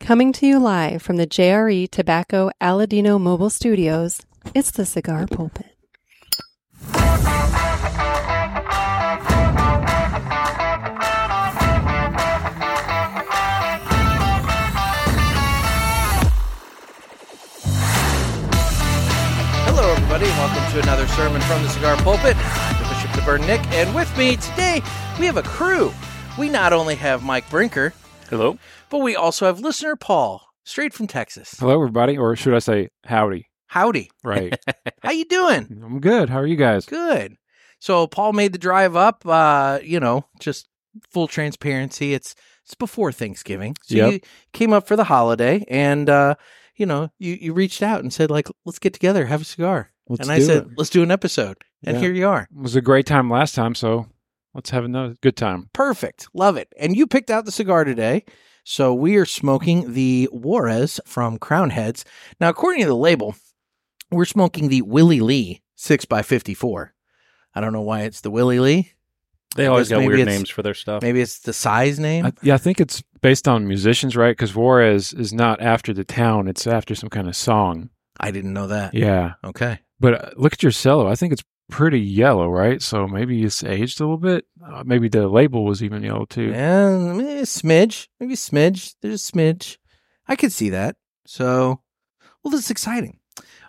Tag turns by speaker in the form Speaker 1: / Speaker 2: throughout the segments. Speaker 1: Coming to you live from the JRE Tobacco Aladino Mobile Studios, it's the Cigar Pulpit.
Speaker 2: Hello, everybody, and welcome to another sermon from the Cigar Pulpit. I'm the Bishop DeBurn Nick, and with me today we have a crew. We not only have Mike Brinker,
Speaker 3: Hello.
Speaker 2: but we also have listener Paul, straight from Texas.
Speaker 3: Hello, everybody. Or should I say, howdy?
Speaker 2: Howdy,
Speaker 3: Right.
Speaker 2: how you doing?
Speaker 3: I'm good. How are you guys?
Speaker 2: Good. So Paul made the drive up. Uh, you know, just full transparency. It's it's before Thanksgiving, so
Speaker 3: Yep.
Speaker 2: you came up for the holiday, and uh, you know, you you reached out and said like, let's get together, have a cigar,
Speaker 3: Let's
Speaker 2: and I
Speaker 3: do
Speaker 2: said,
Speaker 3: it.
Speaker 2: let's do an episode, and
Speaker 3: Yeah.
Speaker 2: here you are.
Speaker 3: It was a great time last time, so let's have another good time.
Speaker 2: Perfect. Love it. And you picked out the cigar today. So we are smoking the Juarez from Crown Heads. Now, according to the label, we're smoking the Willie Lee 6x54. I don't know why it's the Willie Lee.
Speaker 4: They always
Speaker 2: guess
Speaker 4: got
Speaker 2: maybe
Speaker 4: weird
Speaker 2: it's-
Speaker 4: names for their stuff.
Speaker 2: Maybe it's the size name.
Speaker 3: I, yeah, I think it's based on musicians, right? Because Juarez is not after the town; it's after some kind of song.
Speaker 2: I didn't know that.
Speaker 3: Yeah,
Speaker 2: Okay.
Speaker 3: but uh, look at your cello. I think it's pretty yellow, right? So maybe it's aged a little bit. Uh, maybe the label was even yellow too.
Speaker 2: Yeah, maybe a smidge. Maybe a smidge. There's a smidge. I could see that. So, well, this is exciting.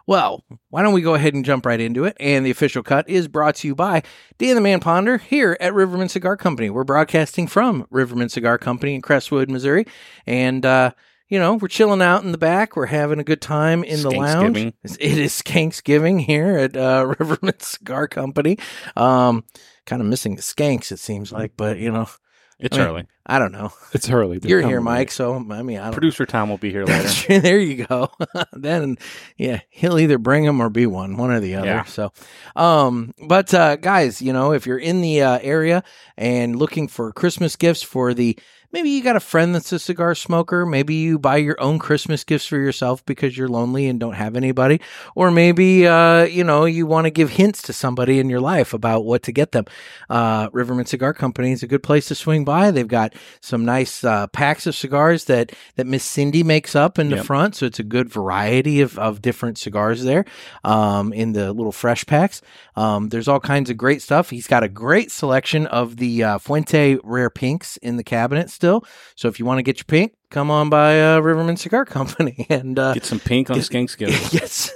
Speaker 2: Well, why don't we go ahead and jump right into it? And the official cut is brought to you by Dan the Man Ponder here at Riverman Cigar Company. We're broadcasting from Riverman Cigar Company in Crestwood, Missouri. And, uh, you know, we're chilling out in the back. We're having a good time in the lounge.
Speaker 4: Skanksgiving.
Speaker 2: It's- It is Skanksgiving here at uh, Riverman Cigar Company. Um, kind of missing the skanks, it seems like, but, you know,
Speaker 4: It's
Speaker 2: I mean,
Speaker 4: early.
Speaker 2: I don't know.
Speaker 3: It's early. They're
Speaker 2: You're
Speaker 3: coming
Speaker 2: here,
Speaker 3: late.
Speaker 2: Mike. So I mean, I don't.
Speaker 4: Producer Tom will be here later.
Speaker 2: Sure, there you go. then, yeah, he'll either bring him or be one, one or the other.
Speaker 4: Yeah.
Speaker 2: So, um, but uh, guys, you know, if you're in the uh, area and looking for Christmas gifts for the, maybe you got a friend that's a cigar smoker. Maybe you buy your own Christmas gifts for yourself because you're lonely and don't have anybody, or maybe uh, you know you want to give hints to somebody in your life about what to get them. Uh, Riverman Cigar Company is a good place to swing by. They've got some nice uh, packs of cigars that that Miss Cindy makes up in the
Speaker 4: Yep.
Speaker 2: front, so it's a good variety of, of different cigars there um, in the little fresh packs. Um, there's all kinds of great stuff. He's got a great selection of the uh, Fuente rare pinks in the cabinet still. So if you want to get your pink, come on by uh, Riverman Cigar Company and uh,
Speaker 4: Get some pink on
Speaker 2: Get-
Speaker 4: Skanksgiving.
Speaker 2: yes.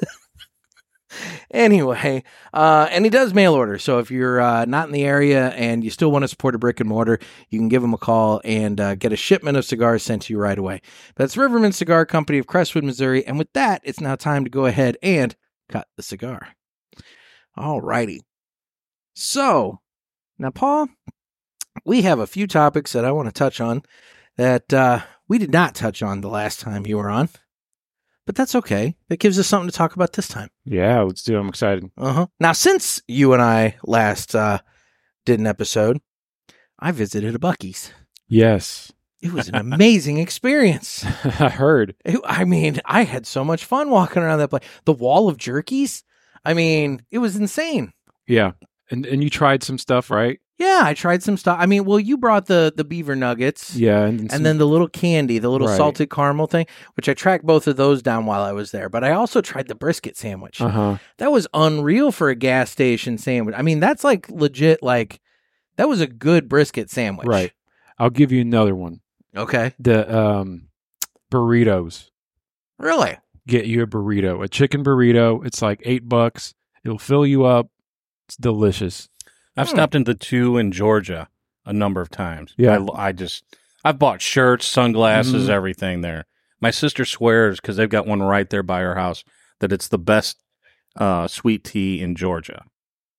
Speaker 2: anyway, uh, and he does mail order. So if you're uh, not in the area and you still want to support a brick and mortar, you can give him a call and uh, get a shipment of cigars sent to you right away. That's Riverman Cigar Company of Crestwood, Missouri. And with that, it's now time to go ahead and cut the cigar. All righty. So now, Paul, we have a few topics that I want to touch on that uh, we did not touch on the last time you were on but that's okay. That gives us something to talk about this time.
Speaker 3: Yeah, let's do. it. I'm excited.
Speaker 2: Uh huh. Now, since you and I last uh, did an episode, I visited a Bucky's.
Speaker 3: Yes,
Speaker 2: It was an amazing experience.
Speaker 3: I heard.
Speaker 2: It- I mean, I had so much fun walking around that place. The wall of jerkies. I mean, it was insane.
Speaker 3: Yeah, and and you tried some stuff, right?
Speaker 2: Yeah, I tried some stuff. I mean, well, you brought the the beaver nuggets.
Speaker 3: Yeah, and, some-
Speaker 2: And then the little candy, the little
Speaker 3: Right.
Speaker 2: salted caramel thing, which I tracked both of those down while I was there. But I also tried the brisket sandwich.
Speaker 3: uh huh.
Speaker 2: That was unreal for a gas station sandwich. I mean, that's like legit. Like that was a good brisket sandwich.
Speaker 3: Right. I'll give you another one.
Speaker 2: Okay.
Speaker 3: The um, burritos.
Speaker 2: Really?
Speaker 3: Get you a burrito, a chicken burrito. It's like eight bucks. It'll fill you up. It's delicious.
Speaker 4: I've
Speaker 2: Hmm.
Speaker 4: stopped into two in Georgia a number of times.
Speaker 3: Yeah.
Speaker 4: I l- I, just I've bought shirts, sunglasses,
Speaker 3: Mhm.
Speaker 4: everything there. My sister swears because they've got one right there by her house that it's the best uh, sweet tea in Georgia,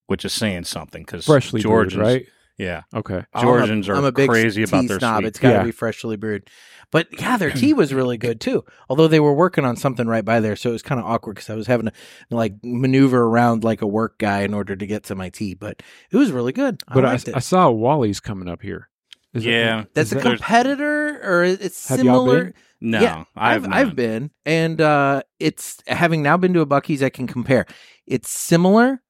Speaker 4: which is saying something because
Speaker 3: Freshly brewed,
Speaker 4: Georgians,
Speaker 3: right?
Speaker 4: Yeah,
Speaker 3: Okay.
Speaker 2: Oh,
Speaker 4: Georgians
Speaker 2: I'm a-
Speaker 4: are
Speaker 2: I'm a big
Speaker 4: crazy about
Speaker 2: tea
Speaker 4: their
Speaker 2: snob.
Speaker 4: sweet
Speaker 2: It's got to
Speaker 3: Yeah.
Speaker 2: be freshly brewed. But yeah, their tea was really good too. Although they were working on something right by there, so it was kind of awkward because I was having to like maneuver around like a work guy in order to get to my tea. But it was really good. I
Speaker 3: But I,
Speaker 2: liked
Speaker 3: I,
Speaker 2: it.
Speaker 3: saw Wally's coming up here. Is it-
Speaker 4: Yeah.
Speaker 2: That's
Speaker 3: is
Speaker 2: a
Speaker 3: it-
Speaker 4: there's-
Speaker 2: competitor, or it's
Speaker 3: Have y'all
Speaker 2: similar.
Speaker 3: been?
Speaker 4: No,
Speaker 2: Yeah,
Speaker 4: I've
Speaker 2: I've, I've
Speaker 4: not.
Speaker 2: been, and uh, it's having now been to a Bucky's. I can compare. It's similar.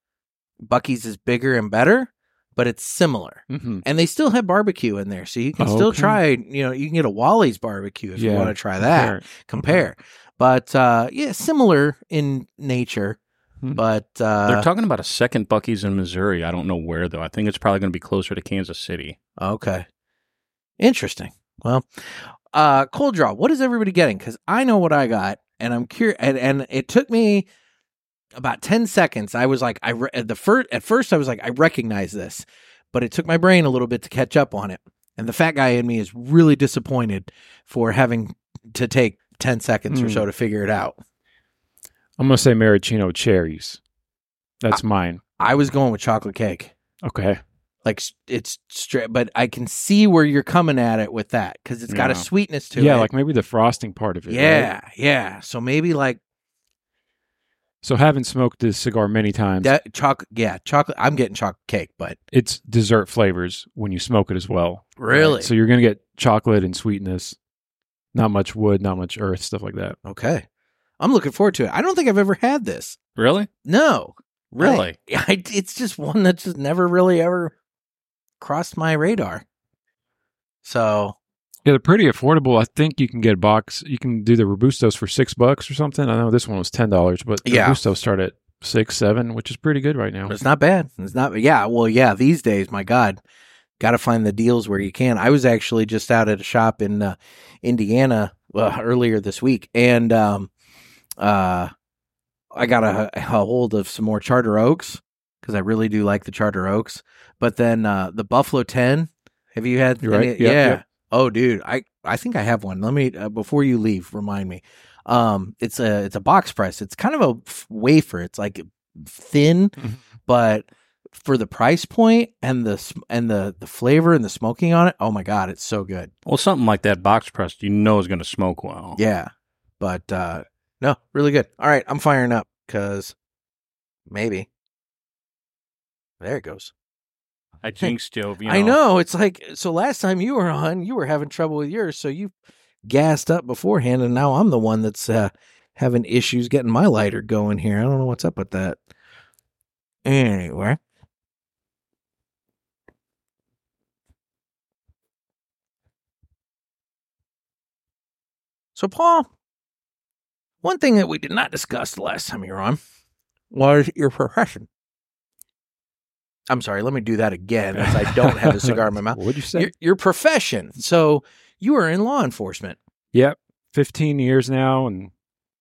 Speaker 2: Bucky's is bigger and better, but it's similar.
Speaker 3: Mm-hmm.
Speaker 2: And they still have barbecue in there, so you can still
Speaker 3: Okay.
Speaker 2: try. You know, you can get a Wally's barbecue if you
Speaker 3: Yeah.
Speaker 2: want to try that. Compare, but uh, yeah, similar in nature,
Speaker 3: Hmm.
Speaker 2: but
Speaker 4: They're
Speaker 2: uh,
Speaker 4: talking about a second Bucky's in Missouri. I don't know where though. I think it's probably going to be closer to Kansas City.
Speaker 2: okay, interesting. Well, uh, cold draw. What is everybody getting? Because I know what I got, and I'm curious. And, and it took me about ten seconds. I was like, I re- at the first at first I was like, I recognize this, but it took my brain a little bit to catch up on it. And the fat guy in me is really disappointed for having to take ten seconds or
Speaker 3: Hmm.
Speaker 2: so to figure it out.
Speaker 3: I'm gonna say maraschino cherries. That's mine.
Speaker 2: I was going with chocolate cake.
Speaker 3: Okay.
Speaker 2: like s- it's straight but i can see where you're coming at it with that because it's got a
Speaker 4: Yeah.
Speaker 2: sweetness to
Speaker 3: yeah,
Speaker 2: it
Speaker 3: like maybe the frosting part of it. right?
Speaker 2: yeah yeah so maybe like
Speaker 3: So having smoked this cigar many times,
Speaker 2: that chocolate yeah chocolate i'm getting chocolate cake but
Speaker 3: it's dessert flavors when you smoke it as well. right?
Speaker 2: Really?
Speaker 3: So you're gonna get chocolate and sweetness, not much wood, not much earth, stuff like that.
Speaker 2: okay i'm looking forward to it i don't think i've ever had this
Speaker 4: Really?
Speaker 2: no
Speaker 4: Really?
Speaker 2: I, I- it's just one that's just never really ever crossed my radar so
Speaker 3: Yeah, they're pretty affordable. I think you can get a box. You can do the robustos for six bucks or something. I know this one was ten dollars, but the
Speaker 2: Yeah.
Speaker 3: robustos start at six, seven, which is pretty good right now.
Speaker 2: it's not bad it's not yeah well yeah these days my god gotta find the deals where you can i was actually just out at a shop in uh, indiana uh, earlier this week and um uh i got a, a hold of some more charter oaks because i really do like the charter oaks but then uh the buffalo 10 have you had
Speaker 3: You're right.
Speaker 2: any-
Speaker 3: Yep,
Speaker 2: yeah
Speaker 3: yep.
Speaker 2: oh dude i i think i have one let me uh, before you leave remind me um it's a it's a box press it's kind of a f- wafer it's like thin
Speaker 3: Mhm.
Speaker 2: but for the price point and the sm- and the the flavor and the smoking on it oh my god it's so good
Speaker 4: Well, something like that box pressed, you know, is going to smoke well.
Speaker 2: yeah but uh no really good all right i'm firing up because maybe there it goes
Speaker 4: I jinxed you. you
Speaker 2: i know it's like so last time you were on you were having trouble with yours so you gassed up beforehand and now i'm the one that's uh having issues getting my lighter going here i don't know what's up with that anyway So, Paul, one thing that we did not discuss the last time you were on was your profession. I'm sorry, let me do that again as I don't have a cigar in my mouth.
Speaker 3: What'd you say?
Speaker 2: Your, your profession. So, you are in law enforcement.
Speaker 3: Yep, fifteen years now, and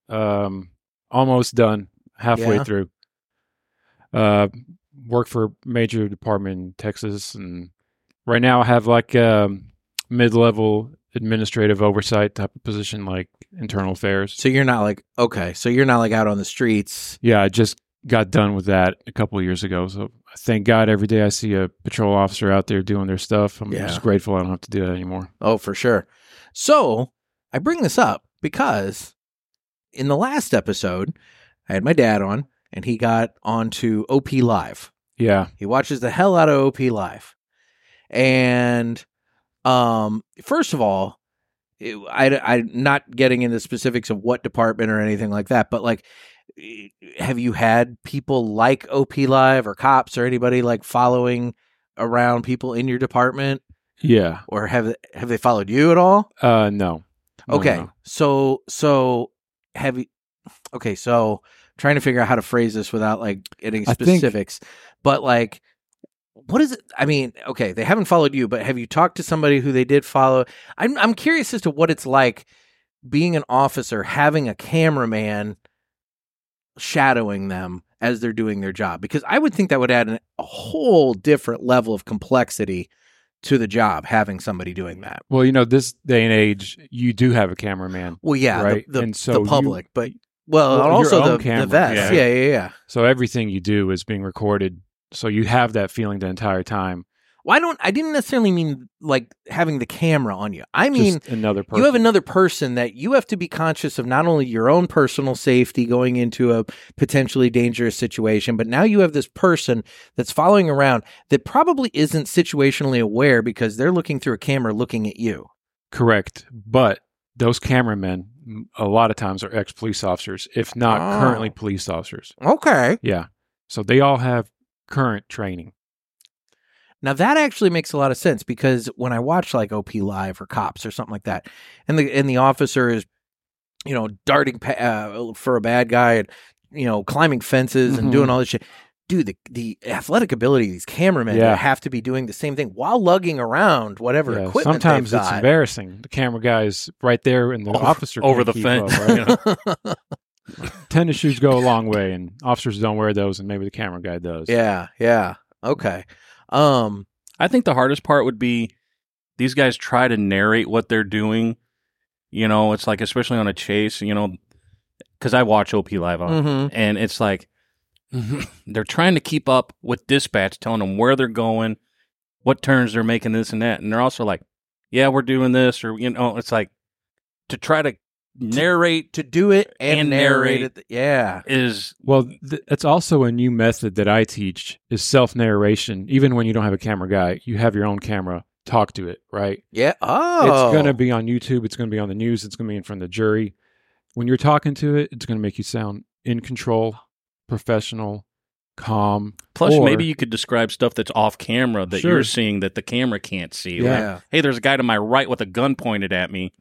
Speaker 3: um, almost done, halfway
Speaker 2: Yeah.
Speaker 3: through. Uh, work for a major department in Texas, and right now I have like um, mid-level administrative oversight type of position, like internal affairs.
Speaker 2: So, you're not like, okay, so you're not like out on the streets.
Speaker 3: yeah, I just got done with that a couple of years ago. So thank God every day I see a patrol officer out there doing their stuff. I'm
Speaker 2: Yeah.
Speaker 3: just grateful I don't have to do that anymore.
Speaker 2: Oh, for sure. So, I bring this up because in the last episode, I had my dad on and he got onto OP Live.
Speaker 3: Yeah.
Speaker 2: He watches the hell out of OP Live. And um, first of all, it, I, am not getting into specifics of what department or anything like that, but like, eh, have you had people like OP Live or cops or anybody like following around people in your department,
Speaker 3: Yeah.
Speaker 2: or have have they followed you at all?
Speaker 3: Uh, no. No,
Speaker 2: Okay,
Speaker 3: no.
Speaker 2: so so have you? Okay, so trying to figure out how to phrase this without like getting
Speaker 3: I think-
Speaker 2: specifics, but like, what is it? I mean, okay, they haven't followed you, but have you talked to somebody who they did follow? I'm I'm curious as to what it's like being an officer having a cameraman shadowing them as they're doing their job because I would think that would add an, a whole different level of complexity to the job having somebody doing that.
Speaker 3: Well, you know, this day and age, you do have a cameraman.
Speaker 2: Well, yeah,
Speaker 3: right?
Speaker 2: the, the,
Speaker 3: And so
Speaker 2: the
Speaker 3: you-
Speaker 2: public, but well,
Speaker 3: Well,
Speaker 2: and
Speaker 3: your
Speaker 2: also
Speaker 3: own
Speaker 2: the, the
Speaker 3: camera,
Speaker 2: vest. Yeah.
Speaker 4: yeah.
Speaker 2: yeah, yeah,
Speaker 3: So everything you do is being recorded. So you have that feeling the entire time.
Speaker 2: Well, I don't. I didn't necessarily mean like having the camera on you. I mean,
Speaker 3: just another person.
Speaker 2: you have another person that you have to be conscious of not only your own personal safety going into a potentially dangerous situation, but now you have this person that's following around that probably isn't situationally aware because they're looking through a camera looking at you.
Speaker 3: Correct. But those cameramen, m- a lot of times, are ex police officers, if not
Speaker 2: Oh.
Speaker 3: currently police officers.
Speaker 2: Okay.
Speaker 3: Yeah. So they all have current training.
Speaker 2: Now that actually makes a lot of sense because when I watch like OP Live or Cops or something like that, and the and the officer is, you know, darting pa- uh, for a bad guy and you know climbing fences and
Speaker 3: Mhm.
Speaker 2: doing all this shit. Dude, the, the athletic ability of these cameramen
Speaker 3: Yeah.
Speaker 2: have to be doing the same thing while lugging around whatever
Speaker 3: Yeah,
Speaker 2: equipment.
Speaker 3: sometimes
Speaker 2: they've
Speaker 3: it's
Speaker 2: got.
Speaker 3: embarrassing. The camera guy's right there, and the
Speaker 4: Over-
Speaker 3: officer
Speaker 4: over
Speaker 3: can't keep
Speaker 4: the fence.
Speaker 3: up, right?
Speaker 4: You know?
Speaker 3: Tennis shoes go a long way, and officers don't wear those, and maybe the camera guy does.
Speaker 2: yeah, yeah, okay. Um,
Speaker 4: I think the hardest part would be these guys try to narrate what they're doing. You know, it's like especially on a chase. You know, because I watch OP
Speaker 3: Oh.
Speaker 4: live on,
Speaker 3: Mm-hmm.
Speaker 2: mhm.
Speaker 4: and it's like they're trying to keep up with dispatch telling them where they're going, what turns they're making, this and that, and they're also like, "Yeah, we're doing this," or you know, it's like to try to narrate
Speaker 2: to do it and,
Speaker 4: And
Speaker 2: narrate
Speaker 4: narrate.
Speaker 2: it. Yeah,
Speaker 4: is
Speaker 3: Well, th- it's also a new method that I teach is self narration. Even when you don't have a camera guy, you have your own camera. Talk to it, right?
Speaker 2: yeah. Oh,
Speaker 3: It's going to be on YouTube. It's going to be on the news. It's going to be in front of the jury. When you're talking to it, it's going to make you sound in control, professional, calm.
Speaker 4: plus
Speaker 3: Or-
Speaker 4: maybe you could describe stuff that's off camera that
Speaker 3: Sure.
Speaker 4: you're seeing that the camera can't see.
Speaker 3: Yeah.
Speaker 4: Like, hey, there's a guy to my right with a gun pointed at me.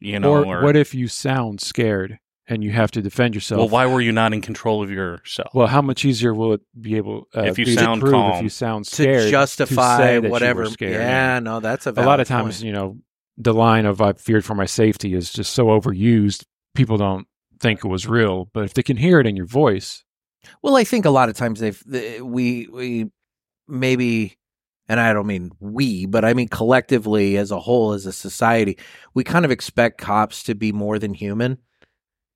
Speaker 4: You know,
Speaker 3: or,
Speaker 4: or,
Speaker 3: what if you sound scared and you have to defend yourself?
Speaker 4: well, why were you not in control of yourself?
Speaker 3: Well, how much easier will it be able uh,
Speaker 4: If you
Speaker 3: be to
Speaker 4: sound
Speaker 3: prove if
Speaker 4: calm.
Speaker 3: you sound scared
Speaker 2: to
Speaker 3: say
Speaker 2: justify
Speaker 3: that you were
Speaker 2: whatever.
Speaker 3: scared.
Speaker 2: Yeah, no, that's a
Speaker 3: a
Speaker 2: valid
Speaker 3: lot of times,
Speaker 2: point.
Speaker 3: you know, the line of "I feared for my safety" is just so overused. People don't think it was real, but if they can hear it in your voice,
Speaker 2: Well, I think a lot of times they've the- we we maybe, and I don't mean we, but I mean collectively as a whole, as a society, we kind of expect cops to be more than human.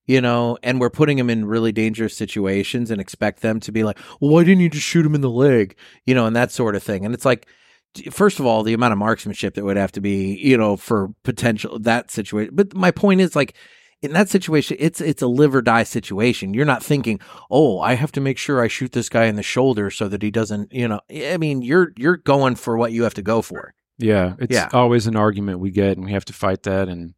Speaker 2: You know, and we're putting them in really dangerous situations and expect them to be like, well, why didn't you just shoot him in the leg? You know, and that sort of thing. And it's like, d- first of all, the amount of marksmanship that would have to be, you know, for potential that situation. But my point is like, in that situation, it's it's a live or die situation. You're not thinking, oh, I have to make sure I shoot this guy in the shoulder so that he doesn't, you know. I mean, you're you're going for what you have to go for.
Speaker 3: yeah, it's
Speaker 2: Yeah.
Speaker 3: always an argument we get, and we have to fight that and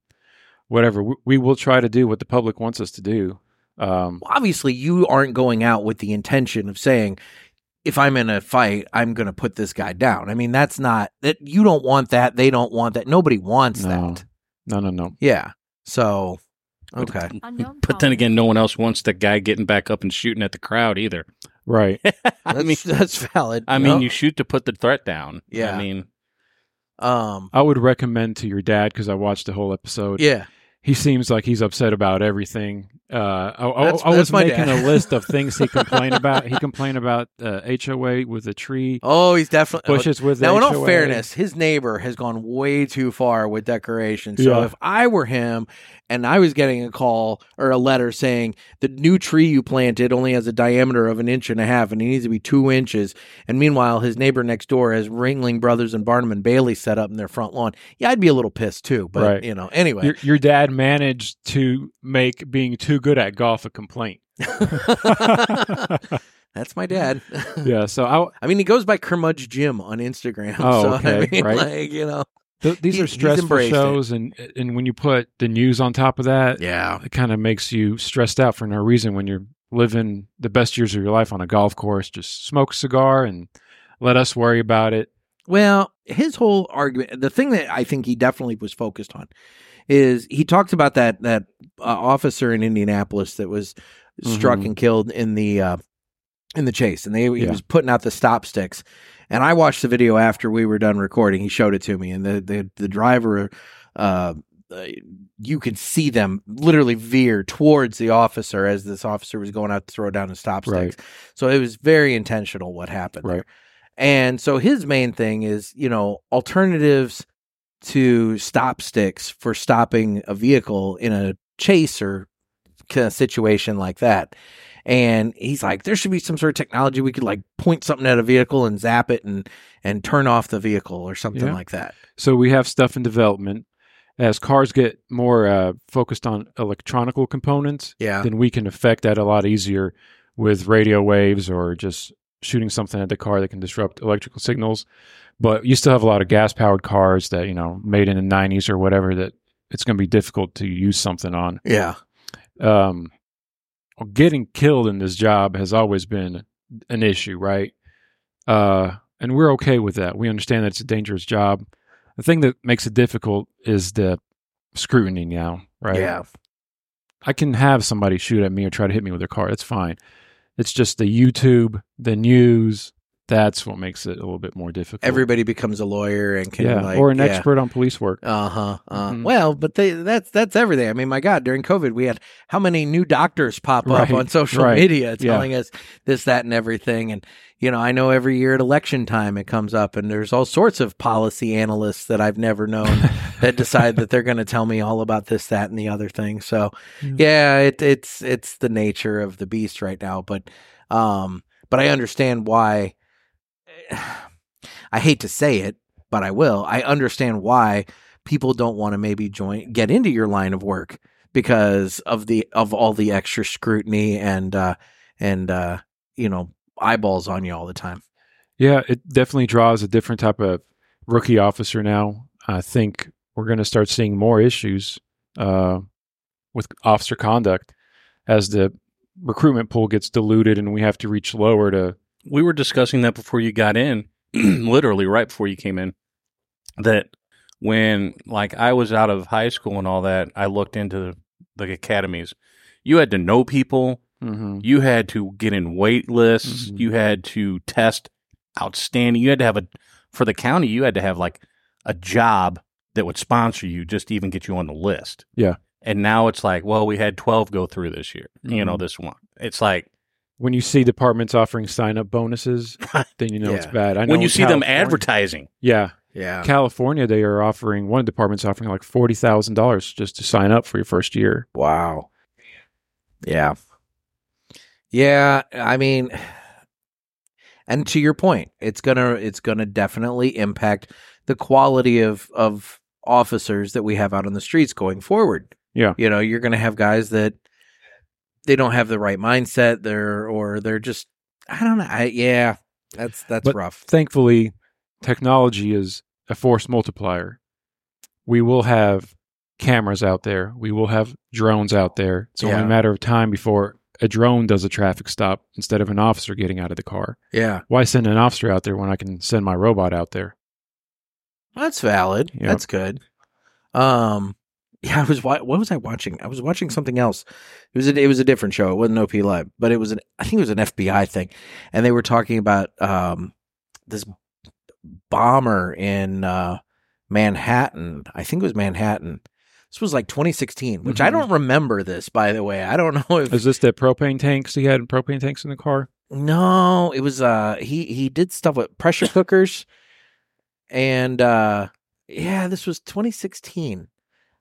Speaker 3: whatever. We, we will try to do what the public wants us to do. Um,
Speaker 2: Obviously, you aren't going out with the intention of saying, if I'm in a fight, I'm going to put this guy down. I mean, that's not that you don't want that. They don't want that. Nobody wants
Speaker 3: No.
Speaker 2: that.
Speaker 3: no, no, no.
Speaker 2: Yeah. So, okay.
Speaker 4: But then again, no one else wants the guy getting back up and shooting at the crowd either.
Speaker 3: Right.
Speaker 4: I mean,
Speaker 2: That's- that's valid.
Speaker 4: I mean,
Speaker 2: No.
Speaker 4: you shoot to put the threat down.
Speaker 2: Yeah.
Speaker 4: I mean,
Speaker 2: um,
Speaker 3: I would recommend to your dad because I watched the whole episode.
Speaker 2: yeah.
Speaker 3: he seems like he's upset about everything. Uh, I, I-
Speaker 2: That's-
Speaker 3: I was
Speaker 2: that's my
Speaker 3: making
Speaker 2: dad.
Speaker 3: a list of things he complained about. He complained about uh, HOA with a tree,
Speaker 2: Oh, he's definitely.
Speaker 3: bushes with
Speaker 2: Now, in
Speaker 3: HOA.
Speaker 2: all fairness, his neighbor has gone way too far with decoration. So
Speaker 3: Yeah.
Speaker 2: if I were him and I was getting a call or a letter saying the new tree you planted only has a diameter of an inch and a half and it needs to be two inches, and meanwhile his neighbor next door has Ringling Brothers and Barnum and Bailey set up in their front lawn, yeah, I'd be a little pissed too. But
Speaker 3: Right.
Speaker 2: you know, anyway,
Speaker 3: your, your dad managed to make being too good at golf a complaint.
Speaker 2: that's my dad.
Speaker 3: yeah, so I,
Speaker 2: I mean, he goes by Curmudge Jim on Instagram.
Speaker 3: Oh,
Speaker 2: so I
Speaker 3: okay,
Speaker 2: mean,
Speaker 3: right.
Speaker 2: like you know,
Speaker 3: th- these
Speaker 2: He-
Speaker 3: are
Speaker 2: he's
Speaker 3: stressful
Speaker 2: embraced it.
Speaker 3: shows, and and when you put the news on top of that,
Speaker 2: yeah.
Speaker 3: it kind of makes you stressed out for no reason when you're living the best years of your life on a golf course. Just smoke a cigar and let us worry about it.
Speaker 2: Well, his whole argument, the thing that I think he definitely was focused on, is he talked about that that uh, officer in Indianapolis that was struck
Speaker 3: Mhm.
Speaker 2: and killed in the uh, in the chase, and they he
Speaker 3: Yeah.
Speaker 2: was putting out the stop sticks. And I watched the video after we were done recording. He showed it to me, and the the the driver, uh, uh, you could see them literally veer towards the officer as this officer was going out to throw down the stop sticks.
Speaker 3: Right.
Speaker 2: So it was very intentional what happened. there.
Speaker 3: Right.
Speaker 2: And so his main thing is, you know, alternatives to stop sticks for stopping a vehicle in a chase or kind of situation like that. And he's like, there should be some sort of technology we could like point something at a vehicle and zap it and and turn off the vehicle or something
Speaker 3: Yeah.
Speaker 2: like that.
Speaker 3: So we have stuff in development. As cars get more uh, focused on electronical components,
Speaker 2: Yeah.
Speaker 3: then we can affect that a lot easier with radio waves or just shooting something at the car that can disrupt electrical signals. But you still have a lot of gas powered cars that, you know, made in the 90s or whatever that it's going to be difficult to use something on.
Speaker 2: Yeah.
Speaker 3: Um, getting killed in this job has always been an issue, right? Uh, and we're okay with that. We understand that it's a dangerous job. The thing that makes it difficult is the scrutiny now, right?
Speaker 2: Yeah.
Speaker 3: I can have somebody shoot at me or try to hit me with their car. That's fine. It's just the YouTube, the news. That's what makes it a little bit more difficult.
Speaker 2: Everybody becomes a lawyer and can
Speaker 3: yeah,
Speaker 2: like
Speaker 3: or an
Speaker 2: yeah.
Speaker 3: expert on police work.
Speaker 2: Uh-huh. Uh,
Speaker 3: Mhm.
Speaker 2: Well, but they, that's that's everything. I mean, my God, during COVID, we had how many new doctors pop
Speaker 3: Right,
Speaker 2: up on social
Speaker 3: right,
Speaker 2: media
Speaker 3: yeah.
Speaker 2: telling us this, that, and everything. And you know, I know every year at election time it comes up, and there's all sorts of policy analysts that I've never known that decide that they're going to tell me all about this, that, and the other thing. So,
Speaker 3: Yeah.
Speaker 2: yeah, it, it's it's the nature of the beast right now. But um, but I understand why. I hate to say it, but I will. I understand why people don't want to maybe join get into your line of work because of the of all the extra scrutiny and uh and uh you know eyeballs on you all the time.
Speaker 3: Yeah, it definitely draws a different type of rookie officer now. I think we're going to start seeing more issues uh, with officer conduct as the recruitment pool gets diluted and we have to reach lower to.
Speaker 4: we were discussing that before you got in, literally right before you came in, that when like I was out of high school and all that, I looked into the, the academies. You had to know people.
Speaker 2: Mm-hmm.
Speaker 4: You had to get in wait lists.
Speaker 3: Mhm.
Speaker 4: You had to test outstanding. You had to have a for the county. You had to have like a job that would sponsor you just to even get you on the list.
Speaker 3: Yeah.
Speaker 4: And now it's like, well, we had twelve go through this year. You know,
Speaker 3: Mhm.
Speaker 4: this one. It's like
Speaker 3: When you see departments offering sign up bonuses, then you know it's
Speaker 2: Yeah.
Speaker 3: bad. I know
Speaker 4: when you
Speaker 3: in
Speaker 4: see them
Speaker 3: California-
Speaker 4: advertising.
Speaker 3: Yeah.
Speaker 2: Yeah.
Speaker 3: California, they are offering, one department's offering like $40,000 just to sign up for your first year.
Speaker 2: Wow. Yeah. Yeah, I mean and to your point, it's going to it's going to definitely impact the quality of of officers that we have out on the streets going forward.
Speaker 3: Yeah.
Speaker 2: You know, you're going to have guys that they don't have the right mindset there or they're just I don't know. I, yeah. That's that's
Speaker 3: But-
Speaker 2: rough.
Speaker 3: thankfully, technology is a force multiplier. We will have cameras out there. We will have drones out there. It's only
Speaker 2: Yeah.
Speaker 3: a matter of time before a drone does a traffic stop instead of an officer getting out of the car.
Speaker 2: Yeah.
Speaker 3: Why send an officer out there when I can send my robot out there?
Speaker 2: That's valid.
Speaker 3: Yeah.
Speaker 2: That's good. Um, yeah, I was wa- what was I watching? I was watching something else. It was a, it was a different show. It wasn't OP Live, but it was an I think it was an FBI thing, and they were talking about um this bomber in uh Manhattan. I think it was Manhattan. This was like 2016, which I
Speaker 3: Mhm.
Speaker 2: don't remember this by the way. I don't know if
Speaker 3: Is this the propane tanks he had? Propane tanks in the car?
Speaker 2: no, it was uh he he did stuff with pressure cookers and uh yeah, this was 2016.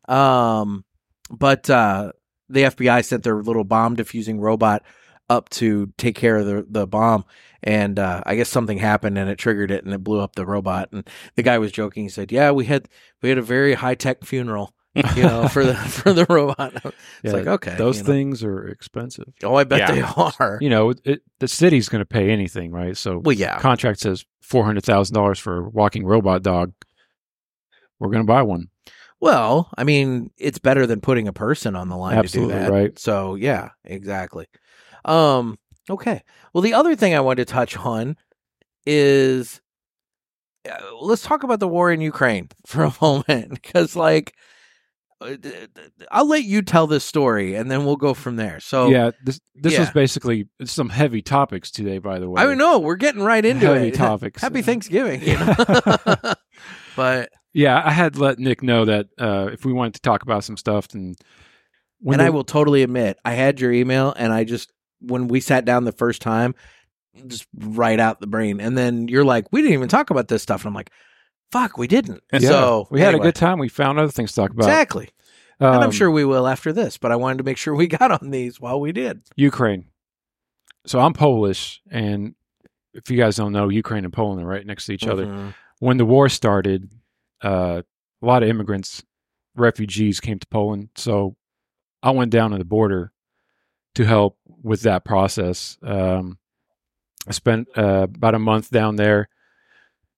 Speaker 2: Um but uh the FBI sent their little bomb defusing robot up to take care of the the bomb and uh I guess something happened and it triggered it and it blew up the robot and the guy was joking he said, "Yeah, we had we had a very high-tech funeral, you know, for the for the robot." It's like, okay.
Speaker 3: Those
Speaker 2: you know.
Speaker 3: things are expensive.
Speaker 2: Oh, I bet
Speaker 4: Yeah.
Speaker 2: they are.
Speaker 3: You know, it, it, the city's going to pay anything, right? So
Speaker 2: Well, yeah.
Speaker 3: contract says $400,000 for a walking robot dog. We're going to buy one.
Speaker 2: Well, I mean, it's better than putting a person on the line
Speaker 3: Absolutely
Speaker 2: to do that.
Speaker 3: right.
Speaker 2: So, yeah, exactly. Um, okay. Well, the other thing I wanted to touch on is uh, let's talk about the war in Ukraine for a moment because like uh, d- d- I'll let you tell this story and then we'll go from there. So,
Speaker 3: yeah, this this is
Speaker 2: Oh, yeah.
Speaker 3: basically some heavy topics today. By the way,
Speaker 2: I don't know, we're getting right into
Speaker 3: heavy
Speaker 2: it.
Speaker 3: topics.
Speaker 2: Happy Thanksgiving. you know? but
Speaker 3: Yeah, I had let Nick know that uh, if we wanted to talk about some stuff, then when
Speaker 2: and I
Speaker 3: the-
Speaker 2: will totally admit, I had your email, and I just when we sat down the first time, just right out the brain. And then you're like, "We didn't even talk about this stuff," and I'm like, "Fuck, we didn't."
Speaker 3: Yeah,
Speaker 2: so
Speaker 3: we had
Speaker 2: anyway.
Speaker 3: a good time. We found other things to talk about.
Speaker 2: exactly, and I'm
Speaker 3: Um,
Speaker 2: sure we will after this. But I wanted to make sure we got on these while we did.
Speaker 3: Ukraine. So I'm Polish, and if you guys don't know, Ukraine and Poland are right next to each
Speaker 2: Mm-hmm.
Speaker 3: other. when the war started, uh, a lot of immigrants, refugees came to Poland. So I went down to the border to help with that process. Um, I spent uh, about a month down there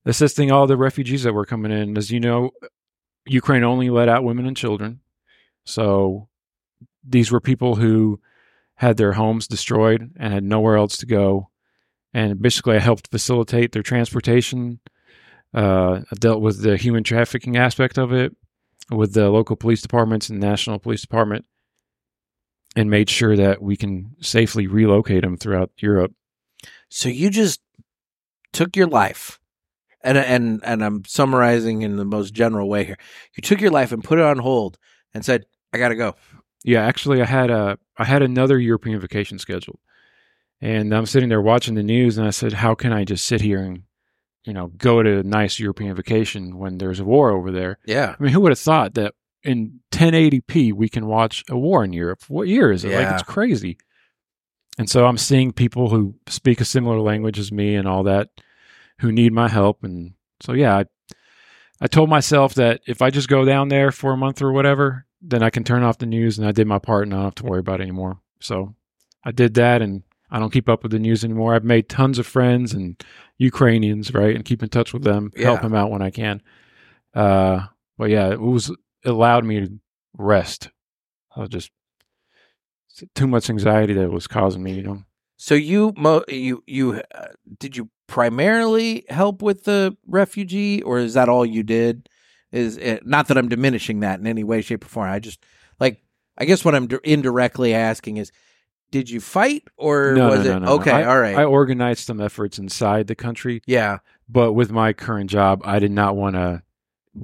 Speaker 3: assisting all the refugees that were coming in. As you know, Ukraine only let out women and children. So these were people who had their homes destroyed and had nowhere else to go and basically I helped facilitate their transportation. Uh, I dealt with the human trafficking aspect of it with the local police departments and national police department, and made sure that we can safely relocate them throughout Europe.
Speaker 2: So you just took your life, and and and I'm summarizing in the most general way here. You took your life and put it on hold and said, "I got to go."
Speaker 3: Yeah, actually, I had a I had another European vacation scheduled, and I'm sitting there watching the news, and I said, "How can I just sit here and, you know, go to a nice European vacation when there's a war over there?"
Speaker 2: Yeah,
Speaker 3: I mean, who would have thought that in 1080p we can watch a war in Europe? What year is it? Like
Speaker 2: Yeah.
Speaker 3: it's crazy. And so I'm seeing people who speak a similar language as me and all that who need my help and so yeah, I I told myself that if I just go down there for a month or whatever, then I can turn off the news and I did my part and I don't have to worry about it anymore. So I did that and I don't keep up with the news anymore. I've made tons of friends and Ukrainians, right? And keep in touch with them, help
Speaker 2: Yeah.
Speaker 3: them out when I can. Uh but yeah, it was it allowed me to rest. I was just too much anxiety that it was causing me, you know.
Speaker 2: So you mo you you uh, did you primarily help with the refugee, or is that all you did? Is it, not that I'm diminishing that in any way, shape, or form. I just like I guess what I'm d- indirectly asking is, did you fight or
Speaker 3: No,
Speaker 2: was
Speaker 3: no, no,
Speaker 2: it
Speaker 3: no, no.
Speaker 2: okay? all right,
Speaker 3: I organized some efforts inside the country,
Speaker 2: yeah,
Speaker 3: but with my current job, I did not want to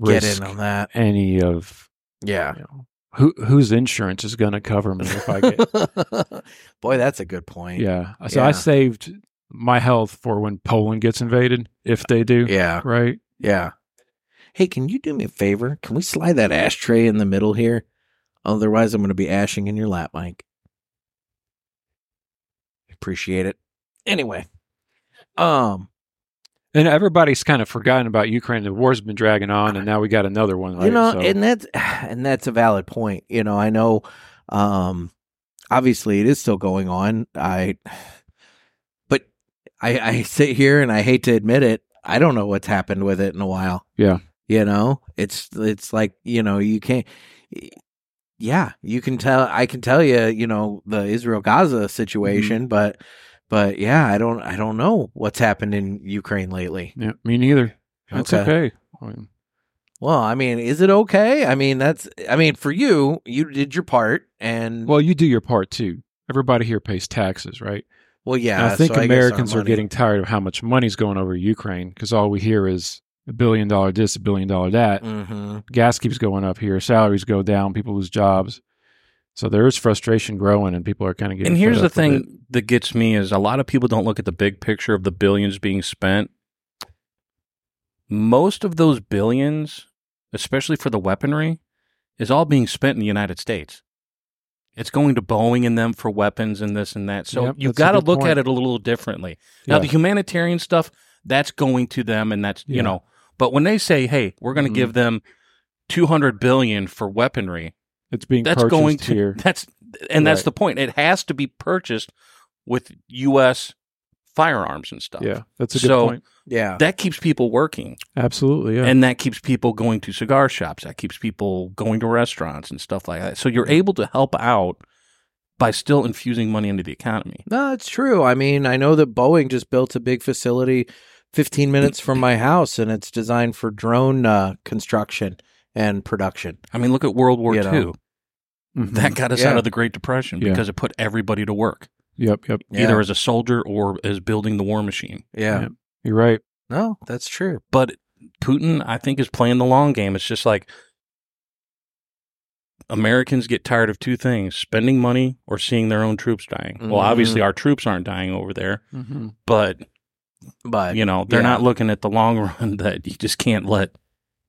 Speaker 2: get
Speaker 3: risk
Speaker 2: in on that.
Speaker 3: any of
Speaker 2: Yeah,
Speaker 3: you know, who whose insurance is going to cover me if I get.
Speaker 2: boy, that's a good point.
Speaker 3: yeah, so
Speaker 2: Yeah.
Speaker 3: I saved my health for when Poland gets invaded, if they do,
Speaker 2: yeah,
Speaker 3: right?
Speaker 2: yeah. Hey, can you do me a favor? Can we slide that ashtray in the middle here? Otherwise, I'm going to be ashing in your lap, Mike. Appreciate it. Anyway, um,
Speaker 3: And everybody's kind of forgotten about Ukraine. The war's been dragging on, and now we got another one. Right?
Speaker 2: you know,
Speaker 3: So-
Speaker 2: and that's and that's a valid point. You know, I know. Um, obviously, it is still going on. I, but I, I sit here and I hate to admit it. I don't know what's happened with it in a while.
Speaker 3: Yeah.
Speaker 2: you know, it's it's like you know you can't. Yeah, you can tell. I can tell you. You know the Israel
Speaker 3: Mm-hmm.
Speaker 2: Gaza situation, but but yeah, I don't I don't know what's happened in Ukraine lately.
Speaker 3: yeah, me neither. That's
Speaker 2: Okay.
Speaker 3: okay. I mean,
Speaker 2: Well, I mean, is it okay? I mean, that's I mean, for you, you did your part and well,
Speaker 3: well, you do your part too. Everybody here pays taxes, right? And
Speaker 2: yeah,
Speaker 3: I think
Speaker 2: so guess our
Speaker 3: Americans are
Speaker 2: money-
Speaker 3: getting tired of how much money's going over to Ukraine because all we hear is a billion dollar this, a billion dollar that.
Speaker 2: Mhm.
Speaker 3: Gas keeps going up here, salaries go down, people lose jobs. So there is frustration growing, and people are kind of getting.
Speaker 4: And
Speaker 3: fed
Speaker 4: here's
Speaker 3: up
Speaker 4: the
Speaker 3: with it.
Speaker 4: thing that gets me is a lot of people don't look at the big picture of the billions being spent. Most of those billions, especially for the weaponry, is all being spent in the United States. It's going to Boeing and them for weapons and this and that. So
Speaker 3: Yep,
Speaker 4: you've
Speaker 3: that's a
Speaker 4: got to
Speaker 3: good
Speaker 4: look
Speaker 3: point.
Speaker 4: at it a little differently. Now
Speaker 3: Yeah.
Speaker 4: the humanitarian stuff, that's going to them and that's,
Speaker 3: Yeah.
Speaker 4: you know, but when they say, "Hey, we're going to
Speaker 3: Mhm.
Speaker 4: give them 200 billion for weaponry,"
Speaker 3: it's being
Speaker 4: that's
Speaker 3: purchased
Speaker 4: going to
Speaker 3: here.
Speaker 4: that's and that's
Speaker 3: Right.
Speaker 4: the point. It has to be purchased with U.S. firearms and stuff.
Speaker 3: Yeah, that's a good
Speaker 4: So-
Speaker 3: point.
Speaker 2: Yeah.
Speaker 4: that keeps people working,
Speaker 3: Absolutely, yeah.
Speaker 4: and that keeps people going to cigar shops. That keeps people going to restaurants and stuff like that. So you're able to help out by still infusing money into the economy.
Speaker 2: No, it's true. I mean, I know that Boeing just built a big facility 15 minutes from my house and it's designed for drone uh, construction and production.
Speaker 4: I mean, look at World War
Speaker 2: You
Speaker 4: II.
Speaker 2: know.
Speaker 3: Mhm.
Speaker 4: That got us
Speaker 2: Yeah.
Speaker 4: out of the Great Depression
Speaker 3: Yeah.
Speaker 4: because it put everybody to work,
Speaker 3: Yep, yep.
Speaker 2: Yeah.
Speaker 4: either as a soldier or as building the war machine.
Speaker 2: yeah.
Speaker 3: Yeah. You're right.
Speaker 2: No, that's true.
Speaker 4: but Putin, I think, is playing the long game. It's just like Americans get tired of two things spending money or seeing their own troops dying. Well,
Speaker 2: Mhm.
Speaker 4: obviously, our troops aren't dying over there,
Speaker 3: Mm-hmm.
Speaker 4: but,
Speaker 2: But
Speaker 4: you know, they're
Speaker 2: yeah.
Speaker 4: not looking at the long run that you just can't let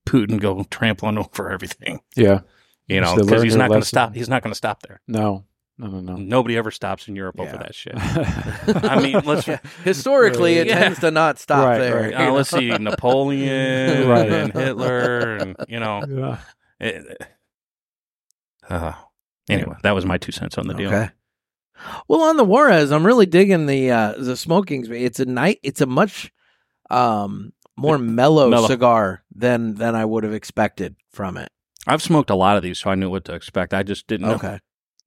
Speaker 4: Putin go trampling over everything,
Speaker 3: Yeah.
Speaker 4: you know,
Speaker 3: So they
Speaker 4: because
Speaker 3: learned
Speaker 4: he's
Speaker 3: their
Speaker 4: not going to
Speaker 3: lesson.
Speaker 4: stop. He's not going to stop there.
Speaker 3: No. No. No. No.
Speaker 4: Nobody ever stops in Europe over
Speaker 2: Yeah.
Speaker 4: that shit. I mean, let's-
Speaker 2: historically it
Speaker 4: Yeah.
Speaker 2: tends to not stop
Speaker 3: Right,
Speaker 2: there.
Speaker 3: right.
Speaker 2: you
Speaker 4: Uh,
Speaker 2: know?
Speaker 4: let's see, Napoleon
Speaker 3: Right.
Speaker 4: and Hitler, and, you know,
Speaker 3: Yeah.
Speaker 2: Eh,
Speaker 4: It- uh, anyway, that was my two cents on the deal.
Speaker 2: uh-huh. Okay. Well, on the Juarez, I'm really digging the uh, the smoking. sp- It's a night. It's a much um, more mellow,
Speaker 4: Mellow.
Speaker 2: cigar than than I would have expected from it.
Speaker 4: I've smoked a lot of these, so I knew what to expect. I just didn't know.
Speaker 2: Okay.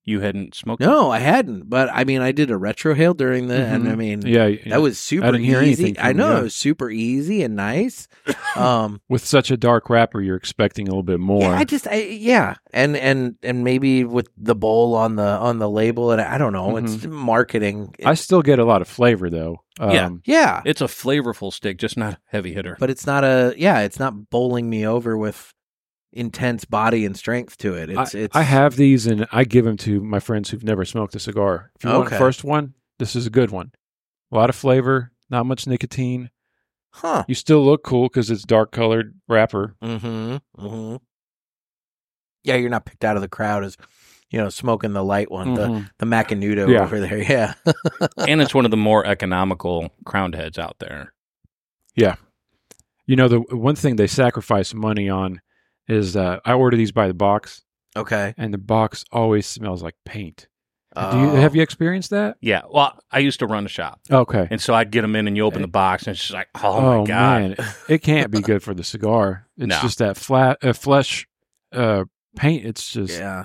Speaker 4: You hadn't smoked. it?
Speaker 2: No, I hadn't. But I mean, I did a retro hail during the, and I
Speaker 3: Mhm.
Speaker 2: mean,
Speaker 3: Yeah, yeah.
Speaker 2: that was super
Speaker 3: didn't hear
Speaker 2: easy.
Speaker 3: anything
Speaker 2: I
Speaker 3: from
Speaker 2: know
Speaker 3: you.
Speaker 2: it was super easy and nice. Um,
Speaker 3: with such a dark wrapper, you're expecting a little bit more.
Speaker 2: yeah, I just, I, yeah, and and and maybe with the bowl on the on the label, and I don't know, it's marketing.
Speaker 3: Mm-hmm. I still get a lot of flavor though. Um,
Speaker 4: Yeah.
Speaker 2: yeah,
Speaker 4: It's a flavorful stick, just not a heavy hitter.
Speaker 2: but it's not a, yeah, it's not bowling me over with intense body and strength to it. It's,
Speaker 3: I,
Speaker 2: it's,
Speaker 3: I have these and I give them to my friends who've never smoked a cigar. If you want
Speaker 2: Okay.
Speaker 3: the first one, this is a good one. A lot of flavor, not much nicotine.
Speaker 2: huh?
Speaker 3: You still look cool because it's dark colored wrapper.
Speaker 2: Mm-hmm. Mm-hmm. Yeah, you're not picked out of the crowd as, you know, smoking the light one, the
Speaker 3: Mhm.
Speaker 2: the Macanudo
Speaker 3: Yeah.
Speaker 2: over there. Yeah. uh,
Speaker 4: and it's one of the more economical crowned heads out there.
Speaker 3: You know, the one thing they sacrifice money on is uh, I order these by the box,
Speaker 2: okay.
Speaker 3: and the box always smells like paint. Do
Speaker 2: Oh.
Speaker 3: you, have you experienced that?
Speaker 4: Yeah. Well, I used to run a shop.
Speaker 3: Okay.
Speaker 4: And so I'd get them in and you open the box and it's just like, oh, my God.
Speaker 3: man,
Speaker 2: Uh,
Speaker 3: it can't be good for the cigar. It's
Speaker 4: No.
Speaker 3: just that flat uh, flesh uh, paint. It's just
Speaker 2: Yeah.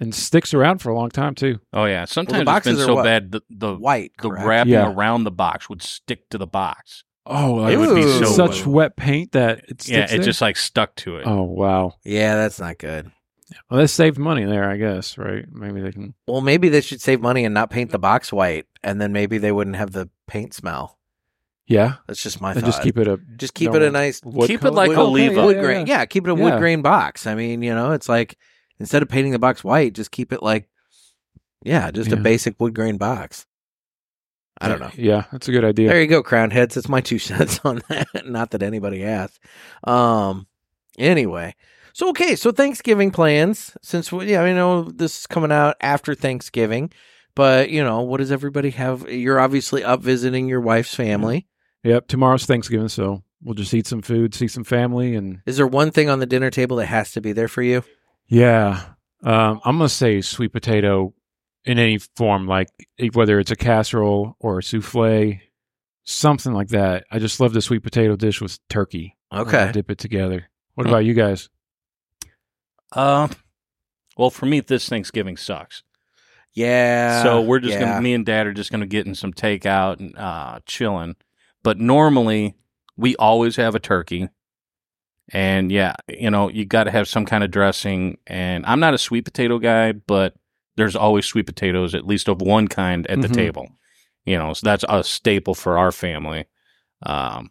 Speaker 3: and sticks around for a long time too.
Speaker 4: Oh, yeah. Sometimes it's
Speaker 2: boxes
Speaker 4: been
Speaker 2: are
Speaker 4: so
Speaker 2: what?
Speaker 4: bad the, the,
Speaker 2: White.
Speaker 4: the
Speaker 2: correct?
Speaker 4: wrapping
Speaker 3: Yeah.
Speaker 4: around the box would stick to the box.
Speaker 3: Oh,
Speaker 2: It would be
Speaker 3: it's
Speaker 2: so
Speaker 3: such
Speaker 2: wet.
Speaker 3: wet paint that it's
Speaker 4: yeah. It just like stuck to it.
Speaker 3: oh wow.
Speaker 2: Yeah, that's not good.
Speaker 3: Well, they saved money there, I guess. Right? Maybe they can.
Speaker 2: Well, maybe they should save money and not paint the box white, and then maybe they wouldn't have the paint smell.
Speaker 3: Yeah,
Speaker 2: That's just my
Speaker 3: and
Speaker 2: thought.
Speaker 3: just keep it a
Speaker 2: Just keep
Speaker 3: no,
Speaker 2: it a nice
Speaker 3: wood
Speaker 4: Keep it
Speaker 3: color.
Speaker 4: like a
Speaker 3: Okay,
Speaker 4: leaf
Speaker 3: yeah,
Speaker 4: up.
Speaker 2: wood
Speaker 3: yeah,
Speaker 2: grain.
Speaker 3: yeah.
Speaker 2: Yeah, keep it a wood
Speaker 3: Yeah.
Speaker 2: grain box. I mean, you know, it's like instead of painting the box white, just keep it like, yeah, just a
Speaker 3: Yeah.
Speaker 2: basic wood grain box. I don't know.
Speaker 3: Yeah, that's a good idea.
Speaker 2: There you go, crown heads. That's my two cents on that. Not that anybody asked. Um. Anyway, so okay, so Thanksgiving plans. Since we, yeah, I know this is coming out after Thanksgiving, but you know, what does everybody have? You're obviously up visiting your wife's family.
Speaker 3: Yep. Tomorrow's Thanksgiving, so we'll just eat some food, see some family, and
Speaker 2: Is there one thing on the dinner table that has to be there for you?
Speaker 3: yeah. Um, I'm gonna say sweet potato in any form, like e, whether it's a casserole or a souffle, something like that. I just love the sweet potato dish with turkey.
Speaker 2: Okay. Mm.
Speaker 3: Dip it together. What
Speaker 4: Hmm.
Speaker 3: about you guys?
Speaker 4: Uh, well, for me, this Thanksgiving sucks.
Speaker 2: Yeah.
Speaker 4: so we're just
Speaker 2: Uh, yeah.
Speaker 4: gonna me and dad are just gonna get in some takeout and uh chilling but normally we always have a turkey and yeah you know you gotta have some kind of dressing and i'm not a sweet potato guy but there's always sweet potatoes at least of one kind at
Speaker 3: Mhm.
Speaker 4: the table you know so that's a staple for our family um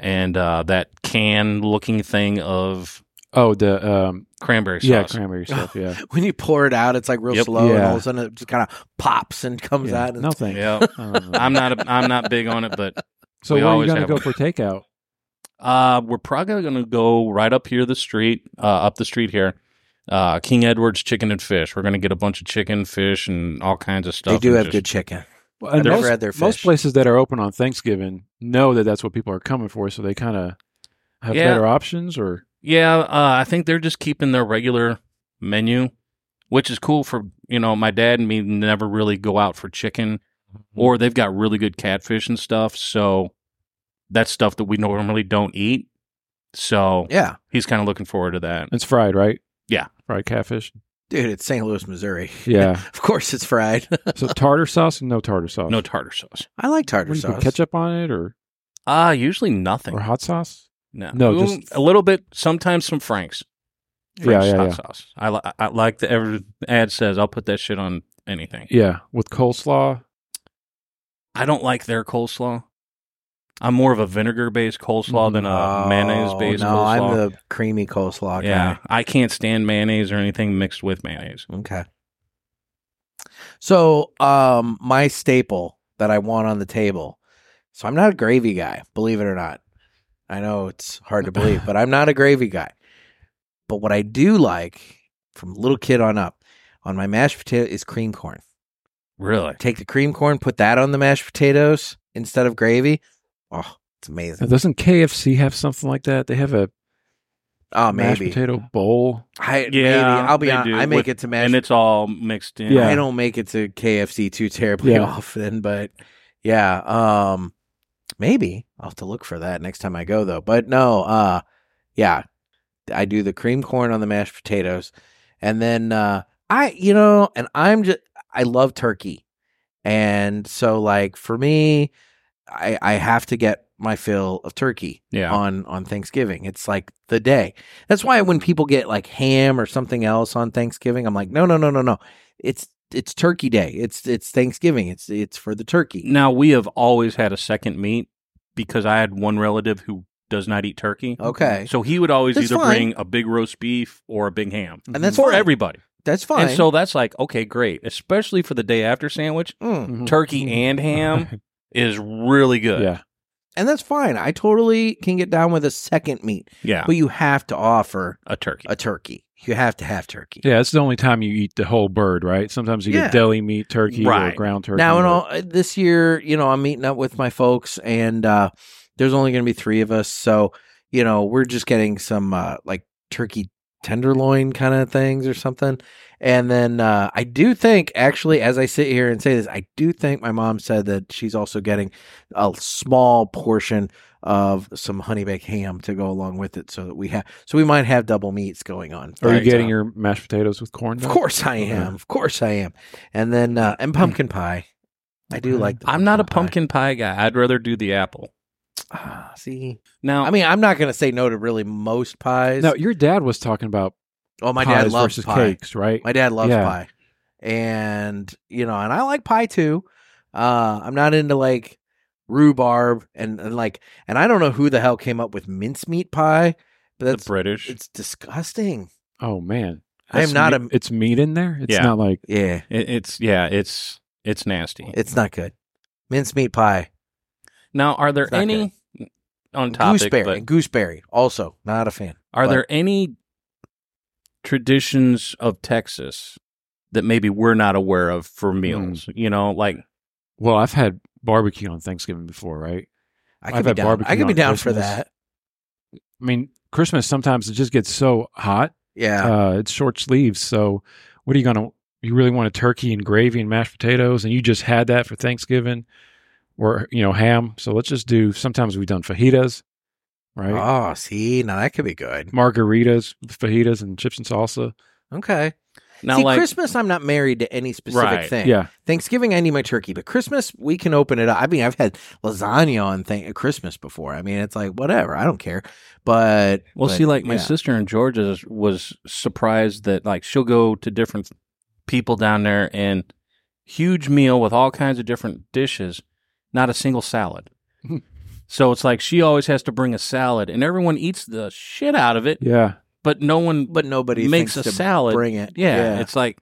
Speaker 4: and uh that can looking thing of
Speaker 3: Oh, the um,
Speaker 4: cranberry sauce
Speaker 3: yeah, cranberry stuff. Yeah,
Speaker 2: when you pour it out, it's like real
Speaker 4: Yep.
Speaker 2: slow, and
Speaker 3: Yeah.
Speaker 2: all of a sudden it just kind of pops and comes
Speaker 3: yeah.
Speaker 2: out. And
Speaker 3: no thanks.
Speaker 4: yeah
Speaker 3: Um,
Speaker 4: i'm not a, i'm not big on it but
Speaker 3: so
Speaker 4: we
Speaker 3: where are you
Speaker 4: always
Speaker 3: gonna
Speaker 4: have
Speaker 3: go
Speaker 4: one.
Speaker 3: for takeout?
Speaker 4: Uh, we're probably going to go right up here the street, uh, up the street here. Uh, King Edward's Chicken and Fish. We're going to get a bunch of chicken, fish, and all kinds of stuff.
Speaker 2: They do
Speaker 4: and
Speaker 2: have
Speaker 4: just-
Speaker 2: good chicken.
Speaker 3: Well,
Speaker 2: I've
Speaker 3: and
Speaker 2: never
Speaker 3: most,
Speaker 2: had their
Speaker 3: most
Speaker 2: fish.
Speaker 3: places that are open on Thanksgiving know that that's what people are coming for, so they kind of have
Speaker 4: Yeah.
Speaker 3: better options. Or
Speaker 4: Yeah, uh, I think they're just keeping their regular menu, which is cool for you know my dad and me never really go out for chicken,
Speaker 2: Mm-hmm.
Speaker 4: or they've got really good catfish and stuff. So that's stuff that we normally don't eat. So
Speaker 2: Yeah,
Speaker 4: he's kind of looking forward to that.
Speaker 3: it's fried, right?
Speaker 4: Yeah.
Speaker 3: fried catfish.
Speaker 2: dude, it's St. Louis, Missouri.
Speaker 3: Yeah.
Speaker 2: Of course, it's fried.
Speaker 3: so tartar sauce and no tartar sauce.
Speaker 4: No tartar sauce.
Speaker 2: I like
Speaker 3: What do
Speaker 2: tartar
Speaker 3: you put
Speaker 2: sauce.
Speaker 3: ketchup on it or
Speaker 4: Ah, usually nothing.
Speaker 3: or hot sauce.
Speaker 4: No,
Speaker 3: No,
Speaker 4: Mm,
Speaker 3: just-
Speaker 4: a little bit. Sometimes some Franks. Frank's
Speaker 3: yeah, yeah,
Speaker 4: hot
Speaker 3: yeah,
Speaker 4: sauce. I, li- I like the every ad says. I'll put that shit on anything.
Speaker 3: yeah. With coleslaw.
Speaker 4: I don't like their coleslaw. I'm more of a vinegar based coleslaw than a
Speaker 2: Oh,
Speaker 4: Uh, mayonnaise based
Speaker 2: No,
Speaker 4: coleslaw.
Speaker 2: I'm the creamy coleslaw guy.
Speaker 4: yeah, I can't stand mayonnaise or anything mixed with mayonnaise.
Speaker 2: Okay. So, um, my staple that I want on the table. So I'm not a gravy guy, believe it or not. I know it's hard to believe, but I'm not a gravy guy. But what I do like from little kid on up on my mashed potato is cream corn.
Speaker 4: Really?
Speaker 2: Take the cream corn, put that on the mashed potatoes instead of gravy. Oh, it's
Speaker 3: Now,
Speaker 2: amazing.
Speaker 3: Doesn't KFC have something like that? They have a
Speaker 4: Uh,
Speaker 2: Oh,
Speaker 3: mashed
Speaker 2: maybe.
Speaker 3: potato bowl.
Speaker 2: I, maybe.
Speaker 4: Yeah,
Speaker 2: I'll be
Speaker 4: they
Speaker 2: honest.
Speaker 4: do
Speaker 2: I make
Speaker 4: with-
Speaker 2: it to mashed
Speaker 4: And it's all mixed in.
Speaker 3: Yeah.
Speaker 2: I don't make it to KFC too terribly
Speaker 3: Yeah.
Speaker 2: often, but yeah, um maybe I'll have to look for that next time I go though. But no, uh yeah. I do the cream corn on the mashed potatoes and then uh I, you know, and I'm just, I love turkey. And so, like, for me, I, I have to get my fill of turkey
Speaker 4: Yeah.
Speaker 2: on on Thanksgiving. It's like the day. That's why when people get like ham or something else on Thanksgiving, I'm like, no, no, no, no, no. It's it's turkey day. It's it's Thanksgiving. It's it's for the turkey.
Speaker 4: Now we have always had a second meat because I had one relative who does not eat turkey.
Speaker 2: Okay.
Speaker 4: So he would always
Speaker 2: That's
Speaker 4: either
Speaker 2: fine.
Speaker 4: bring a big roast beef or a big ham
Speaker 2: And that's
Speaker 4: for
Speaker 2: fine.
Speaker 4: everybody.
Speaker 2: That's fine.
Speaker 4: And so that's like, okay, great. Especially for the day after sandwich,
Speaker 2: Mm.
Speaker 4: turkey and ham is really good.
Speaker 3: Mm-hmm. yeah.
Speaker 2: and that's fine. I totally can get down with a second meat,
Speaker 4: Yeah.
Speaker 2: but you have to offer
Speaker 4: A turkey.
Speaker 2: a turkey. You have to have turkey.
Speaker 3: Yeah, it's the only time you eat the whole bird, right? Sometimes you
Speaker 2: Yeah.
Speaker 3: get deli meat, turkey,
Speaker 4: Right.
Speaker 3: or ground turkey.
Speaker 2: Now,
Speaker 3: or-
Speaker 2: and all, uh, this year, you know, I'm meeting up with my folks, and uh, there's only going to be three of us, so you know, we're just getting some uh, like turkey tenderloin kind of things or something. And then uh, I do think, actually, as I sit here and say this, I do think my mom said that she's also getting a small portion of some honey baked ham to go along with it, so that we have, so we might have double meats going on.
Speaker 3: Are you
Speaker 2: Right.
Speaker 3: getting
Speaker 2: So-
Speaker 3: your mashed potatoes with corn?
Speaker 2: Of
Speaker 3: dog?
Speaker 2: course I
Speaker 4: Mm-hmm.
Speaker 2: am. Of course I am. And then uh, and pumpkin pie. I do
Speaker 3: Okay.
Speaker 2: like. The
Speaker 4: Mm. Mm-hmm. I'm not a pumpkin pie guy. I'd rather do the
Speaker 2: pie.
Speaker 4: apple.
Speaker 2: Ah, see,
Speaker 4: Now,
Speaker 2: I mean, I'm not going to say no to really most pies.
Speaker 3: Now, your dad was talking about
Speaker 2: oh, my
Speaker 3: pies
Speaker 2: dad loves
Speaker 3: versus
Speaker 2: pie.
Speaker 3: cakes, right?
Speaker 2: My dad loves
Speaker 3: Yeah.
Speaker 2: pie, and you know, and I like pie too. Uh, I'm not into like rhubarb and, and like, and I don't know who the hell came up with mincemeat pie, but
Speaker 4: the
Speaker 2: that's
Speaker 4: British.
Speaker 2: it's disgusting.
Speaker 3: Oh man,
Speaker 2: I am
Speaker 3: That's
Speaker 2: not
Speaker 3: meat-
Speaker 2: a
Speaker 3: It's meat in there. It's
Speaker 4: Yeah.
Speaker 3: not like
Speaker 2: um, yeah.
Speaker 4: It, it's yeah, it's it's nasty.
Speaker 2: It's not good. Mincemeat pie,
Speaker 4: now, are there
Speaker 2: It's not
Speaker 4: any on topic?
Speaker 2: gooseberry,
Speaker 4: but
Speaker 2: and gooseberry. Also, not a fan.
Speaker 4: are
Speaker 2: but-
Speaker 4: there any traditions of Texas that maybe we're not aware of for
Speaker 2: Mm.
Speaker 4: meals? You know, like
Speaker 3: well, I've had barbecue on Thanksgiving before, right?
Speaker 2: I
Speaker 3: I've
Speaker 2: could be
Speaker 3: had
Speaker 2: down.
Speaker 3: barbecue
Speaker 2: I could be
Speaker 3: on
Speaker 2: down for
Speaker 3: Christmas.
Speaker 2: that.
Speaker 3: I mean, Christmas sometimes it just gets so hot.
Speaker 2: Yeah.
Speaker 3: Uh, it's short sleeves, so what are you gonna? You really want a turkey and gravy and mashed potatoes, and you just had that for Thanksgiving, or you know ham. So let's just do. Sometimes we've done fajitas, right?
Speaker 2: Oh, see, now that could be good.
Speaker 3: Margaritas, fajitas, and chips and salsa.
Speaker 2: Okay.
Speaker 4: now,
Speaker 2: see,
Speaker 4: like
Speaker 2: Christmas, I'm not married to any specific
Speaker 4: Right,
Speaker 2: thing.
Speaker 3: Yeah,
Speaker 2: Thanksgiving, I need my turkey, but Christmas, we can open it up. I mean, I've had lasagna on thing- Christmas before. I mean, it's like whatever. I don't care. But
Speaker 4: Well,
Speaker 2: but,
Speaker 4: see, like my
Speaker 2: yeah.
Speaker 4: sister in Georgia is- was surprised that like she'll go to different people down there and huge meal with all kinds of different dishes, not a single salad. so it's like she always has to bring a salad, and everyone eats the shit out of it,
Speaker 3: yeah.
Speaker 4: but no one.
Speaker 2: but nobody
Speaker 4: makes
Speaker 2: thinks
Speaker 4: a
Speaker 2: to
Speaker 4: salad.
Speaker 2: Bring it.
Speaker 4: yeah, it's like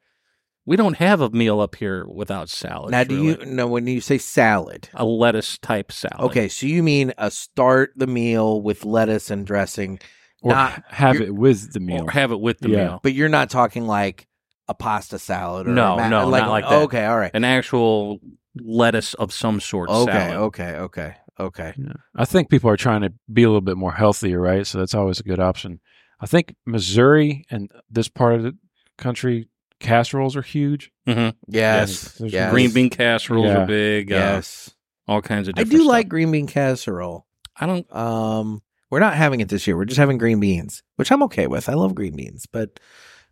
Speaker 4: we don't have a meal up here without salad.
Speaker 2: now, do you know when you say salad?
Speaker 4: a lettuce type salad?
Speaker 2: Okay, so you mean a start the meal with lettuce and dressing,
Speaker 3: Or
Speaker 2: Nah,
Speaker 3: h- have
Speaker 2: you're- Oh,
Speaker 3: it with the meal.
Speaker 4: or have it with the
Speaker 3: Yeah.
Speaker 4: meal,
Speaker 2: but you're not talking like a pasta salad or a
Speaker 4: No, no,
Speaker 2: like, oh,
Speaker 4: not like that.
Speaker 2: Okay, all right.
Speaker 4: an actual lettuce of some sort.
Speaker 2: Okay,
Speaker 4: salad.
Speaker 2: okay, okay, okay.
Speaker 3: I think people are trying to be a little bit more healthier, right? So that's always a good option. I think Missouri and this part of the country, casseroles are huge.
Speaker 4: Mm-hmm.
Speaker 2: Yes.
Speaker 3: Yes. There's
Speaker 2: yes.
Speaker 4: Green bean casseroles
Speaker 3: Yeah.
Speaker 4: are big. Yes.
Speaker 2: Yes.
Speaker 4: all kinds
Speaker 2: I
Speaker 4: of different
Speaker 2: do
Speaker 4: stuff.
Speaker 2: like green bean casserole.
Speaker 4: I don't.
Speaker 2: Um, we're not having it this year. We're just having green beans, which I'm okay with. I love green beans, but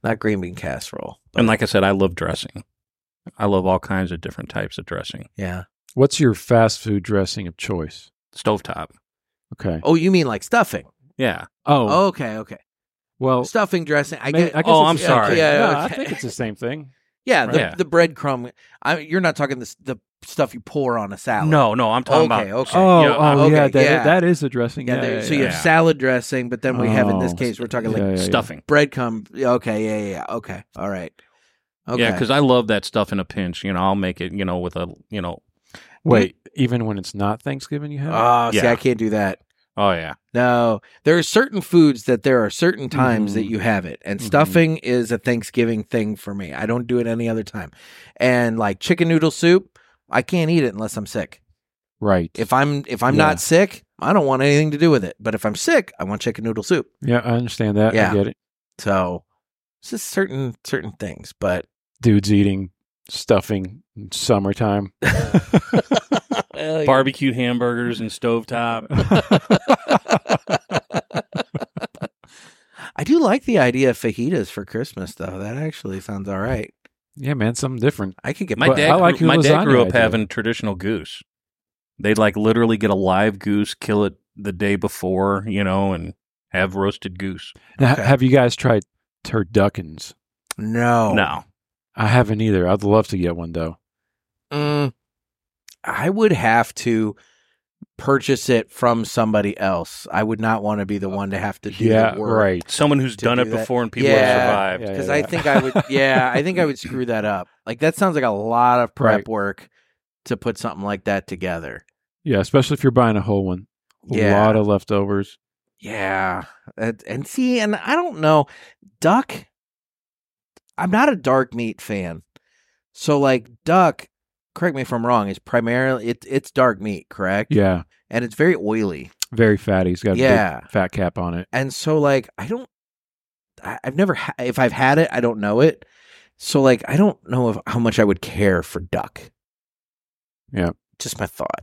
Speaker 2: not green bean casserole. But,
Speaker 4: And like I said, I love dressing. I love all kinds of different types of dressing.
Speaker 2: yeah.
Speaker 3: What's your fast food dressing of choice?
Speaker 4: Stovetop.
Speaker 3: Okay.
Speaker 2: Oh, you mean like stuffing?
Speaker 4: Yeah.
Speaker 3: Oh,
Speaker 2: okay, okay.
Speaker 3: well,
Speaker 2: Stuffing dressing. I
Speaker 3: may-
Speaker 2: get.
Speaker 3: guess
Speaker 4: Oh,
Speaker 3: it's-
Speaker 4: I'm
Speaker 3: yeah,
Speaker 4: sorry.
Speaker 3: Yeah,
Speaker 2: Yeah, okay.
Speaker 3: no, I think it's the same thing.
Speaker 2: yeah, the,
Speaker 4: Yeah.
Speaker 2: the breadcrumb. I, you're not talking the s- the stuff you pour on a salad.
Speaker 4: No, no, I'm talking
Speaker 2: Okay,
Speaker 4: about.
Speaker 2: okay. Oh,
Speaker 4: yeah, I'm-
Speaker 2: oh, okay, yeah, that- yeah.
Speaker 3: that is a dressing.
Speaker 2: Yeah. there- so you have
Speaker 4: yeah.
Speaker 2: salad dressing, but then we have in this
Speaker 3: Oh,
Speaker 2: case we're talking like
Speaker 3: yeah, yeah.
Speaker 4: stuffing.
Speaker 2: breadcrumb. Yeah, Okay. Yeah, yeah. Yeah. Okay. All right. Okay.
Speaker 4: Yeah, because I love that stuff in a pinch. You know, I'll make it. You know, with a you know.
Speaker 3: Wait, even when it's not Thanksgiving, you have. it?
Speaker 2: Oh, see,
Speaker 4: Yeah.
Speaker 2: I can't do that.
Speaker 4: Oh yeah.
Speaker 2: No, there are certain foods that there are certain times that you have it, and
Speaker 3: Mhm.
Speaker 2: stuffing is a Thanksgiving thing for me. I don't do it any other time. And like chicken noodle soup, I can't eat it unless I'm sick.
Speaker 3: right.
Speaker 2: If I'm if I'm
Speaker 3: Yeah.
Speaker 2: not sick, I don't want anything to do with it. But if I'm sick, I want chicken noodle soup.
Speaker 3: yeah, I understand that.
Speaker 2: Yeah.
Speaker 3: I get it.
Speaker 2: So it's just certain certain things, but
Speaker 3: Dudes eating stuffing in summertime.
Speaker 4: Barbecue hamburgers and stovetop.
Speaker 2: I do like the idea of fajitas for Christmas, though. That actually sounds all right.
Speaker 3: Yeah, man, something different.
Speaker 2: I could get
Speaker 4: My
Speaker 3: But I
Speaker 4: dad,
Speaker 3: like
Speaker 4: grew,
Speaker 3: your
Speaker 4: my dad
Speaker 3: lasagna
Speaker 4: grew up
Speaker 3: idea.
Speaker 4: having traditional goose. They'd like literally get a live goose, kill it the day before, you know, and have roasted goose.
Speaker 3: Now,
Speaker 2: Okay.
Speaker 3: have you guys tried turduckins?
Speaker 2: no,
Speaker 4: No,
Speaker 3: I haven't either. I'd love to get one though.
Speaker 2: Mm, I would have to purchase it from somebody else. I would not want to be the one to have to do
Speaker 3: yeah,
Speaker 2: the work.
Speaker 3: right.
Speaker 4: someone who's
Speaker 2: To
Speaker 4: done
Speaker 2: do
Speaker 4: it
Speaker 2: that.
Speaker 4: before and people
Speaker 2: Yeah.
Speaker 4: have survived.
Speaker 3: Yeah,
Speaker 2: because I think I would. Yeah, I think I would screw that up. Like that sounds like a lot of prep
Speaker 3: Right.
Speaker 2: work to put something like that together.
Speaker 3: Yeah, especially if you're buying a whole one. A
Speaker 2: Yeah.
Speaker 3: lot of leftovers.
Speaker 2: Yeah, and, and see, and I don't know, duck. I'm not a dark meat fan, so like duck. Correct me if I'm wrong. Is primarily it, it's dark meat, correct?
Speaker 3: Yeah,
Speaker 2: and it's very oily.
Speaker 3: very fatty. It's got a
Speaker 2: Yeah.
Speaker 3: big fat cap on it.
Speaker 2: And so like I don't, I, I've never ha- if I've had it, I don't know it. So like I don't know if, how much I would care for duck.
Speaker 3: Yeah.
Speaker 2: just my thought.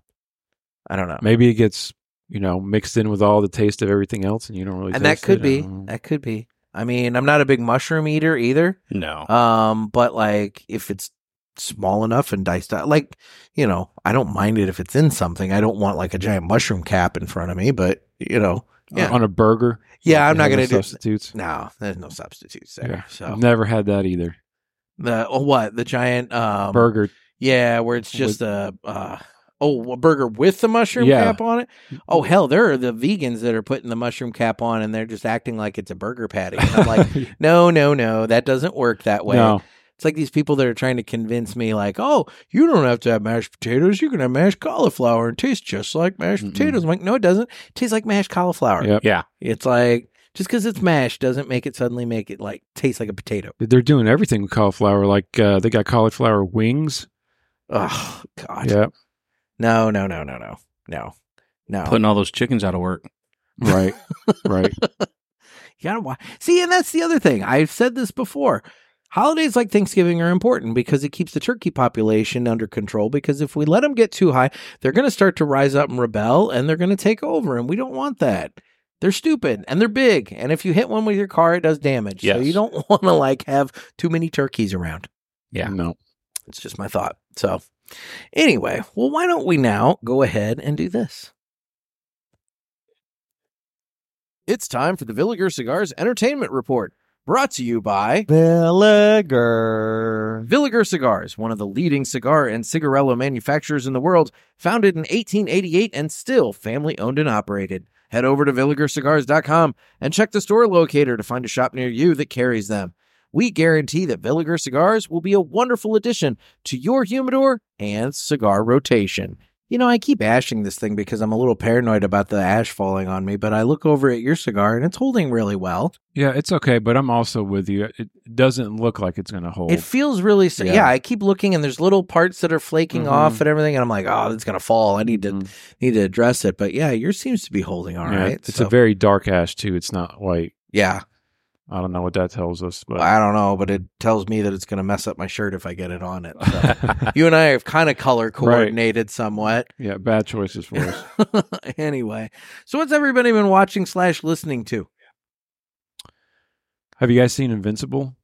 Speaker 2: I don't know.
Speaker 3: Maybe it gets you know mixed in with all the taste of everything else, and you don't really.
Speaker 2: and that
Speaker 3: taste
Speaker 2: could
Speaker 3: it. Uh, I
Speaker 2: be Uh,
Speaker 3: don't know.
Speaker 2: that could be. I mean, I'm not a big mushroom eater either.
Speaker 4: No,
Speaker 2: Um, but like if it's small enough and diced out, like you know, I don't mind it if it's in something. I don't want like a giant mushroom cap in front of me, but you know, yeah.
Speaker 3: on a burger.
Speaker 2: yeah, I'm
Speaker 3: They
Speaker 2: not
Speaker 3: have no
Speaker 2: gonna do.
Speaker 3: substitutes.
Speaker 2: No, there's no substitutes there.
Speaker 3: Yeah.
Speaker 2: So
Speaker 3: I've never had that either.
Speaker 2: the oh what the giant um
Speaker 3: burger.
Speaker 2: yeah, where it's just a uh oh a burger with the mushroom
Speaker 3: Yeah.
Speaker 2: cap on it. Oh hell, there are the vegans that are putting the mushroom cap on and they're just acting like it's a burger patty. And I'm like, no, no, no, that doesn't work that way.
Speaker 3: no,
Speaker 2: It's like these people that are trying to convince me, like, oh, you don't have to have mashed potatoes. You can have mashed cauliflower and it tastes just like mashed
Speaker 3: Mm-mm.
Speaker 2: potatoes. I'm like, no, it doesn't. It tastes like mashed cauliflower.
Speaker 3: Yep.
Speaker 4: Yeah.
Speaker 2: It's like just because it's mashed doesn't make it suddenly make it like taste like a potato.
Speaker 3: they're doing everything with cauliflower. Like uh, they got cauliflower wings.
Speaker 2: Oh God.
Speaker 3: Yeah,
Speaker 2: No, no, no, no, no, no, no.
Speaker 4: putting all those chickens out of work.
Speaker 3: right, right.
Speaker 2: You gotta watch. See, and that's the other thing. I've said this before. Holidays like Thanksgiving are important because it keeps the turkey population under control. Because if we let them get too high, they're going to start to rise up and rebel and they're going to take over. And we don't want that. They're stupid and they're big. And if you hit one with your car, it does damage. So
Speaker 4: Yes.
Speaker 2: you don't want to like have too many turkeys around.
Speaker 4: Yeah.
Speaker 3: No.
Speaker 2: It's just my thought. So anyway, well, why don't we now go ahead and do this? It's time for the Villiger Cigars Entertainment Report, brought to you by Villiger. Villiger Cigars, one of the leading cigar and cigarello manufacturers in the world, founded in 1888 and still family owned and operated. Head over to VilligerCigars.com and check the store locator to find a shop near you that carries them. We guarantee that Villiger Cigars will be a wonderful addition to your humidor and cigar rotation. You know, I keep ashing this thing because I'm a little paranoid about the ash falling on me, but I look over at your cigar and it's holding really well.
Speaker 3: Yeah, it's okay, but I'm also with you. It doesn't look like it's going to hold.
Speaker 2: It feels really so. Yeah.
Speaker 3: Yeah.
Speaker 2: I keep looking and there's little parts that are flaking
Speaker 3: Mhm.
Speaker 2: off and everything, and I'm like, oh, it's gonna fall. I need to
Speaker 3: Mhm.
Speaker 2: need to address it. But yeah, yours seems to be holding all right.
Speaker 3: Yeah, It's
Speaker 2: So-
Speaker 3: a very dark ash too. It's not white.
Speaker 2: yeah.
Speaker 3: I don't know what that tells us, but
Speaker 2: I don't know, but it tells me that it's gonna mess up my shirt if I get it on it. So. you and I have kind of color coordinated somewhat.
Speaker 3: yeah, bad choices for us.
Speaker 2: anyway, so what's everybody been watching slash listening to?
Speaker 3: Have you guys seen Invincible?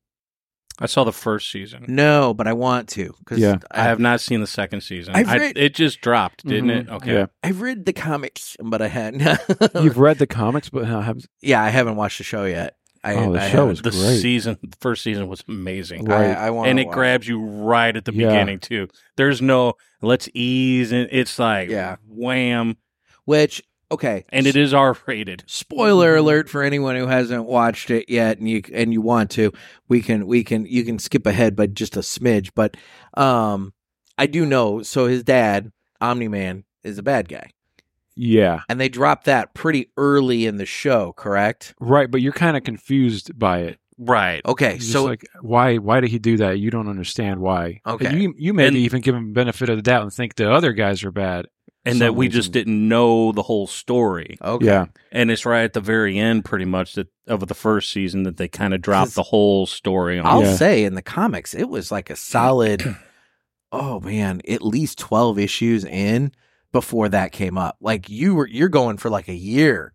Speaker 4: I saw the first season.
Speaker 2: No, but I want to because
Speaker 3: Yeah.
Speaker 4: I Mm-hmm. have not seen the second season.
Speaker 2: I've
Speaker 4: I-
Speaker 2: read-
Speaker 4: it just dropped, didn't
Speaker 3: Mhm.
Speaker 4: it? Okay.
Speaker 3: Yeah.
Speaker 2: I've read the comics, but I hadn't.
Speaker 3: You've read the comics, but I haven't.
Speaker 2: yeah, I haven't watched the show yet. I,
Speaker 3: Oh, the
Speaker 2: I
Speaker 3: show
Speaker 2: haven't.
Speaker 3: is-
Speaker 4: The
Speaker 3: Great.
Speaker 4: season, the first season was amazing.
Speaker 3: Right.
Speaker 2: I, I want
Speaker 4: and it grabs you right at the
Speaker 3: Yeah.
Speaker 4: beginning too. There's no let's ease and it's like
Speaker 2: Yeah.
Speaker 4: wham
Speaker 2: which okay,
Speaker 4: and it is R rated.
Speaker 2: Spoiler alert for anyone who hasn't watched it yet, and you and you want to, we can we can you can skip ahead by just a smidge. But um, I do know. So his dad, Omni Man, is a bad guy.
Speaker 3: Yeah,
Speaker 2: and they dropped that pretty early in the show, correct?
Speaker 3: right. But you're kind of confused by it.
Speaker 4: Right.
Speaker 2: Okay,
Speaker 3: You're just
Speaker 2: Eh, so
Speaker 3: like, why? Why did he do that? You don't understand why.
Speaker 2: Okay.
Speaker 3: And you you maybe
Speaker 4: And-
Speaker 3: even give him benefit of the doubt and think the other guys are bad.
Speaker 4: And that
Speaker 3: some
Speaker 4: we
Speaker 3: reason.
Speaker 4: just didn't know the whole story.
Speaker 2: okay,
Speaker 3: Yeah.
Speaker 4: And it's right at the very end pretty much that of the first season that they kind of drop
Speaker 2: 'Cause-
Speaker 4: the whole story on.
Speaker 2: I'll
Speaker 3: Yeah.
Speaker 2: say in the comics it was like a solid, oh man, at least twelve issues in before that came up. Like you were you're going for like a year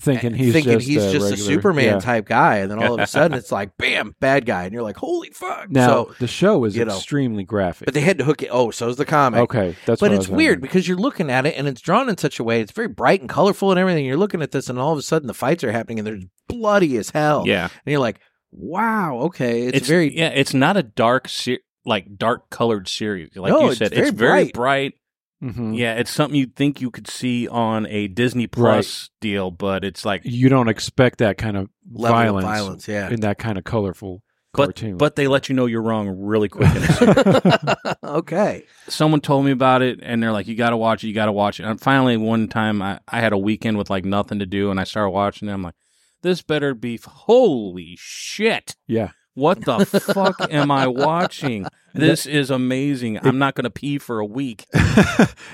Speaker 3: thinking he's
Speaker 2: Eh, thinking
Speaker 3: just,
Speaker 2: he's
Speaker 3: a,
Speaker 2: just a
Speaker 3: regular-
Speaker 2: Superman
Speaker 3: yeah.
Speaker 2: type guy, and then all of a sudden it's like, bam, bad guy, and you're like, holy fuck.
Speaker 3: Now
Speaker 2: so,
Speaker 3: the show is
Speaker 2: you know.
Speaker 3: extremely graphic.
Speaker 2: but they had to hook it. Oh, so's the comic.
Speaker 3: okay, that's
Speaker 2: but
Speaker 3: what I
Speaker 2: it's
Speaker 3: was
Speaker 2: weird
Speaker 3: wondering.
Speaker 2: because you're looking at it and it's drawn in such a way. It's very bright and colorful and everything. You're looking at this, and all of a sudden the fights are happening, and they're bloody as hell.
Speaker 4: Yeah,
Speaker 2: and you're like, wow, okay, Oh, it's, very
Speaker 4: yeah. It's not a dark se- like dark colored series. Like
Speaker 2: No,
Speaker 4: you
Speaker 2: it's
Speaker 4: said,
Speaker 2: very
Speaker 4: it's very
Speaker 2: bright. Mm-hmm.
Speaker 4: bright.
Speaker 3: Mhm.
Speaker 4: Yeah, it's something you'd think you could see on a Disney Plus deal, but it's like
Speaker 3: You don't expect that kind of
Speaker 2: level of
Speaker 3: violence,
Speaker 2: violence. Yeah.
Speaker 3: in that kind of colorful
Speaker 4: but,
Speaker 3: cartoon.
Speaker 4: but they let you know you're wrong really quick. in this.
Speaker 2: okay.
Speaker 4: someone told me about it and they're like you gotta watch it you gotta watch it and finally one time I, I had a weekend with like nothing to do and i started watching it i'm like this better be f- holy shit
Speaker 3: yeah,
Speaker 4: what the fuck am i watching this is amazing i'm not gonna pee for a week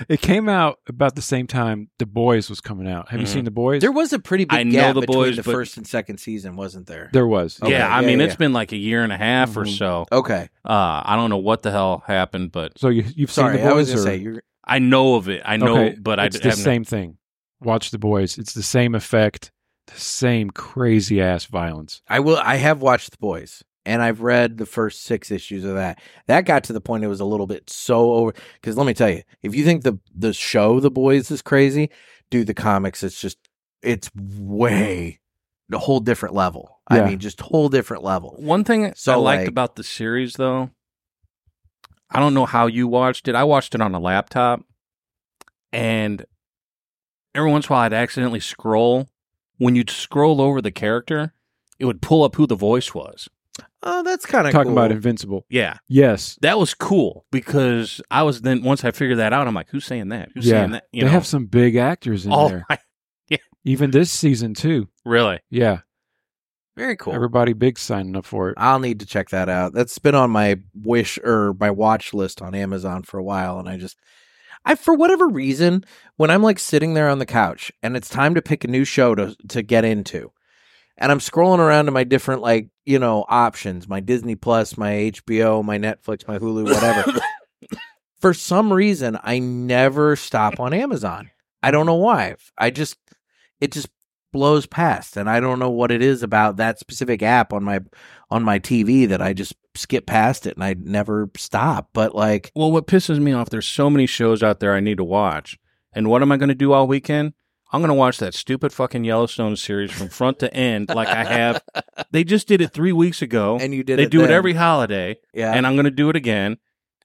Speaker 3: it came out about the same time The Boys was coming out. Have you
Speaker 4: Mhm.
Speaker 3: seen The Boys?
Speaker 2: There was a pretty big
Speaker 4: I know
Speaker 2: gap
Speaker 4: the
Speaker 2: between
Speaker 4: boys,
Speaker 2: the
Speaker 4: but-
Speaker 2: first and second season, wasn't there?
Speaker 3: There was.
Speaker 2: Okay,
Speaker 4: yeah i
Speaker 2: yeah,
Speaker 4: mean
Speaker 2: yeah,
Speaker 4: it's been like a year and a half or
Speaker 3: Mhm.
Speaker 4: so
Speaker 2: Okay.
Speaker 4: uh, i don't know what the hell happened but
Speaker 3: So you, you've
Speaker 2: Sorry,
Speaker 3: seen The Boys?
Speaker 2: I was gonna
Speaker 3: or-
Speaker 2: say you're
Speaker 4: i know of it i know
Speaker 3: Okay,
Speaker 4: but i
Speaker 3: it's
Speaker 4: d-
Speaker 3: the
Speaker 4: haven't-
Speaker 3: same thing. Watch The Boys. It's the same effect, the same crazy ass violence.
Speaker 2: I will. I have watched The Boys, and I've read the first six issues of that. That got to the point it was a little bit so over. Because let me tell you, if you think the the show The Boys is crazy, do the comics. It's just it's way a whole different level. I
Speaker 3: Yeah.
Speaker 2: mean, just whole different level.
Speaker 4: One thing
Speaker 2: So,
Speaker 4: I liked
Speaker 2: like-
Speaker 4: about the series, though, I don't know how you watched it. I watched it on a laptop, and every once in a while, I'd accidentally scroll. When you'd scroll over the character, it would pull up who the voice was.
Speaker 2: Oh, that's kind of
Speaker 3: Talking
Speaker 2: cool.
Speaker 3: about Invincible.
Speaker 4: Yeah,
Speaker 3: Yes.
Speaker 4: that was cool because I was then once I figured that out, I'm like, who's saying that? Who's
Speaker 3: Yeah.
Speaker 4: saying that? You
Speaker 3: they
Speaker 4: know,
Speaker 3: have some big actors in
Speaker 4: oh,
Speaker 3: there.
Speaker 4: my-
Speaker 3: Even this season, too.
Speaker 4: really?
Speaker 3: Yeah.
Speaker 2: Very cool.
Speaker 3: Everybody big signing up for it.
Speaker 2: I'll need to check that out. That's been on my wish or my watch list on Amazon for a while. And I just, I, for whatever reason, when I'm like sitting there on the couch and it's time to pick a new show to, to get into, and I'm scrolling around to my different, like, you know, options my Disney Plus, my HBO, my Netflix, my Hulu, whatever. for some reason, I never stop on Amazon. I don't know why. I just, it just blows past. And I don't know what it is about that specific app on my on my TV that I just skip past it and I never stop. But like,
Speaker 4: Well, what pisses me off, there's so many shows out there I need to watch. And what am I going to do all weekend? I'm going to watch that stupid fucking Yellowstone series from front to end like I have. They just did it three weeks ago.
Speaker 2: and you did
Speaker 4: they
Speaker 2: it
Speaker 4: do
Speaker 2: then.
Speaker 4: it every holiday.
Speaker 2: yeah.
Speaker 4: And I'm going to do it again,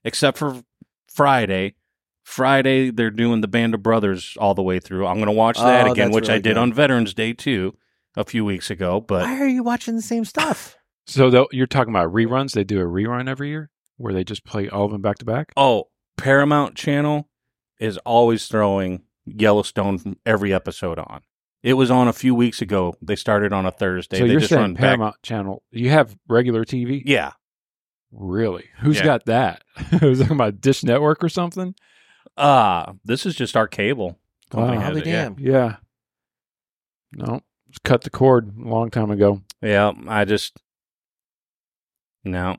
Speaker 4: except for Friday. Friday, they're doing the Band of Brothers all the way through. I'm going to watch that
Speaker 2: Oh,
Speaker 4: again,
Speaker 2: that's
Speaker 4: which I
Speaker 2: really
Speaker 4: did
Speaker 2: good.
Speaker 4: on Veterans Day too a few weeks ago. But
Speaker 2: Why are you watching the same stuff?
Speaker 3: So though you're talking about reruns. They do a rerun every year where they just play all of them back to back.
Speaker 4: oh, Paramount Channel is always throwing Yellowstone from every episode on. It was on a few weeks ago. They started on a Thursday.
Speaker 3: So
Speaker 4: they
Speaker 3: you're
Speaker 4: just run
Speaker 3: saying
Speaker 4: back.
Speaker 3: Paramount Channel? You have regular TV?
Speaker 4: Yeah.
Speaker 3: Really? Who's
Speaker 4: Yeah.
Speaker 3: got that? Was talking about Dish Network or something?
Speaker 4: Uh this is just our cable. company
Speaker 3: Wow.
Speaker 4: has
Speaker 2: Probably
Speaker 4: it, yeah.
Speaker 2: damn.
Speaker 3: Yeah. No, just cut the cord a long time ago.
Speaker 4: Yeah, I just no,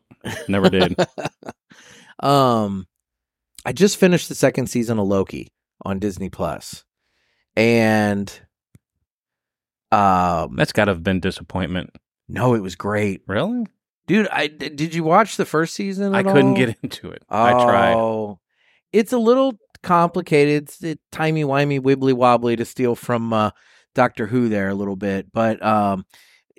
Speaker 4: never did.
Speaker 2: um, I just finished the second season of Loki on Disney Plus, and um,
Speaker 4: That's got to have been disappointment.
Speaker 2: no, it was great,
Speaker 4: Really?
Speaker 2: dude. I d- did you watch the first season?
Speaker 4: I
Speaker 2: at
Speaker 4: couldn't
Speaker 2: all?
Speaker 4: get into it.
Speaker 2: Oh,
Speaker 4: I tried.
Speaker 2: It's a little complicated. It's it, timey wimey, wibbly wobbly to steal from uh, Doctor Who there a little bit, but um,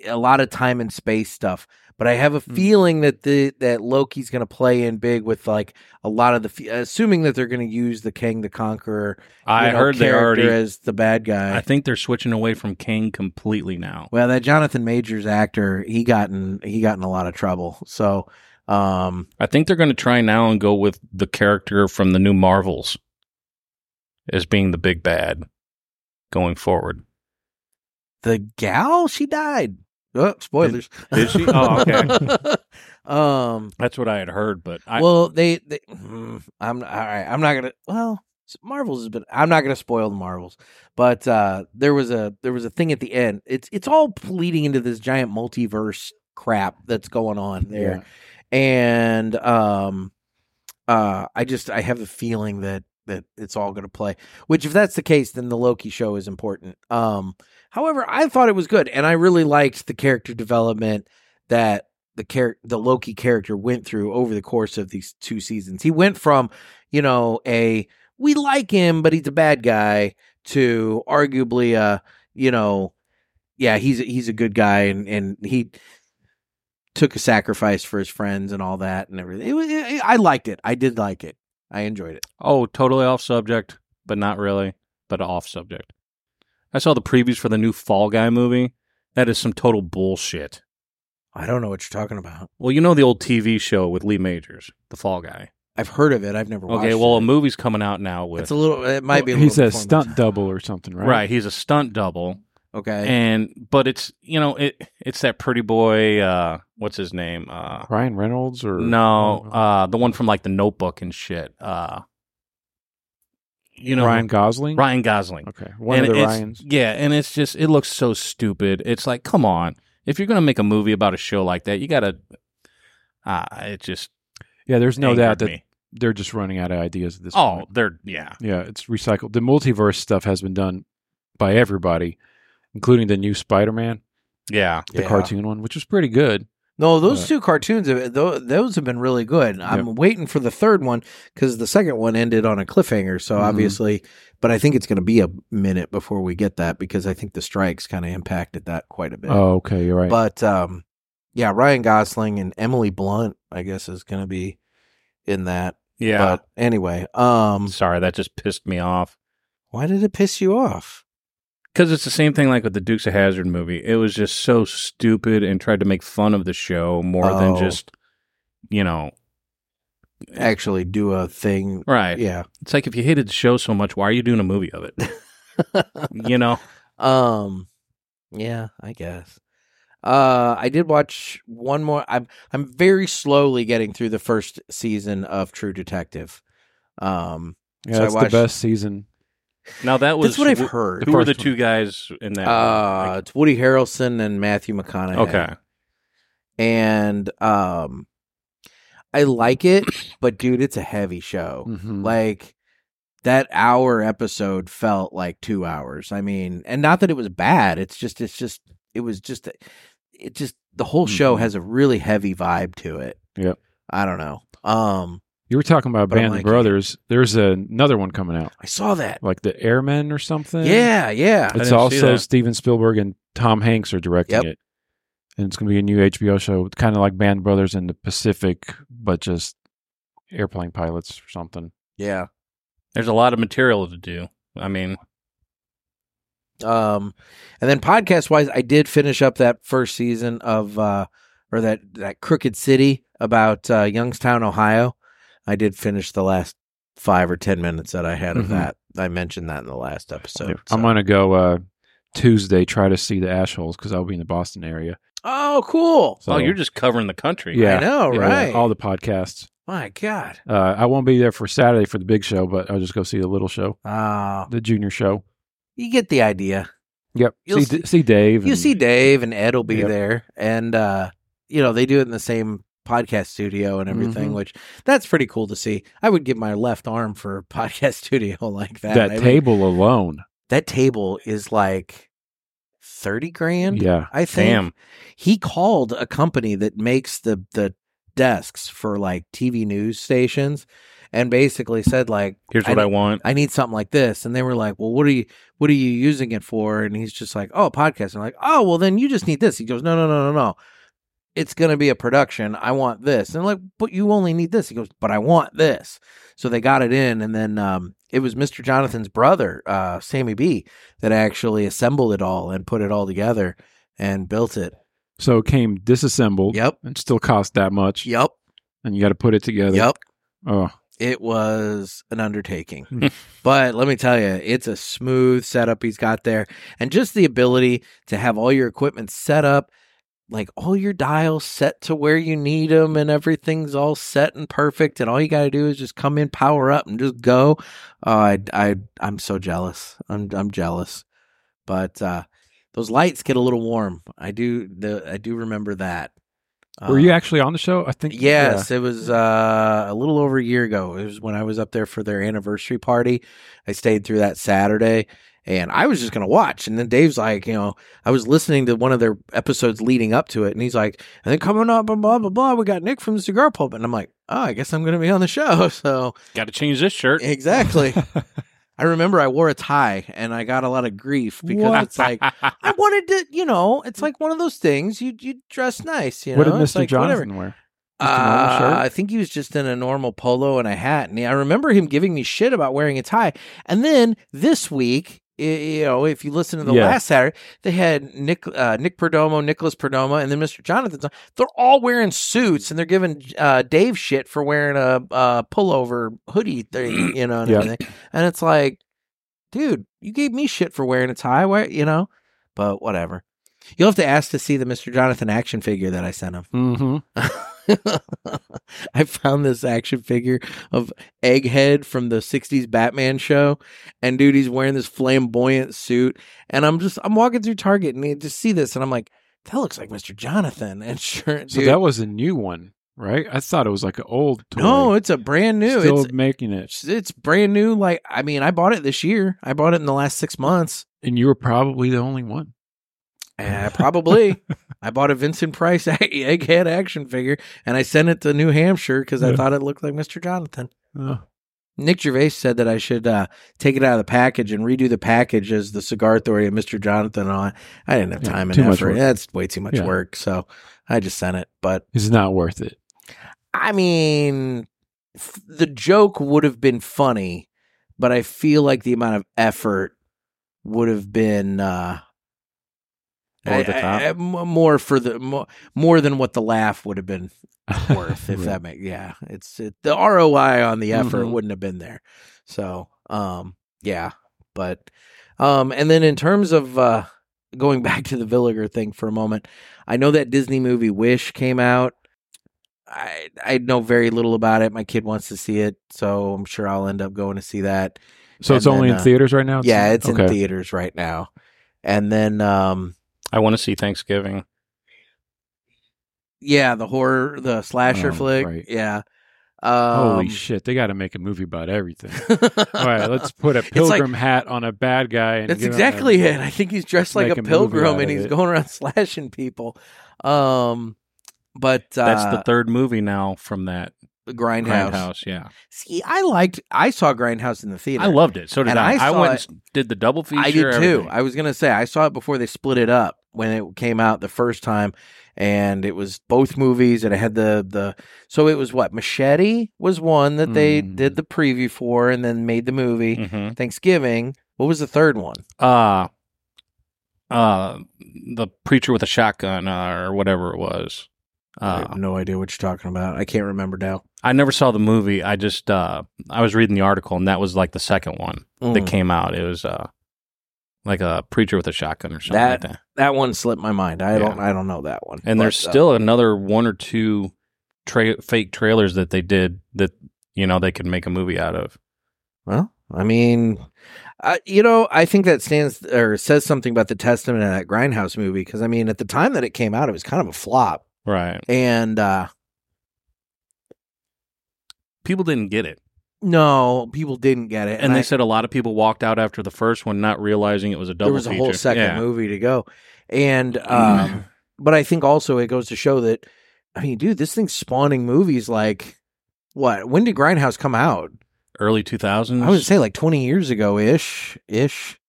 Speaker 2: a lot of time and space stuff. But I have a
Speaker 4: Mm-hmm.
Speaker 3: Hmm.
Speaker 2: feeling that the that Loki's going to play in big with like a lot of the fe- assuming that they're going to use the King the Conqueror.
Speaker 4: I
Speaker 2: you know,
Speaker 4: heard they
Speaker 2: character
Speaker 4: already.
Speaker 2: as the bad guy.
Speaker 4: I think they're switching away from King completely now.
Speaker 2: well, that Jonathan Majors actor, he got in he got in a lot of trouble. So, um,
Speaker 4: I think they're going to try now and go with the character from the new Marvels as being the big bad going forward.
Speaker 2: the gal she died. Oh, spoilers.
Speaker 4: Did she? Oh,
Speaker 2: okay. um.
Speaker 4: That's what I had heard, but I
Speaker 2: well, they. they mm, I'm all right. I'm not gonna. Well, s- Marvels has been. I'm not gonna spoil the Marvels, but uh, there was a there was a thing at the end. It's it's all leading into this giant multiverse crap that's going on there, and um, uh, I just I have a feeling that that it's all going to play. Which, if that's the case, then the Loki show is important. Um, however, I thought it was good, and I really liked the character development that the char- the Loki character went through over the course of these two seasons. He went from, you know, a we like him, but he's a bad guy to arguably a, you know, yeah, he's he's a good guy, and and he took a sacrifice for his friends and all that and everything. It was, it, I liked it. I did like it. I enjoyed it.
Speaker 4: Oh, totally off subject, but not really, but off subject. I saw the previews for the new Fall Guy movie. That is some total bullshit.
Speaker 2: I don't know what you're talking about.
Speaker 4: Well, you know the old TV show with Lee Majors, The Fall Guy.
Speaker 2: I've heard of it. I've never watched
Speaker 4: Okay, well,
Speaker 2: it.
Speaker 4: a movie's coming out now with
Speaker 2: it's a little. It might be. A little
Speaker 3: He's a
Speaker 2: performance.
Speaker 3: stunt double or something, right?
Speaker 4: right. He's a stunt double,
Speaker 2: Okay.
Speaker 4: and but it's you know it it's that pretty boy. Uh, what's his name? Uh,
Speaker 3: Ryan Reynolds or
Speaker 4: no, uh, the one from like The Notebook and shit. Uh, you know
Speaker 3: Ryan Gosling.
Speaker 4: Ryan Gosling.
Speaker 3: Okay, one of
Speaker 4: And
Speaker 3: the
Speaker 4: it's-
Speaker 3: Ryans.
Speaker 4: Yeah, and it's just it looks so stupid. It's like, come on, if you're gonna make a movie about a show like that, you gotta. Uh, it just
Speaker 3: Yeah, there's no doubt
Speaker 4: angered
Speaker 3: that
Speaker 4: me.
Speaker 3: they're just running out of ideas at this
Speaker 4: oh,
Speaker 3: point.
Speaker 4: they're yeah.
Speaker 3: Yeah, it's recycled. The multiverse stuff has been done by everybody, including the new Spider-Man,
Speaker 4: Yeah.
Speaker 3: the
Speaker 2: Yeah.
Speaker 3: cartoon one, which was pretty good.
Speaker 2: No, those
Speaker 3: But-
Speaker 2: two cartoons, uh, tho- those have been really good. I'm waiting for the third one because the second one ended on a cliffhanger. So
Speaker 3: Mhm.
Speaker 2: obviously, but I think it's going to be a minute before we get that because I think the strikes kind of impacted that quite a bit.
Speaker 3: Oh, okay, you're right.
Speaker 2: But um, yeah, Ryan Gosling and Emily Blunt, I guess, is going to be in that.
Speaker 4: Yeah.
Speaker 2: But anyway, um,
Speaker 4: Sorry, that just pissed me off.
Speaker 2: why did it piss you off?
Speaker 4: Because it's the same thing like with the Dukes of Hazard movie. It was just so stupid and tried to make fun of the show more than
Speaker 2: Oh.
Speaker 4: just, you know,
Speaker 2: Actually, do a thing.
Speaker 4: right.
Speaker 2: Yeah.
Speaker 4: It's like if you hated the show so much, why are you doing a movie of it? you know?
Speaker 2: Um, yeah, I guess. Uh, I did watch one more. I'm I'm very slowly getting through the first season of True Detective. Um,
Speaker 3: yeah,
Speaker 2: so I
Speaker 3: that's the
Speaker 2: watched-
Speaker 3: best season.
Speaker 4: Now that was
Speaker 2: that's what I've
Speaker 4: who-
Speaker 2: heard.
Speaker 4: Who were the
Speaker 3: first
Speaker 4: two guys in that?
Speaker 2: Uh, it's Woody Harrelson and Matthew McConaughey.
Speaker 4: Like- okay.
Speaker 2: and um, I like it, but dude, it's a heavy show.
Speaker 3: Mhm.
Speaker 2: Like that hour episode felt like two hours. I mean, and not that it was bad. It's just, it's just, it was just, it just the whole show
Speaker 3: Mhm.
Speaker 2: has a really heavy vibe to it.
Speaker 3: Yep.
Speaker 2: I don't know. Um,
Speaker 3: you were talking about
Speaker 2: but I'm
Speaker 3: Band
Speaker 2: liking
Speaker 3: of Brothers. There's another one coming out,
Speaker 2: I saw that.
Speaker 3: like the Airmen or something.
Speaker 2: Yeah, yeah.
Speaker 4: didn't
Speaker 3: it's
Speaker 4: see
Speaker 3: also
Speaker 4: that.
Speaker 3: Steven Spielberg and Tom Hanks are directing
Speaker 2: Yep.
Speaker 3: it, and it's going to be a new HBO show, kind of like Band of Brothers in the Pacific, but just airplane pilots or something.
Speaker 2: Yeah.
Speaker 4: There's a lot of material to do. I mean, oh,
Speaker 2: Um, and then podcast wise, I did finish up that first season of uh, or that that Crooked City about uh, Youngstown, Ohio. I did finish the last five or ten minutes that I had of
Speaker 3: Mhm.
Speaker 2: that. I mentioned that in the last episode.
Speaker 3: Yeah.
Speaker 2: so-
Speaker 3: I'm going to go uh, Tuesday try to see the Ashholes because I'll be in the Boston area.
Speaker 2: oh, cool!
Speaker 3: So,
Speaker 4: oh, you're just covering the country.
Speaker 3: Yeah.
Speaker 2: I know,
Speaker 3: yeah,
Speaker 2: right?
Speaker 3: All the podcasts.
Speaker 2: My God!
Speaker 3: Uh, I won't be there for Saturday for the big show, but I'll just go see the little show,
Speaker 2: Ah,
Speaker 3: the junior show.
Speaker 2: you get the idea.
Speaker 3: Yep.
Speaker 2: You'll
Speaker 3: see,
Speaker 2: see-
Speaker 3: D- see Dave.
Speaker 2: You
Speaker 3: and-
Speaker 2: see, Dave and Ed will be
Speaker 3: Yep.
Speaker 2: there, and uh, you know they do it in the same podcast studio and everything,
Speaker 3: Mhm.
Speaker 2: which that's pretty cool to see. I would give my left arm for a podcast studio like that.
Speaker 3: that
Speaker 2: I mean,
Speaker 3: table alone.
Speaker 2: that table is like thirty grand.
Speaker 3: Yeah.
Speaker 2: I think
Speaker 4: Damn.
Speaker 2: he called a company that makes the the desks for like TV news stations, and basically said like
Speaker 4: Here's
Speaker 2: I
Speaker 4: what I,
Speaker 2: know-
Speaker 4: want.
Speaker 2: I need something like this. And they were like, Well, what are you what are you using it for? And he's just like, Oh, a podcast. And I'm like, Oh, well then you just need this. He goes, No, no, no, no, no. It's gonna be a production. I want this. And I'm like, but you only need this. He goes, But I want this. So they got it in and then um it was Mr. Jonathan's brother, uh, Sammy B, that actually assembled it all and put it all together and built it.
Speaker 3: So it came disassembled.
Speaker 2: Yep.
Speaker 3: And still cost that much.
Speaker 2: Yep.
Speaker 3: And you got to put it together.
Speaker 2: Yep.
Speaker 3: Oh,
Speaker 2: it was an undertaking.
Speaker 3: Hmm.
Speaker 2: but let me tell you, it's a smooth setup he's got there. And just the ability to have all your equipment set up, like all your dials set to where you need them and everything's all set and perfect. And all you got to do is just come in, power up, and just go. Uh, I, I, I'm so jealous. I'm, I'm jealous. But uh, those lights get a little warm. I do, the, I do remember that.
Speaker 3: Were you
Speaker 2: Uh,
Speaker 3: actually on the show? I think.
Speaker 2: Yes, it was uh, a little over a year ago. It was when I was up there for their anniversary party. I stayed through that Saturday and I was just going to watch. And then Dave's like, you know, I was listening to one of their episodes leading up to it. And he's like, and then coming up and blah, blah, blah, we got Nick from the cigar pulpit. And I'm like, oh, I guess I'm going to be on the show. So
Speaker 4: Got to change this shirt.
Speaker 2: exactly. I remember I wore a tie and I got a lot of grief because
Speaker 3: What?
Speaker 2: it's like, I wanted to, you know, it's like one of those things you you dress nice, you
Speaker 3: what
Speaker 2: know.
Speaker 3: did
Speaker 2: It's
Speaker 3: Mr.
Speaker 2: like, whatever.
Speaker 3: Johnson wear? Just a normal
Speaker 2: Uh,
Speaker 3: shirt?
Speaker 2: I think he was just in a normal polo and a hat. And I remember him giving me shit about wearing a tie. And then this week, i- you know, if you listen to the
Speaker 3: Yeah.
Speaker 2: last Saturday, they had Nick uh, Nick Perdomo, Nicholas Perdomo, and then Mr. Jonathan. They're all wearing suits and they're giving uh, Dave shit for wearing a, a pullover hoodie thing, you know, and
Speaker 3: Yeah.
Speaker 2: everything. And it's like, dude, you gave me shit for wearing a tie, why, you know? But whatever. You'll have to ask to see the Mr. Jonathan action figure that I sent him.
Speaker 3: Mm-hmm.
Speaker 2: I found this action figure of Egghead from the 60s Batman show. And dude, he's wearing this flamboyant suit. And I'm just, I'm walking through Target and I just see this. And I'm like, that looks like Mr. Jonathan. And sure,
Speaker 3: So
Speaker 2: dude,
Speaker 3: that was a new one, right? I thought it was like an old. Toy.
Speaker 2: no, it's a brand new.
Speaker 3: Still
Speaker 2: it's,
Speaker 3: making it,
Speaker 2: it's, it's brand new. Like, I mean, I bought it this year. I bought it in the last six months.
Speaker 3: and you were probably the only one.
Speaker 2: Eh, probably. I bought a Vincent Price Egghead action figure and I sent it to New Hampshire because I
Speaker 3: Yeah.
Speaker 2: thought it looked like Mr. Jonathan.
Speaker 3: Uh,
Speaker 2: Nick Gervais said that I should uh, take it out of the package and redo the package as the Cigar Authority and Mr. Jonathan on. I didn't have
Speaker 3: Yeah,
Speaker 2: time
Speaker 3: too
Speaker 2: and
Speaker 3: much
Speaker 2: effort.
Speaker 3: work.
Speaker 2: That's way too much
Speaker 3: Yeah.
Speaker 2: work. So I just sent it. But
Speaker 3: it's not worth it.
Speaker 2: I mean, f- the joke would have been funny, but I feel like the amount of effort would have been uh,
Speaker 4: Over the
Speaker 2: I- I-
Speaker 4: top?
Speaker 2: I- m- more for the more, more than what the laugh would have been worth if
Speaker 3: Right.
Speaker 2: that makes yeah it's it, the roi on the effort
Speaker 3: Mhm.
Speaker 2: wouldn't have been there so um yeah but um and then in terms of uh going back to the villiger thing for a moment i know that disney movie wish came out i i know very little about it my kid wants to see it so i'm sure i'll end up going to see that
Speaker 3: So it's
Speaker 2: And
Speaker 3: only
Speaker 2: then,
Speaker 3: in
Speaker 2: uh,
Speaker 3: theaters right now.
Speaker 2: yeah it's in
Speaker 3: okay.
Speaker 2: theaters right now and then um
Speaker 4: I want to see Thanksgiving.
Speaker 2: yeah the horror the slasher
Speaker 3: Oh,
Speaker 2: flick
Speaker 3: right.
Speaker 2: yeah
Speaker 3: Holy
Speaker 2: Um,
Speaker 3: shit! They got to make a movie about everything. All right, let's put a
Speaker 2: It's like-
Speaker 3: pilgrim hat on a bad guy. And
Speaker 2: That's
Speaker 3: give him
Speaker 2: exactly
Speaker 3: a-
Speaker 2: it. I think he's dressed like
Speaker 3: make
Speaker 2: a
Speaker 3: a movie
Speaker 2: pilgrim and
Speaker 3: out of
Speaker 2: he's
Speaker 3: it.
Speaker 2: going around slashing people. Um, but uh,
Speaker 4: That's the third movie now from that
Speaker 2: the Grindhouse.
Speaker 4: Grindhouse, Yeah,
Speaker 2: See, I liked. I saw Grindhouse in the theater.
Speaker 4: I loved it. So did
Speaker 2: And
Speaker 4: I.
Speaker 2: I
Speaker 4: I,
Speaker 2: saw
Speaker 4: went and s- did the double feature.
Speaker 2: I did too.
Speaker 4: everything.
Speaker 2: I was gonna say I saw it before they split it up when it came out the first time, and it was both movies, and it had the the. So it was what Machete was one that they
Speaker 3: Mm.
Speaker 2: did the preview for, and then made the movie
Speaker 4: Mhm.
Speaker 2: Thanksgiving. What was the third one?
Speaker 4: Uh, uh, the preacher with a shotgun uh, or whatever it was.
Speaker 2: I
Speaker 4: Uh,
Speaker 2: have no idea what you're talking about. I can't remember now.
Speaker 4: I never saw the movie. I just uh, I was reading the article, and that was like the second one that
Speaker 2: Mm.
Speaker 4: came out. It was uh, like a preacher with a shotgun or something. like that.
Speaker 2: That one slipped my mind. I
Speaker 4: Yeah.
Speaker 2: don't. I don't know that one.
Speaker 4: And
Speaker 2: But,
Speaker 4: there's
Speaker 2: uh,
Speaker 4: still another one or two tra- fake trailers that they did that you know they could make a movie out of.
Speaker 2: well, I mean, I, you know, I think that stands or says something about the testament of that Grindhouse movie because I mean, at the time that it came out, it was kind of a flop,
Speaker 4: Right.
Speaker 2: and uh
Speaker 4: People didn't get it,
Speaker 2: no, people didn't get it.
Speaker 4: and, they
Speaker 2: I-
Speaker 4: said a lot of people walked out after the first one, not realizing it was a double.
Speaker 2: there was a whole
Speaker 4: feature.
Speaker 2: second
Speaker 4: Yeah.
Speaker 2: movie to go, and um, but I think also it goes to show that I mean, dude, this thing's spawning movies like. What? When did Grindhouse come out?
Speaker 4: Early two thousands.
Speaker 2: I would say like 20 years ago ish, ish,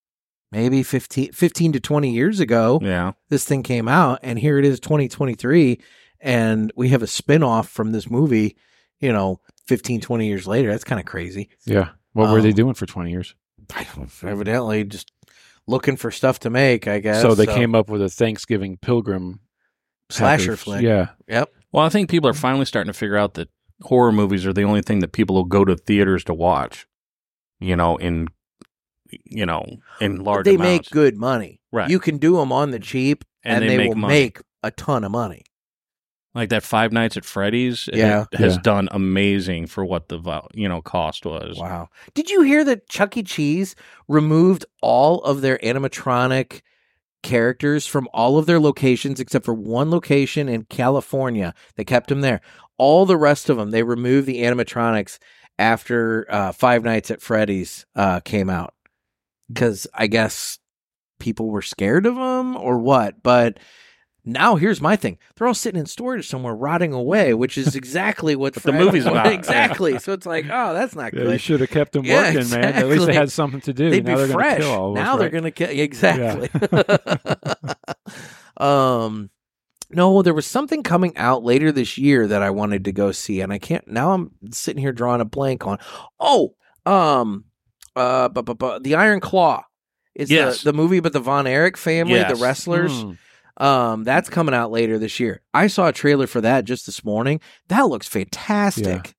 Speaker 2: maybe 15, 15 to 20 years ago,
Speaker 4: Yeah.
Speaker 2: this thing came out. And here it is 2023. And we have a spin off from this movie, you know, 15, 20 years later. That's kind of crazy.
Speaker 3: Yeah. What were they
Speaker 2: Um,
Speaker 3: doing for twenty years?
Speaker 2: I don't-
Speaker 3: Mm-hmm.
Speaker 2: Evidently, just looking for stuff to make, I guess.
Speaker 3: so they came up with a Thanksgiving pilgrim
Speaker 2: Slasher
Speaker 3: type of-
Speaker 2: flick.
Speaker 3: Yeah.
Speaker 2: Yep.
Speaker 4: Well, I think people are finally starting to figure out that horror movies are the only thing that people will go to theaters to watch. You know, in you know, in
Speaker 2: But
Speaker 4: large
Speaker 2: they
Speaker 4: amounts.
Speaker 2: make good money.
Speaker 4: Right.
Speaker 2: You can do them on the cheap and, they, will
Speaker 4: money.
Speaker 2: make a ton of money.
Speaker 4: like that Five Nights at Freddy's. it
Speaker 2: Yeah.
Speaker 4: has
Speaker 3: Yeah.
Speaker 4: done amazing for what the vo- you know cost was.
Speaker 2: Wow. Did you hear that Chuck E. Cheese removed all of their animatronic characters from all of their locations except for one location in California. They kept them there. All the rest of them, they removed the animatronics after uh, Five Nights at Freddy's uh, came out because I guess people were scared of them or what. But now here's my thing: they're all sitting in storage somewhere, rotting away, which is exactly what
Speaker 4: What the movie's about, yeah.
Speaker 2: Exactly. So it's like, oh, that's not
Speaker 3: Yeah,
Speaker 2: good.
Speaker 3: you should have kept them
Speaker 2: Yeah,
Speaker 3: working, man. At least
Speaker 2: exactly.
Speaker 3: they had something to do.
Speaker 2: They'd
Speaker 3: now
Speaker 2: be
Speaker 3: they're gonna
Speaker 2: fresh.
Speaker 3: Kill all of us,
Speaker 2: now they're
Speaker 3: right?
Speaker 2: going to kill. Exactly. um, no, there was something coming out later this year that I wanted to go see, and I can't. Now I'm sitting here drawing a blank on. Oh, um, uh, but but but the Iron Claw is
Speaker 4: Yes.
Speaker 2: the, the movie about the Von Erich family,
Speaker 4: Yes.
Speaker 2: the wrestlers.
Speaker 3: Mm.
Speaker 2: Um, that's coming out later this year. I saw a trailer for that just this morning. That looks fantastic.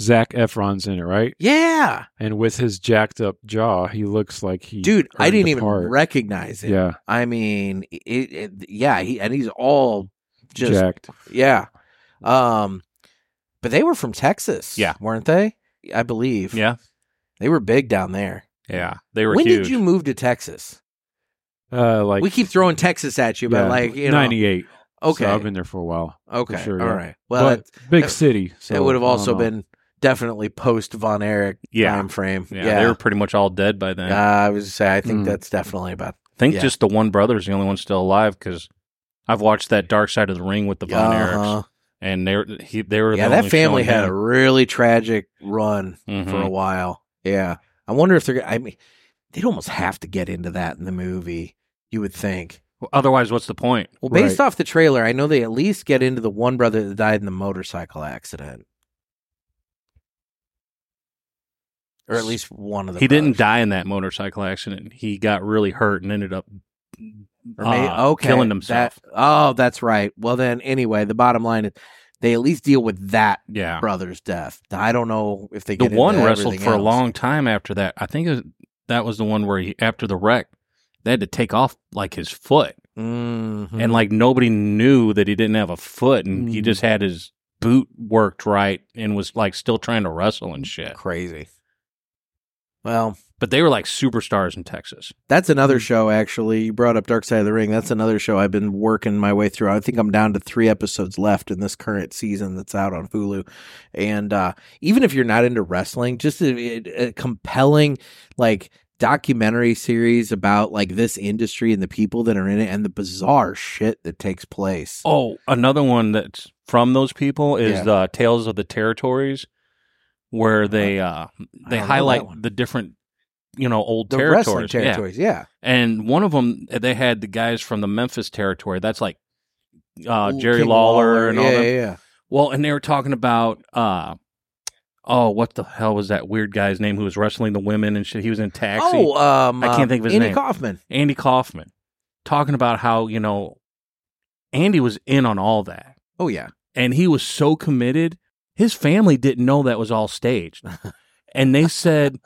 Speaker 3: Zach Efron's in it, right?
Speaker 2: Yeah,
Speaker 3: And with his jacked up jaw, he looks like he.
Speaker 2: dude, I
Speaker 3: earned
Speaker 2: didn't
Speaker 3: the
Speaker 2: even
Speaker 3: part.
Speaker 2: recognize it.
Speaker 3: Yeah,
Speaker 2: I mean, it, it, yeah, he and he's all just
Speaker 3: jacked.
Speaker 2: yeah. Um, but they were from Texas,
Speaker 4: Yeah.
Speaker 2: weren't they? I believe,
Speaker 4: Yeah.
Speaker 2: they were big down there.
Speaker 4: Yeah. They were
Speaker 2: when
Speaker 4: huge.
Speaker 2: did you move to Texas?
Speaker 3: Uh, like
Speaker 2: we keep throwing Texas at you, but
Speaker 3: yeah,
Speaker 2: like you know,
Speaker 3: ninety-eight.
Speaker 2: okay,
Speaker 3: so I've been there for a while.
Speaker 2: okay,
Speaker 3: sure,
Speaker 2: all
Speaker 3: yeah.
Speaker 2: right. Well,
Speaker 3: but
Speaker 2: it,
Speaker 3: big
Speaker 2: that-
Speaker 3: city. So
Speaker 2: it would have
Speaker 3: I don't
Speaker 2: also
Speaker 3: know.
Speaker 2: been definitely post Von Erich
Speaker 4: Yeah.
Speaker 2: time frame.
Speaker 4: yeah, They were pretty much all dead by then.
Speaker 2: Uh, I was gonna say, I think
Speaker 3: Mm.
Speaker 2: that's definitely about.
Speaker 4: I think
Speaker 2: yeah.
Speaker 4: just the one brother is the only one still alive because I've watched that Dark Side of the Ring with the Von
Speaker 2: Uh-huh.
Speaker 4: Erichs, and they were he, they were
Speaker 2: Yeah,
Speaker 4: the
Speaker 2: that
Speaker 4: only
Speaker 2: family
Speaker 4: showing
Speaker 2: had a
Speaker 4: him.
Speaker 2: really tragic run.
Speaker 4: Mhm.
Speaker 2: for a while. Yeah. I wonder if they're I mean they'd almost have to get into that in the movie, you would think.
Speaker 4: Well, Otherwise, what's the point?
Speaker 2: Well, based
Speaker 3: Right.
Speaker 2: off the trailer, I know they at least get into the one brother that died in the motorcycle accident. Or at least one of them.
Speaker 4: he didn't die in that motorcycle accident. He got really hurt and ended up uh,
Speaker 2: okay.
Speaker 4: killing
Speaker 2: that-
Speaker 4: himself.
Speaker 2: oh, that's right. Well then anyway, the bottom line is they at least deal with that
Speaker 4: yeah,
Speaker 2: brother's death. I don't know if they
Speaker 4: the
Speaker 2: get into
Speaker 4: one wrestled
Speaker 2: everything
Speaker 4: for a
Speaker 2: else.
Speaker 4: long time after that. I think it was, that was the one where he after the wreck they had to take off like his foot,
Speaker 2: Mhm.
Speaker 4: and like nobody knew that he didn't have a foot, and he
Speaker 2: Mm.
Speaker 3: Mhm.
Speaker 4: just had his boot worked right and was like still trying to wrestle and shit.
Speaker 2: crazy. Well,
Speaker 4: But they were like superstars in Texas.
Speaker 2: That's another
Speaker 4: Hmm.
Speaker 2: show, actually. You brought up Dark Side of the Ring. That's another show I've been working my way through. I think I'm down to three episodes left in this current season that's out on Hulu. And uh, even if you're not into wrestling, just a, a compelling, like, documentary series about like this industry and the people that are in it and the bizarre shit that takes place.
Speaker 4: Oh, another one that's from those people is
Speaker 2: Yeah.
Speaker 4: the Tales of the Territories, where they uh, they
Speaker 2: know that one.
Speaker 4: highlight the different you know old
Speaker 2: the
Speaker 4: territories.
Speaker 2: wrestling
Speaker 4: Yeah.
Speaker 2: territories, yeah.
Speaker 4: And one of them they had the guys from the Memphis territory. That's like uh,
Speaker 2: Ooh,
Speaker 4: Jerry
Speaker 2: King
Speaker 4: Lawler, and all
Speaker 2: yeah,
Speaker 4: that.
Speaker 2: yeah, yeah.
Speaker 4: Well, and they were talking about uh, oh, what the hell was that weird guy's name who was wrestling the women and shit? He was in taxi.
Speaker 2: Oh, um,
Speaker 4: I can't
Speaker 2: uh,
Speaker 4: think of his
Speaker 2: Andy
Speaker 4: name.
Speaker 2: Kaufman.
Speaker 4: Andy Kaufman talking about how you know Andy was in on all that
Speaker 2: Oh yeah,
Speaker 4: and he was so committed. His family didn't know that was all staged. and they said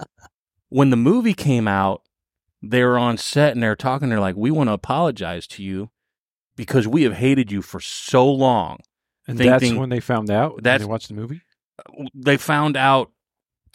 Speaker 4: when the movie came out, they were on set and they're talking. They're like, we want to apologize to you because we have hated you for so long.
Speaker 3: And
Speaker 4: Think-
Speaker 3: that's
Speaker 4: think-
Speaker 3: when they found out. when
Speaker 4: that's-
Speaker 3: they watched the movie.
Speaker 4: They found out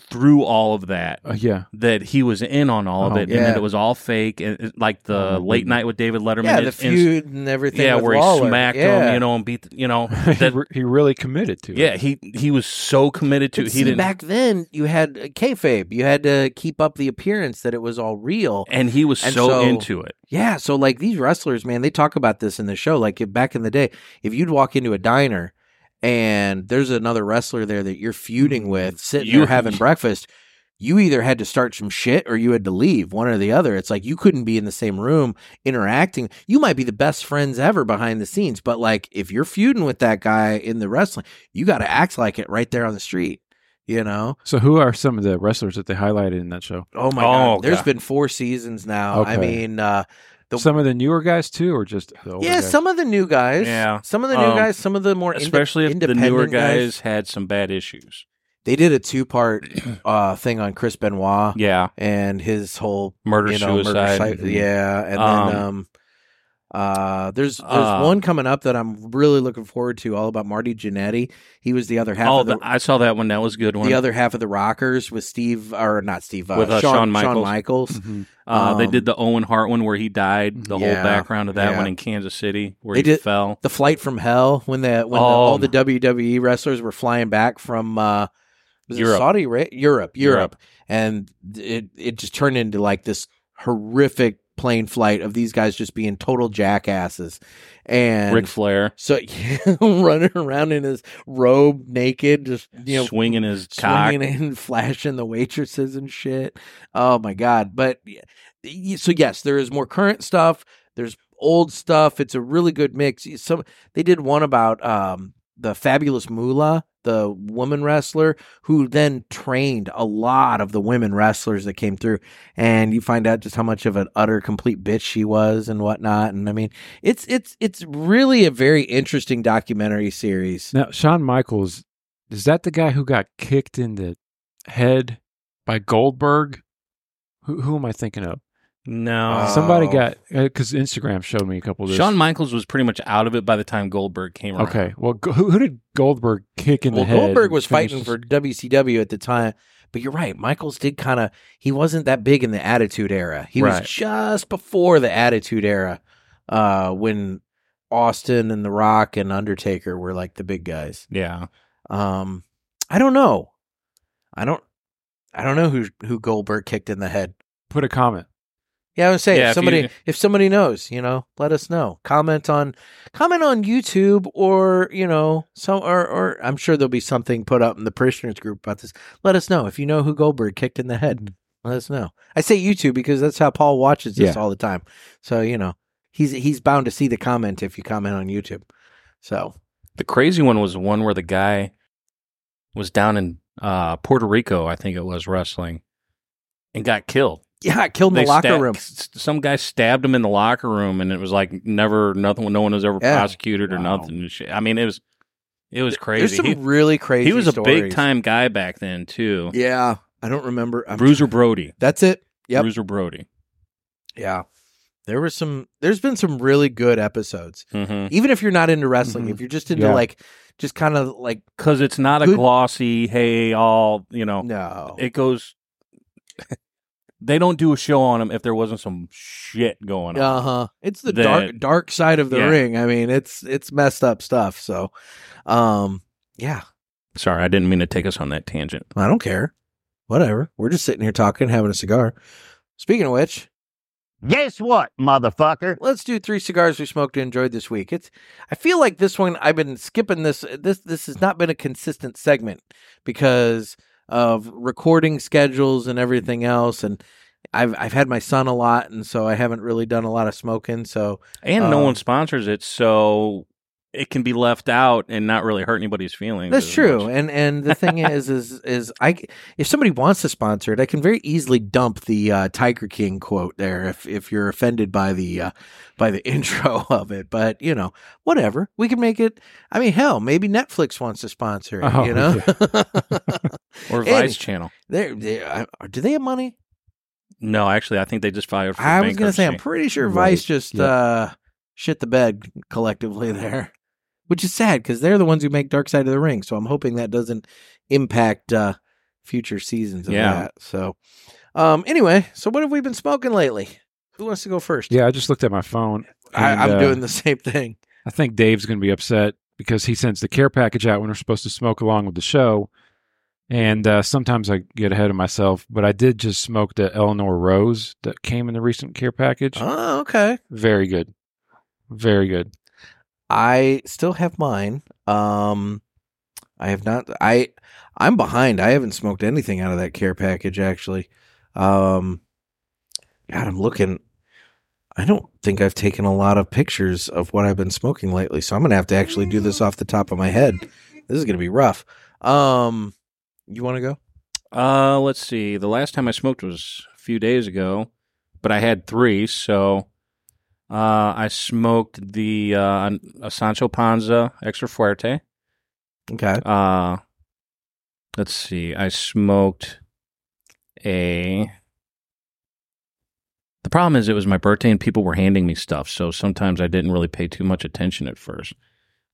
Speaker 4: through all of that
Speaker 3: Uh, yeah,
Speaker 4: that he was in on all of
Speaker 3: Oh,
Speaker 4: it and that
Speaker 2: yeah.
Speaker 4: it was all fake. And it- like the
Speaker 3: Oh, my
Speaker 4: late
Speaker 3: goodness.
Speaker 4: night with David Letterman.
Speaker 2: yeah,
Speaker 4: it-
Speaker 2: the
Speaker 4: it's-
Speaker 2: feud and everything.
Speaker 4: Yeah,
Speaker 2: with
Speaker 4: where
Speaker 2: Lawler.
Speaker 4: he smacked
Speaker 2: yeah.
Speaker 4: him, you know, and beat, the, you know,
Speaker 3: he,
Speaker 4: that,
Speaker 3: re- he really committed to it.
Speaker 4: yeah, he he was so committed to.
Speaker 2: But
Speaker 4: he
Speaker 2: see,
Speaker 4: didn't
Speaker 2: back then you had uh, kayfabe. You had to keep up the appearance that it was all real.
Speaker 4: and he was
Speaker 2: And
Speaker 4: so,
Speaker 2: so-
Speaker 4: into it.
Speaker 2: Yeah, so like these wrestlers, man, they talk about this in the show. Like if- back in the day, if you'd walk into a diner and there's another wrestler there that you're
Speaker 4: Mm,
Speaker 2: feuding with, sitting
Speaker 4: You-
Speaker 2: there having breakfast, you either had to start some shit or you had to leave, one or the other. It's like you couldn't be in the same room interacting. You might be the best friends ever behind the scenes, but like if you're feuding with that guy in the wrestling, you got to act like it right there on the street, you know?
Speaker 3: So who are some of the wrestlers that they highlighted in that show?
Speaker 2: Oh my
Speaker 4: Oh,
Speaker 2: god.
Speaker 4: okay.
Speaker 2: There's been four seasons now. I
Speaker 3: Okay.
Speaker 2: mean, uh The-
Speaker 3: some of the newer guys too, or just the older
Speaker 2: yeah,
Speaker 3: guys?
Speaker 2: some of the new guys.
Speaker 4: Oh Yeah.
Speaker 2: Some of the new
Speaker 4: Um,
Speaker 2: guys, some of the more inde-
Speaker 4: especially if the
Speaker 2: independent
Speaker 4: newer guys, had some bad issues.
Speaker 2: They did a two part uh thing on Chris Benoit
Speaker 4: Yeah,
Speaker 2: and his whole
Speaker 4: murder
Speaker 2: you know, murder
Speaker 4: suicide.
Speaker 2: site- Yeah. And
Speaker 4: Um,
Speaker 2: then um Uh, there's there's
Speaker 4: Uh,
Speaker 2: one coming up that I'm really looking forward to, all about Marty Jannetty. He was the other half
Speaker 4: Oh,
Speaker 2: of the,
Speaker 4: the, I saw that one. That was a good one.
Speaker 2: the other half of the Rockers with Steve or not Steve uh,
Speaker 4: With, uh, Shawn Michaels.
Speaker 2: Michaels.
Speaker 4: uh, they
Speaker 2: um,
Speaker 4: did the Owen Hart one where he died. The
Speaker 2: Yeah,
Speaker 4: whole background of that
Speaker 2: yeah.
Speaker 4: one in Kansas City where
Speaker 2: They
Speaker 4: he
Speaker 2: did-
Speaker 4: fell.
Speaker 2: The flight from hell when the when the,
Speaker 4: Oh.
Speaker 2: all the WWE wrestlers were flying back from uh, was it
Speaker 4: Europe.
Speaker 2: Saudi Arabia, Europe, Europe,
Speaker 4: Europe.
Speaker 2: and it it just turned into like this horrific plane flight of these guys just being total jackasses and
Speaker 4: Ric Flair
Speaker 2: so running around in his robe naked, just you know
Speaker 4: swinging his cock.
Speaker 2: swinging and flashing the waitresses and shit. Oh my god! But y- y- so yes, there is more current stuff. There's old stuff. It's a really good mix. Some they did one about um, the fabulous Moolah, the woman wrestler who then trained a lot of the women wrestlers that came through, and you find out just how much of an utter complete bitch she was and whatnot. And I mean, it's it's it's really a very interesting documentary series.
Speaker 3: Now, Shawn Michaels, is that the guy who got kicked in the head by Goldberg? Who, who am I thinking of?
Speaker 4: No,
Speaker 2: Uh,
Speaker 3: Somebody
Speaker 2: Oh.
Speaker 3: got, because Instagram showed me a couple of those.
Speaker 4: Shawn Michaels was pretty much out of it by the time Goldberg came around.
Speaker 3: Okay. Well, go- who, who did Goldberg kick in
Speaker 2: well,
Speaker 3: the head?
Speaker 2: Goldberg
Speaker 3: and
Speaker 2: was
Speaker 3: finish
Speaker 2: fighting
Speaker 3: his-
Speaker 2: for WCW at the time, but you're right. Michaels did kind of he wasn't that big in the Attitude Era. He
Speaker 4: Right.
Speaker 2: was just before the Attitude Era, uh, when Austin and The Rock and Undertaker were like the big guys.
Speaker 4: Yeah,
Speaker 2: Um, I don't know. I don't. I don't know who who Goldberg kicked in the head.
Speaker 3: Put a comment.
Speaker 2: Yeah, I would say
Speaker 4: Yeah,
Speaker 2: if
Speaker 4: if
Speaker 2: somebody
Speaker 4: you-
Speaker 2: if somebody knows, you know, let us know. Comment on comment on YouTube or you know some or or I'm sure there'll be something put up in the parishioners group about this. Let us know if you know who Goldberg kicked in the head. Let us know. I say YouTube because that's how Paul watches this
Speaker 3: Yeah.
Speaker 2: all the time. So you know he's he's bound to see the comment if you comment on YouTube. So
Speaker 4: the crazy one was one where the guy was down in uh, Puerto Rico, I think it was wrestling, and got killed.
Speaker 2: yeah, I killed in the
Speaker 4: They
Speaker 2: locker
Speaker 4: stab-
Speaker 2: room.
Speaker 4: s- Some guy stabbed him in the locker room, and it was like never nothing. No one was ever
Speaker 2: Yeah.
Speaker 4: prosecuted or
Speaker 2: Wow.
Speaker 4: nothing. and shit. I mean, it was it was
Speaker 2: There's
Speaker 4: crazy.
Speaker 2: some
Speaker 4: He,
Speaker 2: really crazy.
Speaker 4: he was a
Speaker 2: stories.
Speaker 4: big time guy back then too.
Speaker 2: Yeah, I don't remember. I'm-
Speaker 4: Bruiser Brody.
Speaker 2: That's it. Yep.
Speaker 4: Bruiser Brody.
Speaker 2: Yeah. There was some there's been some really good episodes.
Speaker 4: Because
Speaker 2: Even if you're not into wrestling,
Speaker 3: Mhm.
Speaker 4: Mm-hmm.
Speaker 2: if you're just into
Speaker 3: Yeah.
Speaker 2: like just kind of like
Speaker 4: it's not a
Speaker 2: Good-
Speaker 4: glossy. Hey, all you know.
Speaker 2: no.
Speaker 4: Oh, It goes. they don't do a show on him if there wasn't some shit going on.
Speaker 2: Uh-huh. It's the
Speaker 4: That-
Speaker 2: dark dark side of the
Speaker 4: Yeah.
Speaker 2: ring. I mean, it's it's messed up stuff, so um yeah,
Speaker 4: Sorry, I didn't mean to take us on that tangent.
Speaker 2: I don't care. Whatever. We're just sitting here talking, having a cigar. Speaking of which,
Speaker 5: Guess what, motherfucker?
Speaker 2: let's do three cigars we smoked and enjoyed this week. It's I feel like this one I've been skipping this uh, this this has not been a consistent segment because of recording schedules and everything else and I've I've had my son a lot and so I haven't really done a lot of smoking so
Speaker 4: And no
Speaker 2: Um,
Speaker 4: one sponsors it, so it can be left out and not really hurt anybody's feelings.
Speaker 2: that's
Speaker 4: as
Speaker 2: true
Speaker 4: much.
Speaker 2: and and the thing is is is I c- if somebody wants to sponsor it I can very easily dump the uh, Tiger King quote there if if you're offended by the uh, by the intro of it but you know whatever we can make it I mean hell maybe Netflix wants to sponsor it
Speaker 3: Oh,
Speaker 2: you know
Speaker 4: Or
Speaker 2: Any-
Speaker 4: Vice Channel.
Speaker 2: They're, they I- are- do they have money?
Speaker 4: No, actually, I think they just filed for
Speaker 2: I was going to say, I'm
Speaker 4: bankruptcy.
Speaker 2: pretty sure
Speaker 3: Right.
Speaker 2: Vice just
Speaker 3: Yeah.
Speaker 2: uh, shit the bed collectively there, which is sad because they're the ones who make Dark Side of the Ring. So I'm hoping that doesn't impact uh, future seasons of
Speaker 4: Yeah.
Speaker 2: that. So, um, anyway, so what have we been smoking lately? Who wants to go first?
Speaker 3: Yeah, I just looked at my phone. and,
Speaker 2: I, I'm
Speaker 3: uh,
Speaker 2: doing the same thing.
Speaker 3: I think Dave's going to be upset because he sends the care package out when we're supposed to smoke along with the show. And uh, sometimes I get ahead of myself, but I did just smoke the Eleanor Rose that came in the recent care package.
Speaker 2: Oh, okay.
Speaker 3: Very good. Very good.
Speaker 2: I still have mine. Um, I have not. I I'm behind. I haven't smoked anything out of that care package actually. Um, God, I'm looking. I don't think I've taken a lot of pictures of what I've been smoking lately, so I'm gonna have to actually do this off the top of my head. This is gonna be rough. Um, you want to go?
Speaker 4: Uh, let's see. The last time I smoked was a few days ago, but I had three. So uh, I smoked the uh, a Sancho Panza Extra Fuerte.
Speaker 2: Okay.
Speaker 4: Uh, let's see. I smoked a the problem is, it was my birthday and people were handing me stuff. So sometimes I didn't really pay too much attention at first.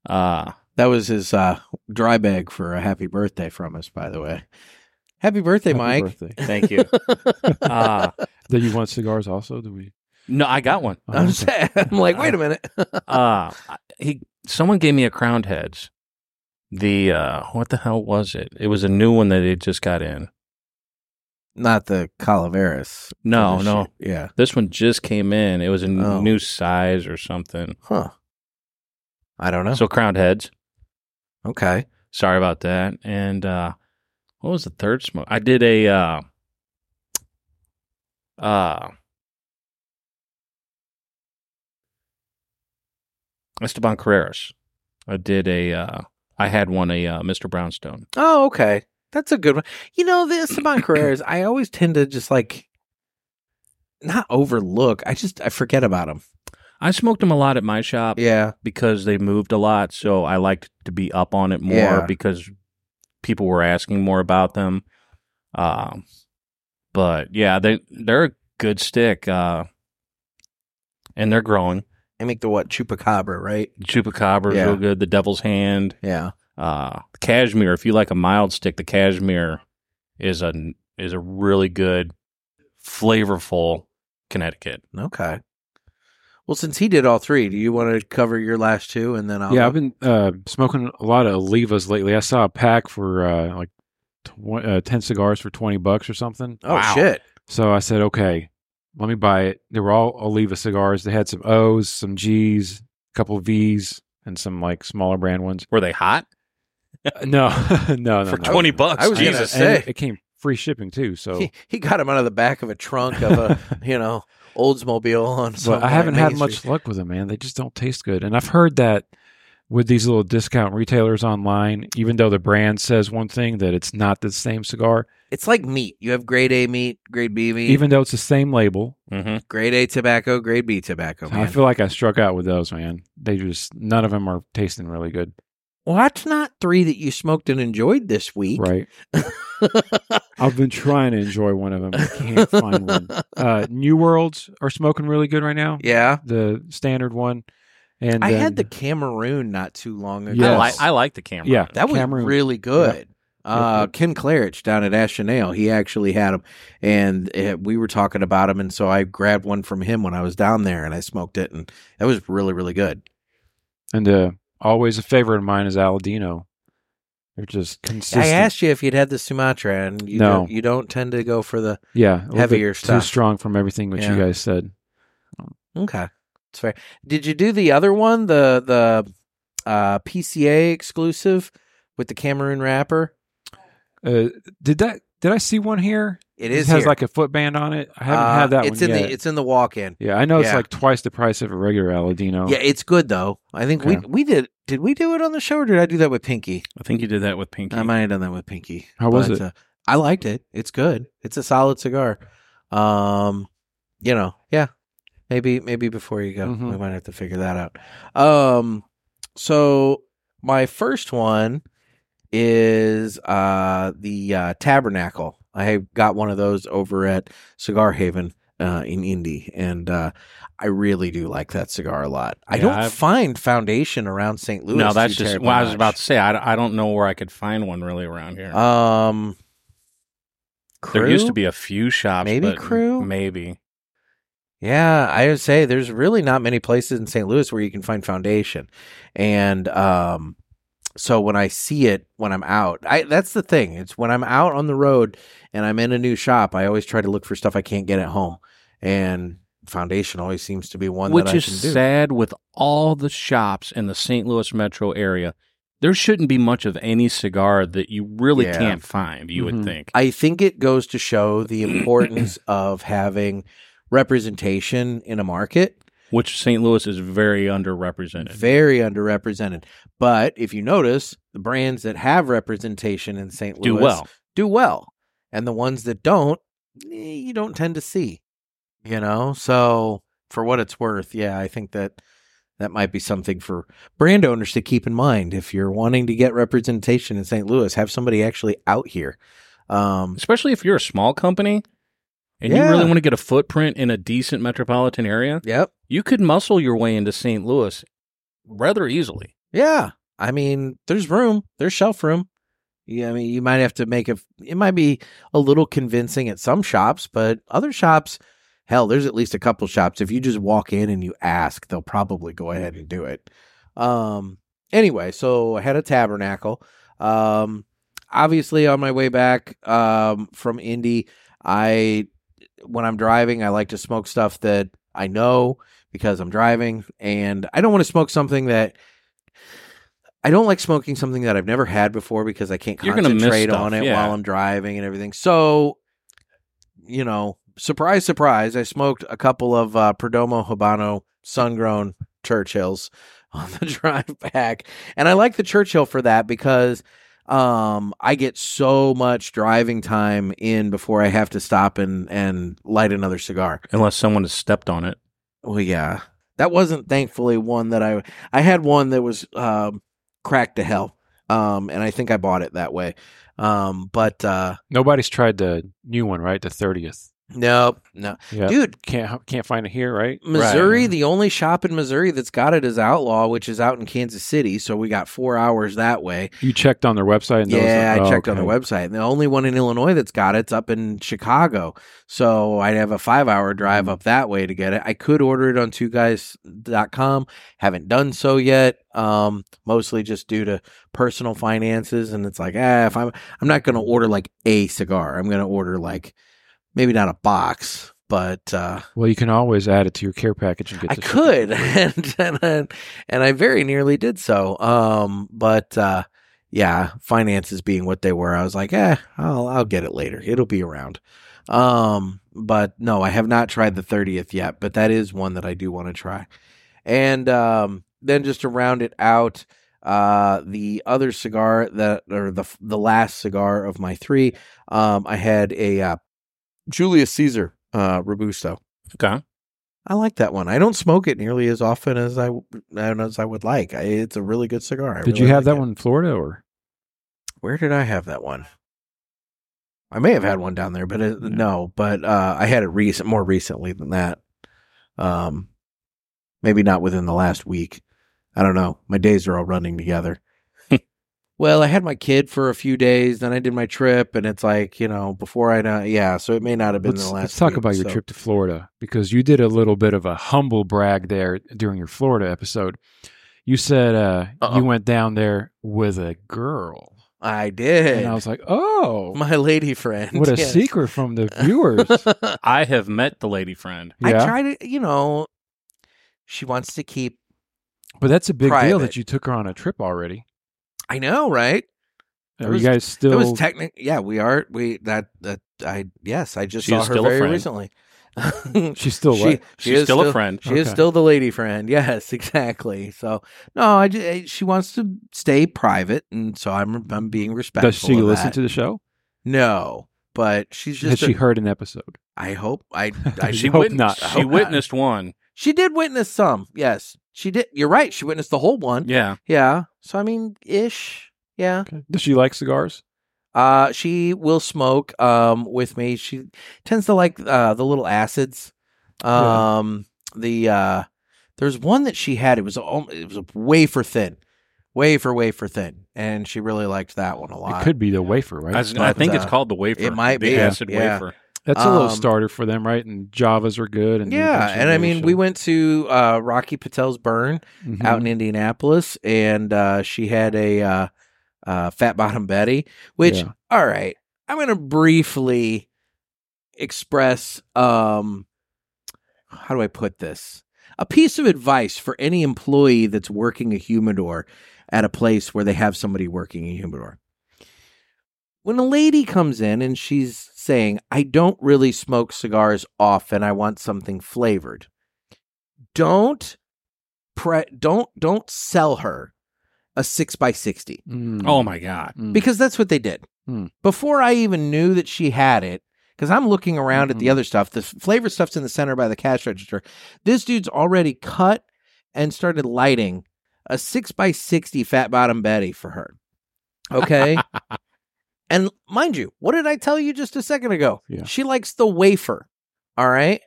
Speaker 4: Uh,
Speaker 2: That was his uh, dry bag for a happy birthday from us, by the way. Happy birthday, Mike.
Speaker 4: thank you. uh,
Speaker 3: Did you want cigars also? Do we?
Speaker 4: no, I got one.
Speaker 3: oh,
Speaker 2: I'm,
Speaker 3: okay.
Speaker 2: sad. I'm like, wait a minute.
Speaker 4: Uh, he, someone gave me a crowned heads. The, uh, what the hell was it? It was a new one that it just got in.
Speaker 2: Not the Calaveras.
Speaker 4: No,
Speaker 2: This
Speaker 4: no.
Speaker 2: Oh, shit. Yeah.
Speaker 4: This one just came in. It was a n-
Speaker 2: Oh.
Speaker 4: new size or something.
Speaker 2: Huh. I don't know.
Speaker 4: So crowned heads.
Speaker 2: okay.
Speaker 4: Sorry about that. And uh what was the third smoke? I did a uh uh Esteban Carreras. I did a uh I had one a uh, Mr. Brownstone.
Speaker 2: Oh, okay. That's a good one. You know, the Esteban Carreras, I always tend to just like not overlook. I just I forget about them.
Speaker 4: I smoked them a lot at my shop
Speaker 2: Yeah.
Speaker 4: because they moved a lot, so I liked to be up on it more
Speaker 2: Yeah.
Speaker 4: because people were asking more about them. Um, but yeah, they they're a good stick, uh, and they're growing.
Speaker 2: They make the what chupacabra, right?
Speaker 4: Chupacabra is
Speaker 2: Yeah.
Speaker 4: real good. The Devil's Hand,
Speaker 2: Yeah.
Speaker 4: uh, Cashmere. If you like a mild stick, the Cashmere is a is a really good, flavorful Connecticut.
Speaker 2: Okay. Well, since he did all three, do you want to cover your last two and then I'll
Speaker 3: Yeah, I've been uh, smoking a lot of Olivas lately. I saw a pack for uh, like tw- uh, ten cigars for twenty bucks or something.
Speaker 2: Oh
Speaker 4: Wow.
Speaker 2: shit.
Speaker 3: So I said, okay, let me buy it. They were all Oliva cigars. They had some O's, some G's, a couple V's, and some like smaller brand ones.
Speaker 4: Were they hot
Speaker 3: Uh, no, no, no.
Speaker 4: for
Speaker 3: no.
Speaker 4: twenty bucks?
Speaker 2: I was gonna
Speaker 4: Jesus,
Speaker 2: say-
Speaker 3: And it came free shipping too. So
Speaker 2: He, he got him out of the back of a trunk of a, you know, Oldsmobile on some
Speaker 3: but I haven't
Speaker 2: like
Speaker 3: had
Speaker 2: Main
Speaker 3: much
Speaker 2: Street.
Speaker 3: luck with them, man. They just don't taste good. And I've heard that with these little discount retailers online, even though the brand says one thing, that it's not the same cigar,
Speaker 2: It's like meat. You have grade A meat, grade B meat,
Speaker 3: even though it's the same label.
Speaker 4: hmm
Speaker 2: grade A tobacco, grade B tobacco.
Speaker 3: I
Speaker 2: Oh, man.
Speaker 3: feel like I struck out with those, man. They just none of them are tasting really good,
Speaker 2: Well, that's not three that you smoked and enjoyed this week.
Speaker 3: right? I've been trying to enjoy one of them. I can't find one. Uh, New Worlds are smoking really good right now.
Speaker 2: yeah.
Speaker 3: The standard one, and
Speaker 2: I had the
Speaker 3: then-
Speaker 2: Cameroon not too long ago.
Speaker 3: Yes.
Speaker 4: I like I like the camera.
Speaker 3: yeah.
Speaker 2: That was
Speaker 3: Cameroon.
Speaker 2: really good. Uh,
Speaker 3: Yep.
Speaker 2: Ken Claridge down at Ashenale, he actually had him, and uh we were talking about him, and so I grabbed one from him when I was down there, and I smoked it, and that was really, really good.
Speaker 3: and uh, always a favorite of mine is Aladino. They're just consistent.
Speaker 2: I asked you if you'd had the Sumatra, and you
Speaker 3: No.
Speaker 2: don't, you don't tend to go for the
Speaker 3: yeah, a little bit
Speaker 2: heavier
Speaker 3: Too
Speaker 2: stuff.
Speaker 3: strong from everything that
Speaker 2: Yeah.
Speaker 3: you guys said.
Speaker 2: okay, that's fair. Did you do the other one, the the uh, PCA exclusive with the Cameroon wrapper?
Speaker 3: Uh, did that? Did I see one here?
Speaker 2: It is
Speaker 3: has
Speaker 2: here.
Speaker 3: like a footband on it. I haven't
Speaker 2: Uh,
Speaker 3: had that
Speaker 2: It's
Speaker 3: one
Speaker 2: in
Speaker 3: yet.
Speaker 2: the it's in the walk in.
Speaker 3: yeah, I know it's
Speaker 2: yeah.
Speaker 3: like twice the price of a regular Aladino.
Speaker 2: Yeah, it's good though. I think we
Speaker 3: Oh. Okay.
Speaker 2: we did. Did we do it on the show, or did I do that with Pinky?
Speaker 4: I think you did that with Pinky.
Speaker 2: I might have done that with Pinky.
Speaker 3: How was it?
Speaker 2: uh, I liked it. It's good. It's a solid cigar. Um, you know, yeah. Maybe maybe before you go,
Speaker 3: Mhm.
Speaker 4: Mm-hmm.
Speaker 2: we might have to figure that out. Um, so my first one is uh the uh, Tabernacle. I got one of those over at Cigar Haven uh, in Indy, and uh, I really do like that cigar a lot. I
Speaker 3: Yeah,
Speaker 2: don't
Speaker 3: I've-
Speaker 2: find Foundation around St. Louis.
Speaker 4: no, that's
Speaker 2: too
Speaker 4: just.
Speaker 2: terribly
Speaker 4: Well, I was
Speaker 2: much.
Speaker 4: about to say I, d- I don't know where I could find one really around here.
Speaker 2: Um,
Speaker 4: there
Speaker 2: Crew?
Speaker 4: used to be a few shops,
Speaker 2: Maybe
Speaker 4: but
Speaker 2: Crew?
Speaker 4: maybe.
Speaker 2: Yeah, I would say there's really not many places in St. Louis where you can find foundation, and um, so when I see it when I'm out, I that's the thing. It's when I'm out on the road and I'm in a new shop, I always try to look for stuff I can't get at home, and foundation always seems to be one
Speaker 4: Which
Speaker 2: that I
Speaker 4: is
Speaker 2: can do.
Speaker 4: sad with all the shops in the St. Louis metro area. There shouldn't be much of any cigar that you really
Speaker 2: Yeah. Mm-hmm.
Speaker 4: can't find. You would
Speaker 3: Mhm.
Speaker 4: think.
Speaker 2: I think it goes to show the importance of having representation in a market
Speaker 4: Which St. Louis is very underrepresented.
Speaker 2: Very underrepresented. But if you notice, the brands that have representation in St. Louis
Speaker 4: Do well.
Speaker 2: do well. And the ones that don't, eh, you don't tend to see. You know? So for what it's worth, yeah, I think that that might be something for brand owners to keep in mind. If you're wanting to get representation in St. Louis, have somebody actually out here. Um
Speaker 4: especially if you're a small company and you
Speaker 2: Yeah.
Speaker 4: really want to get a footprint in a decent metropolitan area,
Speaker 2: Yep.
Speaker 4: you could muscle your way into St. Louis rather easily.
Speaker 2: Yeah. I mean, there's room. There's shelf room. Yeah, I mean, you might have to make a. It might be a little convincing at some shops, but other shops, hell, there's at least a couple shops. If you just walk in and you ask, they'll probably go ahead and do it. Um. Anyway, so I had a tabernacle. Um. Obviously, on my way back um, from Indy, I when I'm driving, I like to smoke stuff that I know because I'm driving, and I don't want to smoke something that I don't like smoking something that I've never had before because I can't
Speaker 4: You're gonna miss
Speaker 2: concentrate
Speaker 4: stuff,
Speaker 2: on it
Speaker 4: yeah.
Speaker 2: while I'm driving and everything. So, you know, surprise, surprise, I smoked a couple of uh, Perdomo Habano Sungrown Churchills on the drive back, and I like the Churchill for that because um i get so much driving time in before i have to stop and and light another cigar
Speaker 4: Unless someone has stepped on it.
Speaker 2: well yeah that wasn't thankfully one that i i had one that was um cracked to hell um and i think i bought it that way um but uh
Speaker 3: Nobody's tried the new one, right? The thirtieth.
Speaker 2: no no
Speaker 3: Yeah,
Speaker 2: dude
Speaker 3: can't can't find it here, right?
Speaker 2: Missouri,
Speaker 3: Right.
Speaker 2: the only shop in Missouri that's got it is Outlaw, which is out in Kansas City. So we got four hours that way.
Speaker 3: You checked on their website. And there was
Speaker 2: yeah,
Speaker 3: no-
Speaker 2: I
Speaker 3: oh,
Speaker 2: checked on
Speaker 3: okay.
Speaker 2: their website. And the only one in Illinois that's got it's up in Chicago. So I'd have a five hour drive
Speaker 3: Mm.
Speaker 2: up that way to get it. I could order it on two guys.com. Haven't done so yet. Um, mostly just due to personal finances. And it's like, ah, if I'm, I'm not going to order like a cigar. I'm going to order like maybe not a box, but, uh,
Speaker 3: Well, you can always add it to your care package and get.
Speaker 2: I
Speaker 3: the-
Speaker 2: could, and, and and I very nearly did so. Um, but uh, yeah, finances being what they were, I was like, eh, I'll I'll get it later. It'll be around. Um, but no, I have not tried the thirtieth yet, but that is one that I do want to try. And um, then just to round it out, uh, the other cigar that or the the last cigar of my three, um, I had a uh, Julius Caesar uh, Robusto.
Speaker 4: Okay.
Speaker 2: I like that one. I don't smoke it nearly as often as I and as I would like. I, it's a really good cigar. I
Speaker 3: Did you
Speaker 2: really
Speaker 3: have
Speaker 2: like
Speaker 3: that
Speaker 2: it.
Speaker 3: one in Florida or?
Speaker 2: Where did I have that one? I may have had one down there, but it, no. But uh, I had it recent, more recently than that. Um, maybe not within the last week. I don't know. My days are all running together. well, I had my kid for a few days, then I did my trip, and it's like you know before I know, yeah. So it may not have been
Speaker 3: Let's,
Speaker 2: the last.
Speaker 3: let's talk
Speaker 2: week,
Speaker 3: about your
Speaker 2: so-
Speaker 3: trip to Florida because you did a little bit of a humble brag there during your Florida episode. You said uh,
Speaker 2: Uh-oh.
Speaker 3: you went down there with a girl,
Speaker 2: I did.
Speaker 3: and I was like, "Oh,
Speaker 2: my lady friend.
Speaker 3: what a
Speaker 2: yes.
Speaker 3: secret from the viewers!"
Speaker 4: I have met the lady friend.
Speaker 3: yeah,
Speaker 2: I try to, you know, she wants to keep.
Speaker 3: but that's a big deal
Speaker 2: private.
Speaker 3: that you took her on a trip already.
Speaker 2: I know, right? It
Speaker 3: Are
Speaker 2: was-
Speaker 3: you guys still?
Speaker 2: it was technic. Yeah, we are. We that that I yes, I just
Speaker 4: She
Speaker 2: saw
Speaker 4: is
Speaker 2: her
Speaker 4: still a
Speaker 2: very
Speaker 4: friend.
Speaker 2: recently.
Speaker 3: she's still
Speaker 2: She-
Speaker 3: what?
Speaker 2: she
Speaker 4: She's
Speaker 2: is
Speaker 4: still a friend.
Speaker 2: She is
Speaker 3: Okay.
Speaker 2: still the lady friend. Yes, exactly. So no, I, ju- I- she wants to stay private, and so I'm I'm being respectful.
Speaker 3: Does she
Speaker 2: of
Speaker 3: listen
Speaker 2: that.
Speaker 3: to the show?
Speaker 2: No, but she's just.
Speaker 3: Has
Speaker 2: a-
Speaker 3: she heard an episode?
Speaker 2: I hope I. I
Speaker 3: She
Speaker 4: She
Speaker 2: she,
Speaker 3: hope
Speaker 4: witnessed,
Speaker 3: not. I
Speaker 4: She
Speaker 2: hope not. Oh,
Speaker 4: witnessed one.
Speaker 2: she did witness some. Yes, she did. You're right. She witnessed the whole one.
Speaker 4: Yeah.
Speaker 2: Yeah. So I mean, ish. Yeah.
Speaker 3: Does she like cigars?
Speaker 2: Uh, she will smoke um with me. She tends to like uh the little acids.
Speaker 3: Yeah.
Speaker 2: Um, the uh, there's one that she had. It was al- it was wafer thin, wafer wafer thin, and she really liked that one a lot.
Speaker 3: It could be the wafer, right?
Speaker 4: I, I
Speaker 2: not,
Speaker 4: think it's
Speaker 2: uh,
Speaker 4: called the wafer.
Speaker 2: it might
Speaker 4: the
Speaker 2: be.
Speaker 4: acid
Speaker 2: Yeah.
Speaker 4: wafer.
Speaker 3: That's a little
Speaker 2: Um,
Speaker 3: starter for them, right? And Javas are good. And
Speaker 2: yeah, and I mean, we went to uh, Rocky Patel's Burn
Speaker 3: Mhm.
Speaker 2: out in Indianapolis, and uh, she had a uh, uh, Fat Bottom Betty, which
Speaker 3: Yeah.
Speaker 2: all right, I'm gonna briefly express um, how do I put this? A piece of advice for any employee that's working a humidor at a place where they have somebody working a humidor. When a lady comes in and she's saying, I don't really smoke cigars often, I want something flavored. Don't pre- don't don't sell her a six by sixty
Speaker 3: Mm.
Speaker 4: Oh my god.
Speaker 3: Mm.
Speaker 2: because that's what they did
Speaker 3: Hmm.
Speaker 2: before i even knew that she had it because i'm looking around at the
Speaker 3: Mhm.
Speaker 2: other stuff the flavor stuff's in the center by the cash register this dude's already cut and started lighting a 6x60 fat bottom betty for her okay and mind you what did i tell you just a second ago
Speaker 3: Yeah.
Speaker 2: she likes the wafer All right.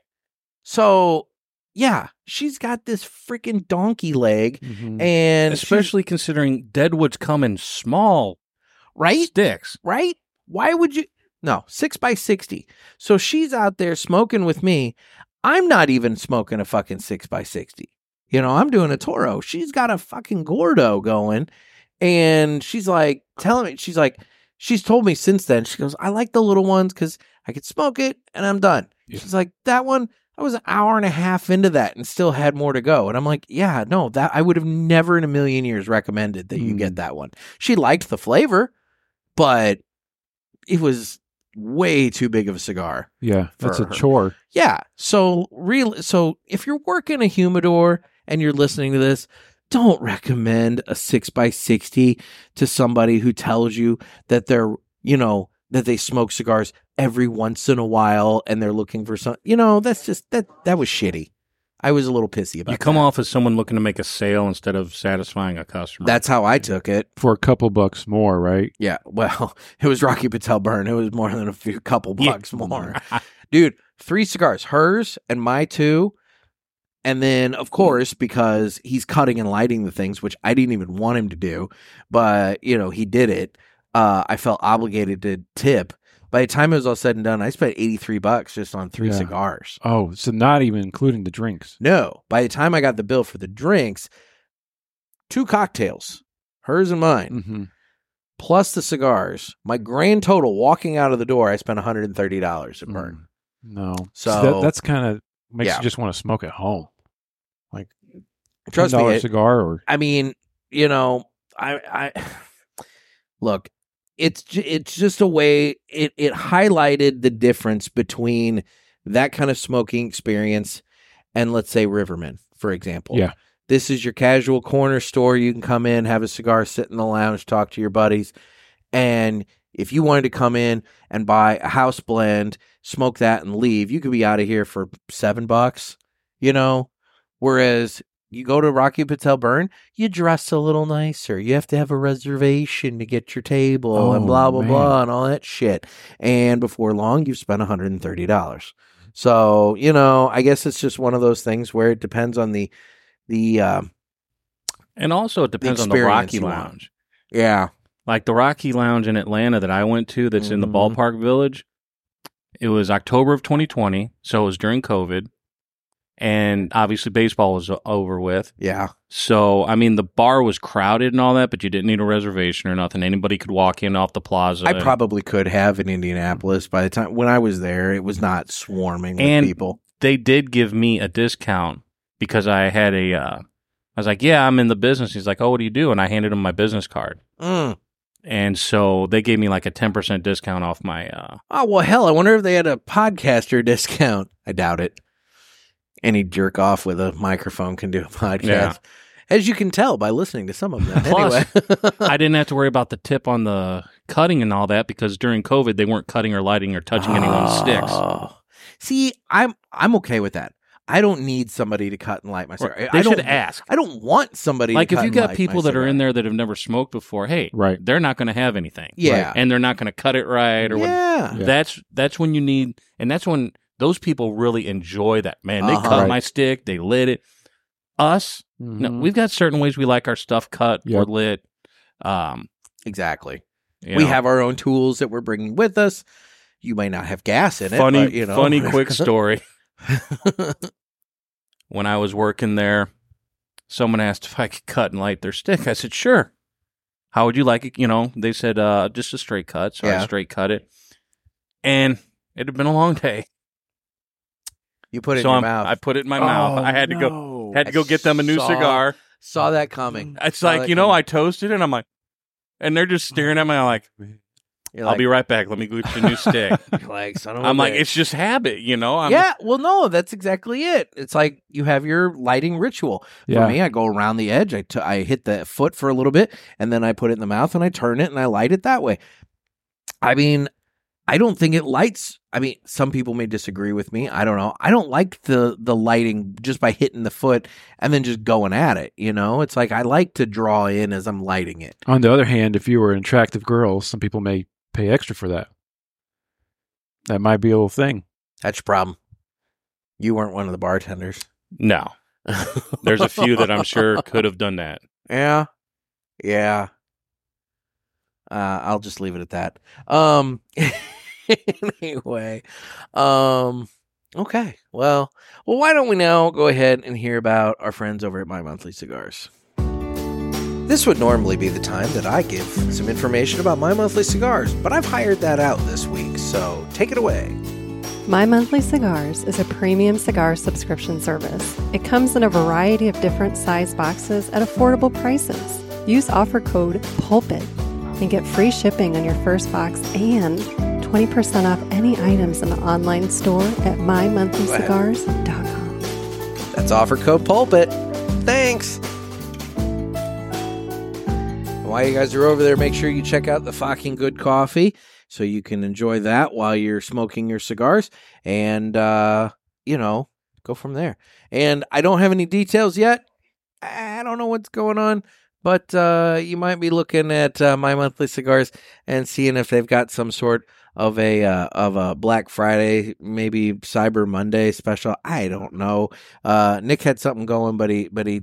Speaker 2: So, yeah, she's got this freaking donkey leg.
Speaker 3: Mm-hmm.
Speaker 2: And she's-
Speaker 4: Especially considering Deadwood's come in small
Speaker 2: right?
Speaker 4: sticks.
Speaker 2: right? Why would you? No, six by 60. So she's out there smoking with me. I'm not even smoking a fucking six by 60. You know, I'm doing a Toro. She's got a fucking Gordo going. And she's like, telling me, she's like, she's told me since then, she goes, I like the little ones because I could smoke it and I'm done.
Speaker 3: Yeah.
Speaker 2: She's like, that one, I was an hour and a half into that and still had more to go. And I'm like, yeah, no, that I would have never in a million years recommended that you
Speaker 3: Mm.
Speaker 2: get that one. She liked the flavor, but it was way too big of a cigar.
Speaker 3: yeah, that's a
Speaker 2: for her.
Speaker 3: chore.
Speaker 2: Yeah. So real so if you're working a humidor and you're listening to this, don't recommend a 6x60 to somebody who tells you that they're, you know, that they smoke cigars every once in a while and they're looking for some, you know, that's just that that was shitty. I was a little pissy about
Speaker 4: You come
Speaker 2: that.
Speaker 4: off as someone looking to make a sale instead of satisfying a customer.
Speaker 2: That's how I took it.
Speaker 3: For a couple bucks more, right?
Speaker 2: Yeah, well, it was Rocky Patel burn. It was more than a few couple
Speaker 4: Yeah.
Speaker 2: bucks more. Dude, three cigars, hers and my two. And then of course, because he's cutting and lighting the things, which I didn't even want him to do, but you know, he did it. Uh, I felt obligated to tip. By the time it was all said and done, I spent 83 bucks just on three
Speaker 3: Yeah.
Speaker 2: cigars.
Speaker 3: Oh, so not even including the drinks.
Speaker 2: No, by the time I got the bill for the drinks, two cocktails, hers and mine
Speaker 3: Mm-hmm.
Speaker 2: plus the cigars, my grand total walking out of the door, I spent $130 at Burn.
Speaker 3: Mm-hmm. No,
Speaker 2: So-
Speaker 3: that, that's kind of makes
Speaker 2: Yeah.
Speaker 3: you just want to smoke at home. Like
Speaker 2: Trust
Speaker 3: $10
Speaker 2: me, it-
Speaker 3: cigar or
Speaker 2: I mean, you know, I, I look, it's ju- it's just a way it it highlighted the difference between that kind of smoking experience and let's say Riverman, for example.
Speaker 3: Yeah.
Speaker 2: This is your casual corner store. You can come in, have a cigar, sit in the lounge, talk to your buddies. And if you wanted to come in and buy a house blend, smoke that and leave, you could be out of here for seven bucks, you know? Whereas you go to Rocky Patel Burn, you dress a little nicer. You have to have a reservation to get your table and
Speaker 3: Oh,
Speaker 2: blah, blah,
Speaker 3: man.
Speaker 2: blah, and all that shit. And before long, you've spent $130. So, you know, I guess it's just one of those things where it depends on the, the, um,
Speaker 4: and also, it depends on the
Speaker 2: experience
Speaker 4: Rocky
Speaker 2: you want.
Speaker 4: Lounge.
Speaker 2: yeah.
Speaker 4: like the Rocky Lounge in Atlanta that I went to that's in the
Speaker 2: Mhm.
Speaker 4: ballpark village. It was October of 2020, so it was during COVID. And obviously baseball was o- over with.
Speaker 2: Yeah.
Speaker 4: So I mean the bar was crowded and all that, but you didn't need a reservation or nothing. Anybody could walk in off the plaza.
Speaker 2: I
Speaker 4: and-
Speaker 2: probably could have in Indianapolis by the time when I was there, it was not swarming with
Speaker 4: And-
Speaker 2: people.
Speaker 4: they did give me a discount because I had a uh, I was like, "Yeah, I'm in the business." He's like, "Oh, what do you do?" And I handed him my business card.
Speaker 2: Mm.
Speaker 4: And so they gave me like a 10% discount off my uh
Speaker 2: Oh, well, hell, I wonder if they had a podcaster discount. I doubt it. Any jerk off with a microphone can do a podcast.
Speaker 4: Yeah.
Speaker 2: As you can tell by listening to some of them.
Speaker 4: Plus,
Speaker 2: anyway.
Speaker 4: I didn't have to worry about the tip on the cutting and all that because during COVID they weren't cutting or lighting or touching anyone's sticks.
Speaker 2: Oh. See, I'm I'm okay with that. I don't need somebody to cut and light my cigar.
Speaker 4: Or-
Speaker 2: I
Speaker 4: They
Speaker 2: don't,
Speaker 4: should ask.
Speaker 2: I don't want somebody.
Speaker 4: Like
Speaker 2: to
Speaker 4: if
Speaker 2: cut
Speaker 4: you
Speaker 2: and
Speaker 4: got
Speaker 2: light my
Speaker 4: people that are in
Speaker 2: cigar.
Speaker 4: there that have never smoked before, hey,
Speaker 3: right.
Speaker 4: they're not going to have anything,
Speaker 2: yeah,
Speaker 4: and they're not going to cut it right or what.
Speaker 2: yeah,
Speaker 3: Yeah.
Speaker 4: That's that's when you need, and that's when those people really enjoy that. Man, they
Speaker 2: Uh-huh.
Speaker 4: cut
Speaker 3: Right.
Speaker 4: my stick, they lit it. Us, no,
Speaker 3: Mhm.
Speaker 2: Mm-hmm.
Speaker 4: we've got certain ways we like our stuff cut or
Speaker 3: Yep.
Speaker 4: lit. Um,
Speaker 2: exactly.
Speaker 4: you
Speaker 2: we
Speaker 4: know.
Speaker 2: have our own tools that we're bringing with us. You may not have gas in
Speaker 4: funny,
Speaker 2: it, but, you know,
Speaker 4: funny quick story. when I was working there, someone asked if I could cut and light their stick. I said, sure. How would you like it? You know, they said, uh, just a straight cut. So
Speaker 2: Yeah.
Speaker 4: I straight cut it. And it had been a long day.
Speaker 2: you put it
Speaker 4: so
Speaker 2: in your
Speaker 4: I'm-
Speaker 2: mouth.
Speaker 4: I put it in my mouth. I had to go
Speaker 3: go.
Speaker 4: had to go get them a new
Speaker 2: Saw-
Speaker 4: cigar.
Speaker 2: Saw that coming.
Speaker 4: Mm, It's
Speaker 2: saw
Speaker 4: like,
Speaker 2: that
Speaker 4: you know,
Speaker 2: coming.
Speaker 4: I toasted it and I'm like and they're just staring at me I'm like,
Speaker 2: You're
Speaker 4: I'll be right back. Let me glue your new stick.
Speaker 2: like, like, son of a
Speaker 4: I'm like,
Speaker 2: bitch.
Speaker 4: it's just habit, you know? I'm
Speaker 2: yeah, well, no, that's exactly it. It's like you have your lighting ritual.
Speaker 3: Yeah.
Speaker 2: For me, I go around the edge. I t- I hit the foot for a little bit, and then I put it in the mouth, and I turn it, and I light it that way. I mean, I don't think it lights. I mean, some people may disagree with me. I don't know. I don't like the the lighting just by hitting the foot and then just going at it. You know, it's like I like to draw in as I'm lighting it.
Speaker 3: On the other hand, if you were an attractive girl, some people may pay extra for that. That might be a little thing.
Speaker 2: That's your problem. You weren't one of the bartenders.
Speaker 4: No, there's a few that I'm sure could have done that.
Speaker 2: Yeah. Yeah. Uh, I'll just leave it at that. Um anyway. Um okay. Well, well why don't we now go ahead and hear about our friends over at My Monthly Cigars. This would normally be the time that I give some information about My Monthly Cigars, but I've hired that out this week, so take it away.
Speaker 1: My Monthly Cigars is a premium cigar subscription service. It comes in a variety of different size boxes at affordable prices. Use offer code PULPIT and get free shipping on your first box and 20% off any items in the online store at mymonthlycigars.com.
Speaker 2: That's offer code pulpit. Thanks. While you guys are over there, make sure you check out the fucking good coffee so you can enjoy that while you're smoking your cigars and, uh, you know, go from there. And I don't have any details yet. I don't know what's going on, but uh, you might be looking at uh, my monthly cigars and seeing if they've got some sort of a uh, of a Black Friday, maybe Cyber Monday special. I don't know uh, Nick had something going, but he but he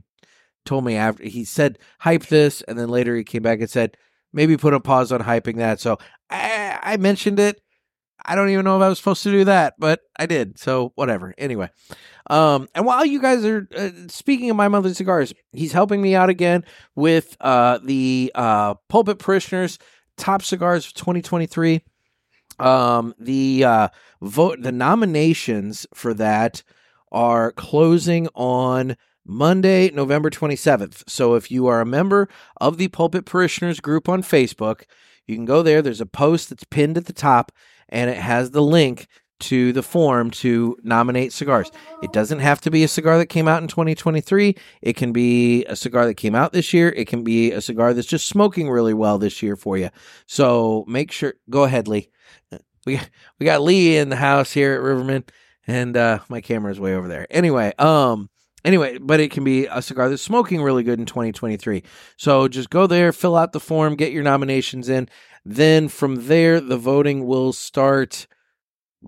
Speaker 2: told me after he said hype this, and then later he came back and said maybe put a pause on hyping that. So I I mentioned it. I don't even know if I was supposed to do that, but I did. So whatever. Anyway, um, and while you guys are uh, speaking of my monthly cigars, he's helping me out again with uh, the uh, pulpit parishioners top cigars of 2023. Um, the uh, vote the nominations for that are closing on Monday, November 27th. So if you are a member of the Pulpit Parishioners group on Facebook, you can go there. There's a post that's pinned at the top and it has the link to the form to nominate cigars. It doesn't have to be a cigar that came out in 2023. It can be a cigar that came out this year. It can be a cigar that's just smoking really well this year for you. So make sure go ahead, Lee. We we got Lee in the house here at Riverman and uh my camera's way over there. Anyway, um Anyway, but it can be a cigar that's smoking really good in 2023. So just go there, fill out the form, get your nominations in. Then from there, the voting will start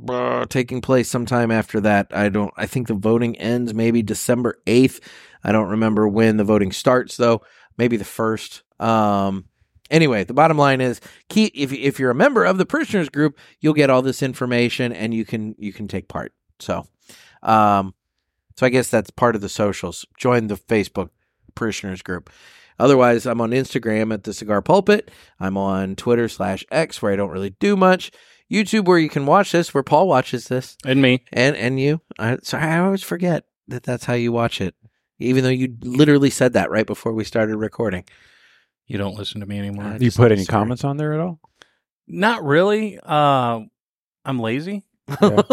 Speaker 2: uh, taking place sometime after that. I don't. I think the voting ends maybe December 8th. I don't remember when the voting starts though. Maybe the first. Um. Anyway, the bottom line is, keep if if you're a member of the prisoners group, you'll get all this information and you can you can take part. So, um, so I guess that's part of the socials. Join the Facebook parishioners group. Otherwise, I'm on Instagram at the Cigar Pulpit. I'm on Twitter slash X where I don't really do much. YouTube where you can watch this, where Paul watches this,
Speaker 4: And me,
Speaker 2: and and you. I, sorry, I always forget that that's how you watch it, even though you literally said that right before we started recording.
Speaker 4: you don't listen to me anymore.
Speaker 2: I
Speaker 3: Do you
Speaker 2: just-
Speaker 3: put any
Speaker 2: sorry.
Speaker 3: comments on there at all?
Speaker 4: Not really. Uh, I'm lazy.
Speaker 3: Yeah.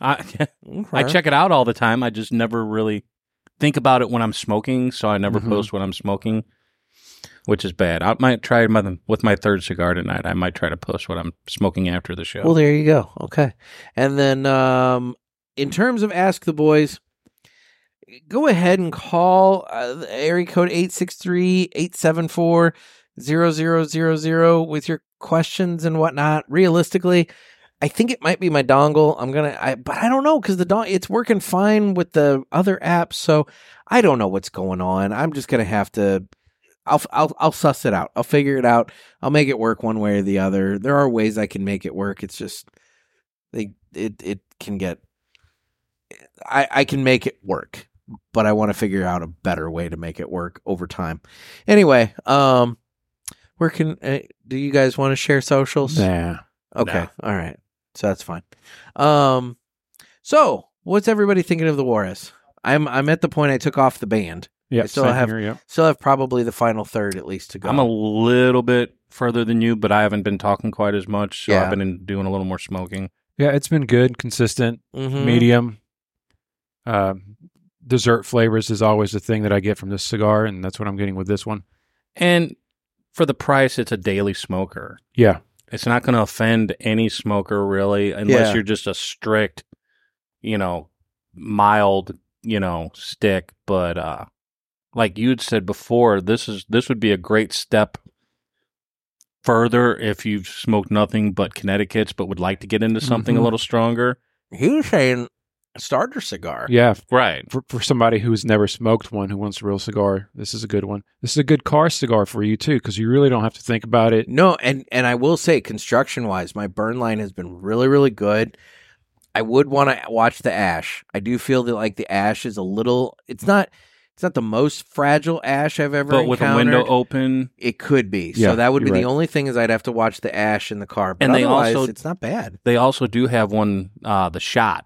Speaker 4: I I check it out all the time. I just never really think about it when I'm smoking, so I never
Speaker 2: Mm-hmm.
Speaker 3: Mhm.
Speaker 4: post when I'm smoking, which is bad. I might try my, with my third cigar tonight. I might try to post what I'm smoking after the show.
Speaker 2: Well, there you go. Okay. And then um, in terms of Ask the Boys, go ahead and call uh, the area code 863-874-0000 with your questions and whatnot. Realistically, I think it might be my dongle. I'm gonna, I, but I don't know because the don it's working fine with the other apps, so I don't know what's going on. I'm just gonna have to. I'll, I'll I'll suss it out. I'll figure it out. I'll make it work one way or the other. There are ways I can make it work. It's just they it it can get I I can make it work, but I want to figure out a better way to make it work over time. Anyway, um where can uh, do you guys want to share socials?
Speaker 3: Nah.
Speaker 2: Okay. All right. So that's fine. Um so, what's everybody thinking of the war is? I'm I'm at the point I took off the band.
Speaker 3: Yeah.
Speaker 2: I still
Speaker 3: same
Speaker 2: have-
Speaker 3: here, yep.
Speaker 2: Still have probably the final third at least to go.
Speaker 4: I'm a little bit further than you, but I haven't been talking quite as much, so
Speaker 2: Yeah.
Speaker 4: I've been in, doing a little more smoking.
Speaker 3: Yeah, it's been good, consistent,
Speaker 2: Mhm.
Speaker 3: medium. Uh, dessert flavors is always the thing that I get from this cigar, and that's what I'm getting with this one.
Speaker 4: And for the price, it's a daily smoker.
Speaker 3: Yeah.
Speaker 4: It's not going to offend any smoker really, unless
Speaker 2: Yeah.
Speaker 4: you're just a strict, you know, mild, you know, stick. But uh, like you'd said before, this is this would be a great step further if you've smoked nothing but Connecticut's, but would like to get into something
Speaker 3: Mhm.
Speaker 4: a little stronger.
Speaker 2: He was saying starter cigar.
Speaker 3: Yeah,
Speaker 4: Right.
Speaker 3: for, for somebody who's never smoked one who wants a real cigar, this is a good one. This is a good car cigar for you too, because you really don't have to think about it.
Speaker 2: No, and and I will say construction wise, my burn line has been really really good. I would want to watch the ash. I do feel that like the ash is a little. It's not. It's not the most fragile ash I've ever.
Speaker 4: But with a window
Speaker 2: encountered.
Speaker 4: open,
Speaker 2: it could be.
Speaker 3: Yeah,
Speaker 2: so that would be
Speaker 3: you're
Speaker 2: the
Speaker 3: right.
Speaker 2: only thing is I'd have to watch the ash in the car. But
Speaker 4: And they
Speaker 2: otherwise,
Speaker 4: also-
Speaker 2: it's not bad.
Speaker 4: they also do have one, uh, the shot,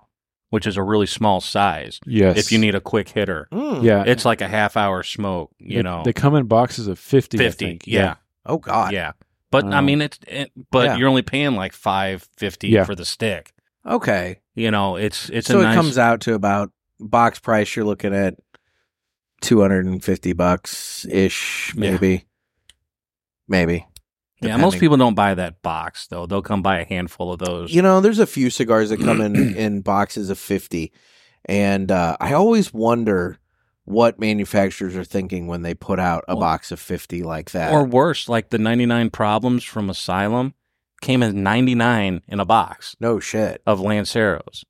Speaker 4: which is a really small size.
Speaker 3: Yes,
Speaker 4: If you need a quick hitter,
Speaker 2: Mm.
Speaker 3: yeah,
Speaker 4: it's like a half hour smoke. You
Speaker 3: They-
Speaker 4: know,
Speaker 3: they come in boxes of fifty. I
Speaker 4: fifty.
Speaker 3: think.
Speaker 4: yeah.
Speaker 2: Oh God.
Speaker 4: Yeah. But I
Speaker 3: Um,
Speaker 4: mean, it's it, but
Speaker 2: Oh. yeah.
Speaker 4: you're only paying like five fifty
Speaker 3: Yeah.
Speaker 4: for the stick.
Speaker 2: Okay.
Speaker 4: You know, it's it's
Speaker 2: so
Speaker 4: a
Speaker 2: it
Speaker 4: nice,
Speaker 2: comes out to about box price. You're looking at two hundred and fifty bucks ish,
Speaker 4: Yeah.
Speaker 2: maybe. Maybe.
Speaker 4: Yeah, most
Speaker 2: depending.
Speaker 4: people don't buy that box though. They'll come buy a handful of those.
Speaker 2: You know, there's a few cigars that come in in boxes of 50. And uh, I always wonder what manufacturers are thinking when they put out a
Speaker 4: Well-
Speaker 2: box of 50 like that.
Speaker 4: Or worse, like the 99 problems from Asylum came as 99 in a box
Speaker 2: no shit.
Speaker 4: of Lanceros.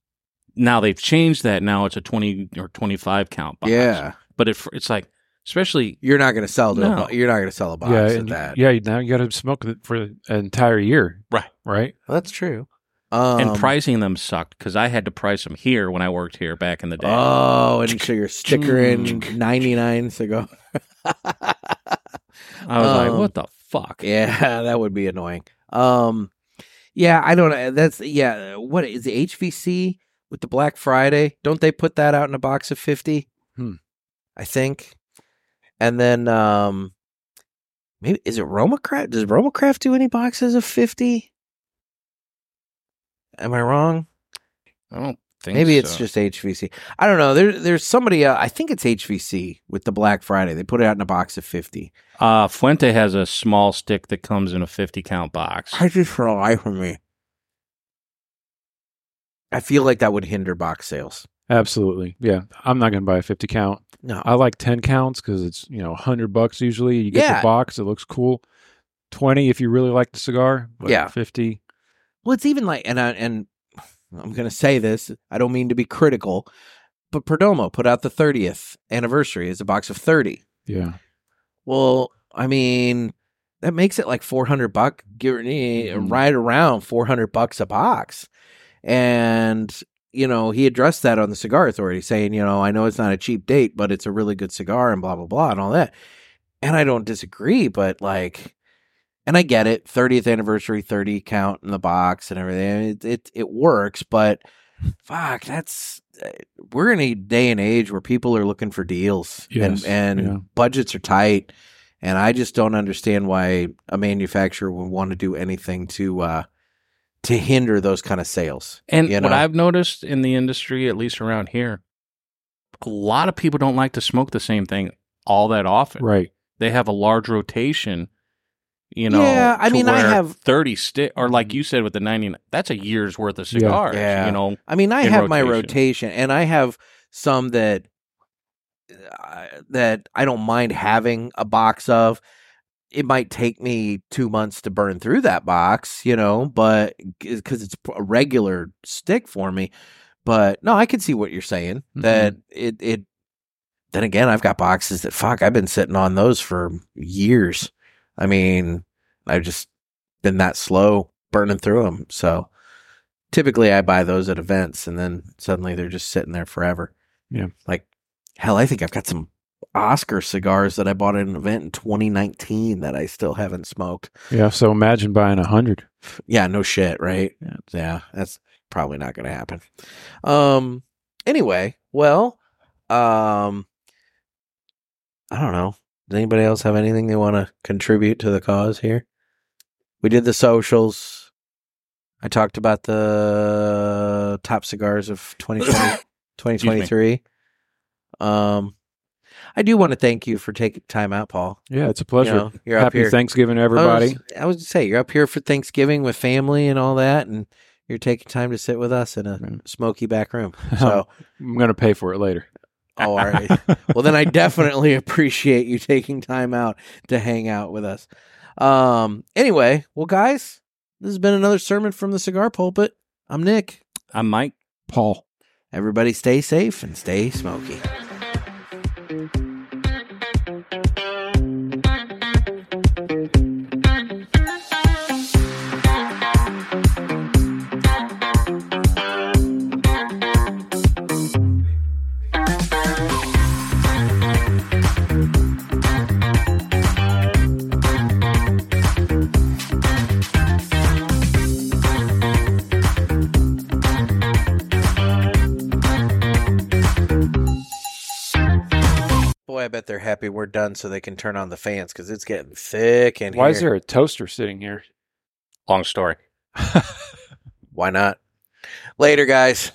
Speaker 4: Now they've changed that. Now it's a 20 or 25 count box.
Speaker 2: Yeah.
Speaker 4: But it, it's like, especially,
Speaker 2: You're not going to sell to a
Speaker 4: No.
Speaker 2: bo- you're not going to sell a box
Speaker 3: yeah,
Speaker 2: of
Speaker 3: and-
Speaker 2: that.
Speaker 3: yeah. Now you got to smoke it for an entire year,
Speaker 4: Right.
Speaker 3: Right.
Speaker 2: that's true. Um,
Speaker 4: and pricing them sucked because I had to price them here when I worked here back in the day.
Speaker 2: Oh, and so you're stickering
Speaker 4: Mm.
Speaker 2: 99 cigar.
Speaker 4: I was
Speaker 2: um,
Speaker 4: like, what the fuck?
Speaker 2: Yeah, that would be annoying. Um, yeah, I don't know. That's yeah. What is the HVC with the Black Friday? Don't they put that out in a box of fifty?
Speaker 3: Hmm.
Speaker 2: I think. And then um, maybe is it Romacraft? Does Romacraft do any boxes of fifty? Am I wrong?
Speaker 4: I don't think
Speaker 2: Maybe it's
Speaker 4: so.
Speaker 2: just HVC. I don't know. There, there's somebody. Uh, I think it's HVC with the Black Friday. They put it out in a box of fifty.
Speaker 4: Uh, Fuente has a small stick that comes in a 50 count box.
Speaker 2: I just for the life of me. I feel like that would hinder box sales.
Speaker 3: Absolutely. Yeah. I'm not going to buy a 50 count.
Speaker 2: No.
Speaker 3: I like 10 counts because it's, you know, 100 bucks usually. You get
Speaker 2: Yeah.
Speaker 3: the box, it looks cool. 20 if you really like the cigar. But
Speaker 2: Yeah.
Speaker 3: 50.
Speaker 2: Well, it's even like, and I, and I'm going to say this. I don't mean to be critical, but Perdomo put out the 30th anniversary as a box of 30.
Speaker 3: Yeah.
Speaker 2: Well, I mean, that makes it like 400 buck, give or eh,
Speaker 3: Mhm.
Speaker 2: right around 400 bucks a box. And, you know, he addressed that on the cigar authority saying, you know, I know it's not a cheap date, but it's a really good cigar and blah, blah, blah, and all that. And I don't disagree, but like, and I get it 30th anniversary, 30 count in the box and everything. It, it, it works, but fuck, that's, eh, we're in a day and age where people are looking for deals
Speaker 3: Yes,
Speaker 2: and, and
Speaker 3: yeah.
Speaker 2: budgets are tight. And I just don't understand why a manufacturer would want to do anything to uh, to hinder those kind of sales.
Speaker 4: And
Speaker 2: you
Speaker 4: what
Speaker 2: know?
Speaker 4: I've noticed in the industry, at least around here, a lot of people don't like to smoke the same thing all that often.
Speaker 3: Right.
Speaker 4: They have a large rotation, you know.
Speaker 2: Yeah, I
Speaker 4: to
Speaker 2: mean, I
Speaker 4: where
Speaker 2: have- Mm-hmm.
Speaker 4: 30 stick, or like you said with the 99, that's a year's worth of cigars,
Speaker 2: Yeah.
Speaker 4: you know.
Speaker 2: I mean, I
Speaker 4: in
Speaker 2: have my
Speaker 4: rotation.
Speaker 2: rotation, and I have some that uh, that I don't mind having a box of. It might take me two months to burn through that box, you know, but because it's a regular stick for me. But no, I can see what you're saying. That it it. Then again, I've got boxes that fuck. I've been sitting on those for years. I mean, I've just been that slow burning through them. So typically, I buy those at events, and then suddenly they're just sitting there forever.
Speaker 3: Yeah.
Speaker 2: Like hell, I think I've got some Oscar cigars that I bought at an event in 2019 that I still haven't smoked.
Speaker 3: Yeah. So imagine buying a 100.
Speaker 2: Yeah, no shit, right?
Speaker 3: Yeah.
Speaker 2: Yeah, that's probably not going to happen. Um anyway, well, um I don't know. Does anybody else have anything they want to contribute to the cause here? We did the socials. I talked about the top cigars of 2020 2023. Um I do want to thank you for taking time out, Paul.
Speaker 3: Yeah. It's a pleasure.
Speaker 2: You know, you're up
Speaker 3: Happy
Speaker 2: here.
Speaker 3: Thanksgiving,
Speaker 2: I
Speaker 3: everybody.
Speaker 2: was, I was just say you're up here for Thanksgiving with family and all that, and you're taking time to sit with us in a
Speaker 3: Yeah.
Speaker 2: smoky back room. Oh,
Speaker 3: Oh.
Speaker 2: So,
Speaker 3: I'm going to pay for it later.
Speaker 2: oh, all right. Well, then I definitely appreciate you taking time out to hang out with us. Um. Anyway, well, guys, this has been another sermon from the cigar pulpit. I'm Nick.
Speaker 4: I'm Mike.
Speaker 3: Paul.
Speaker 2: Everybody stay safe and stay smoky. Boy, I bet they're happy we're done so they can turn on the fans because it's getting thick in
Speaker 3: Why
Speaker 2: here.
Speaker 3: is there a toaster sitting here?
Speaker 4: Long story.
Speaker 2: Why not? Later, guys.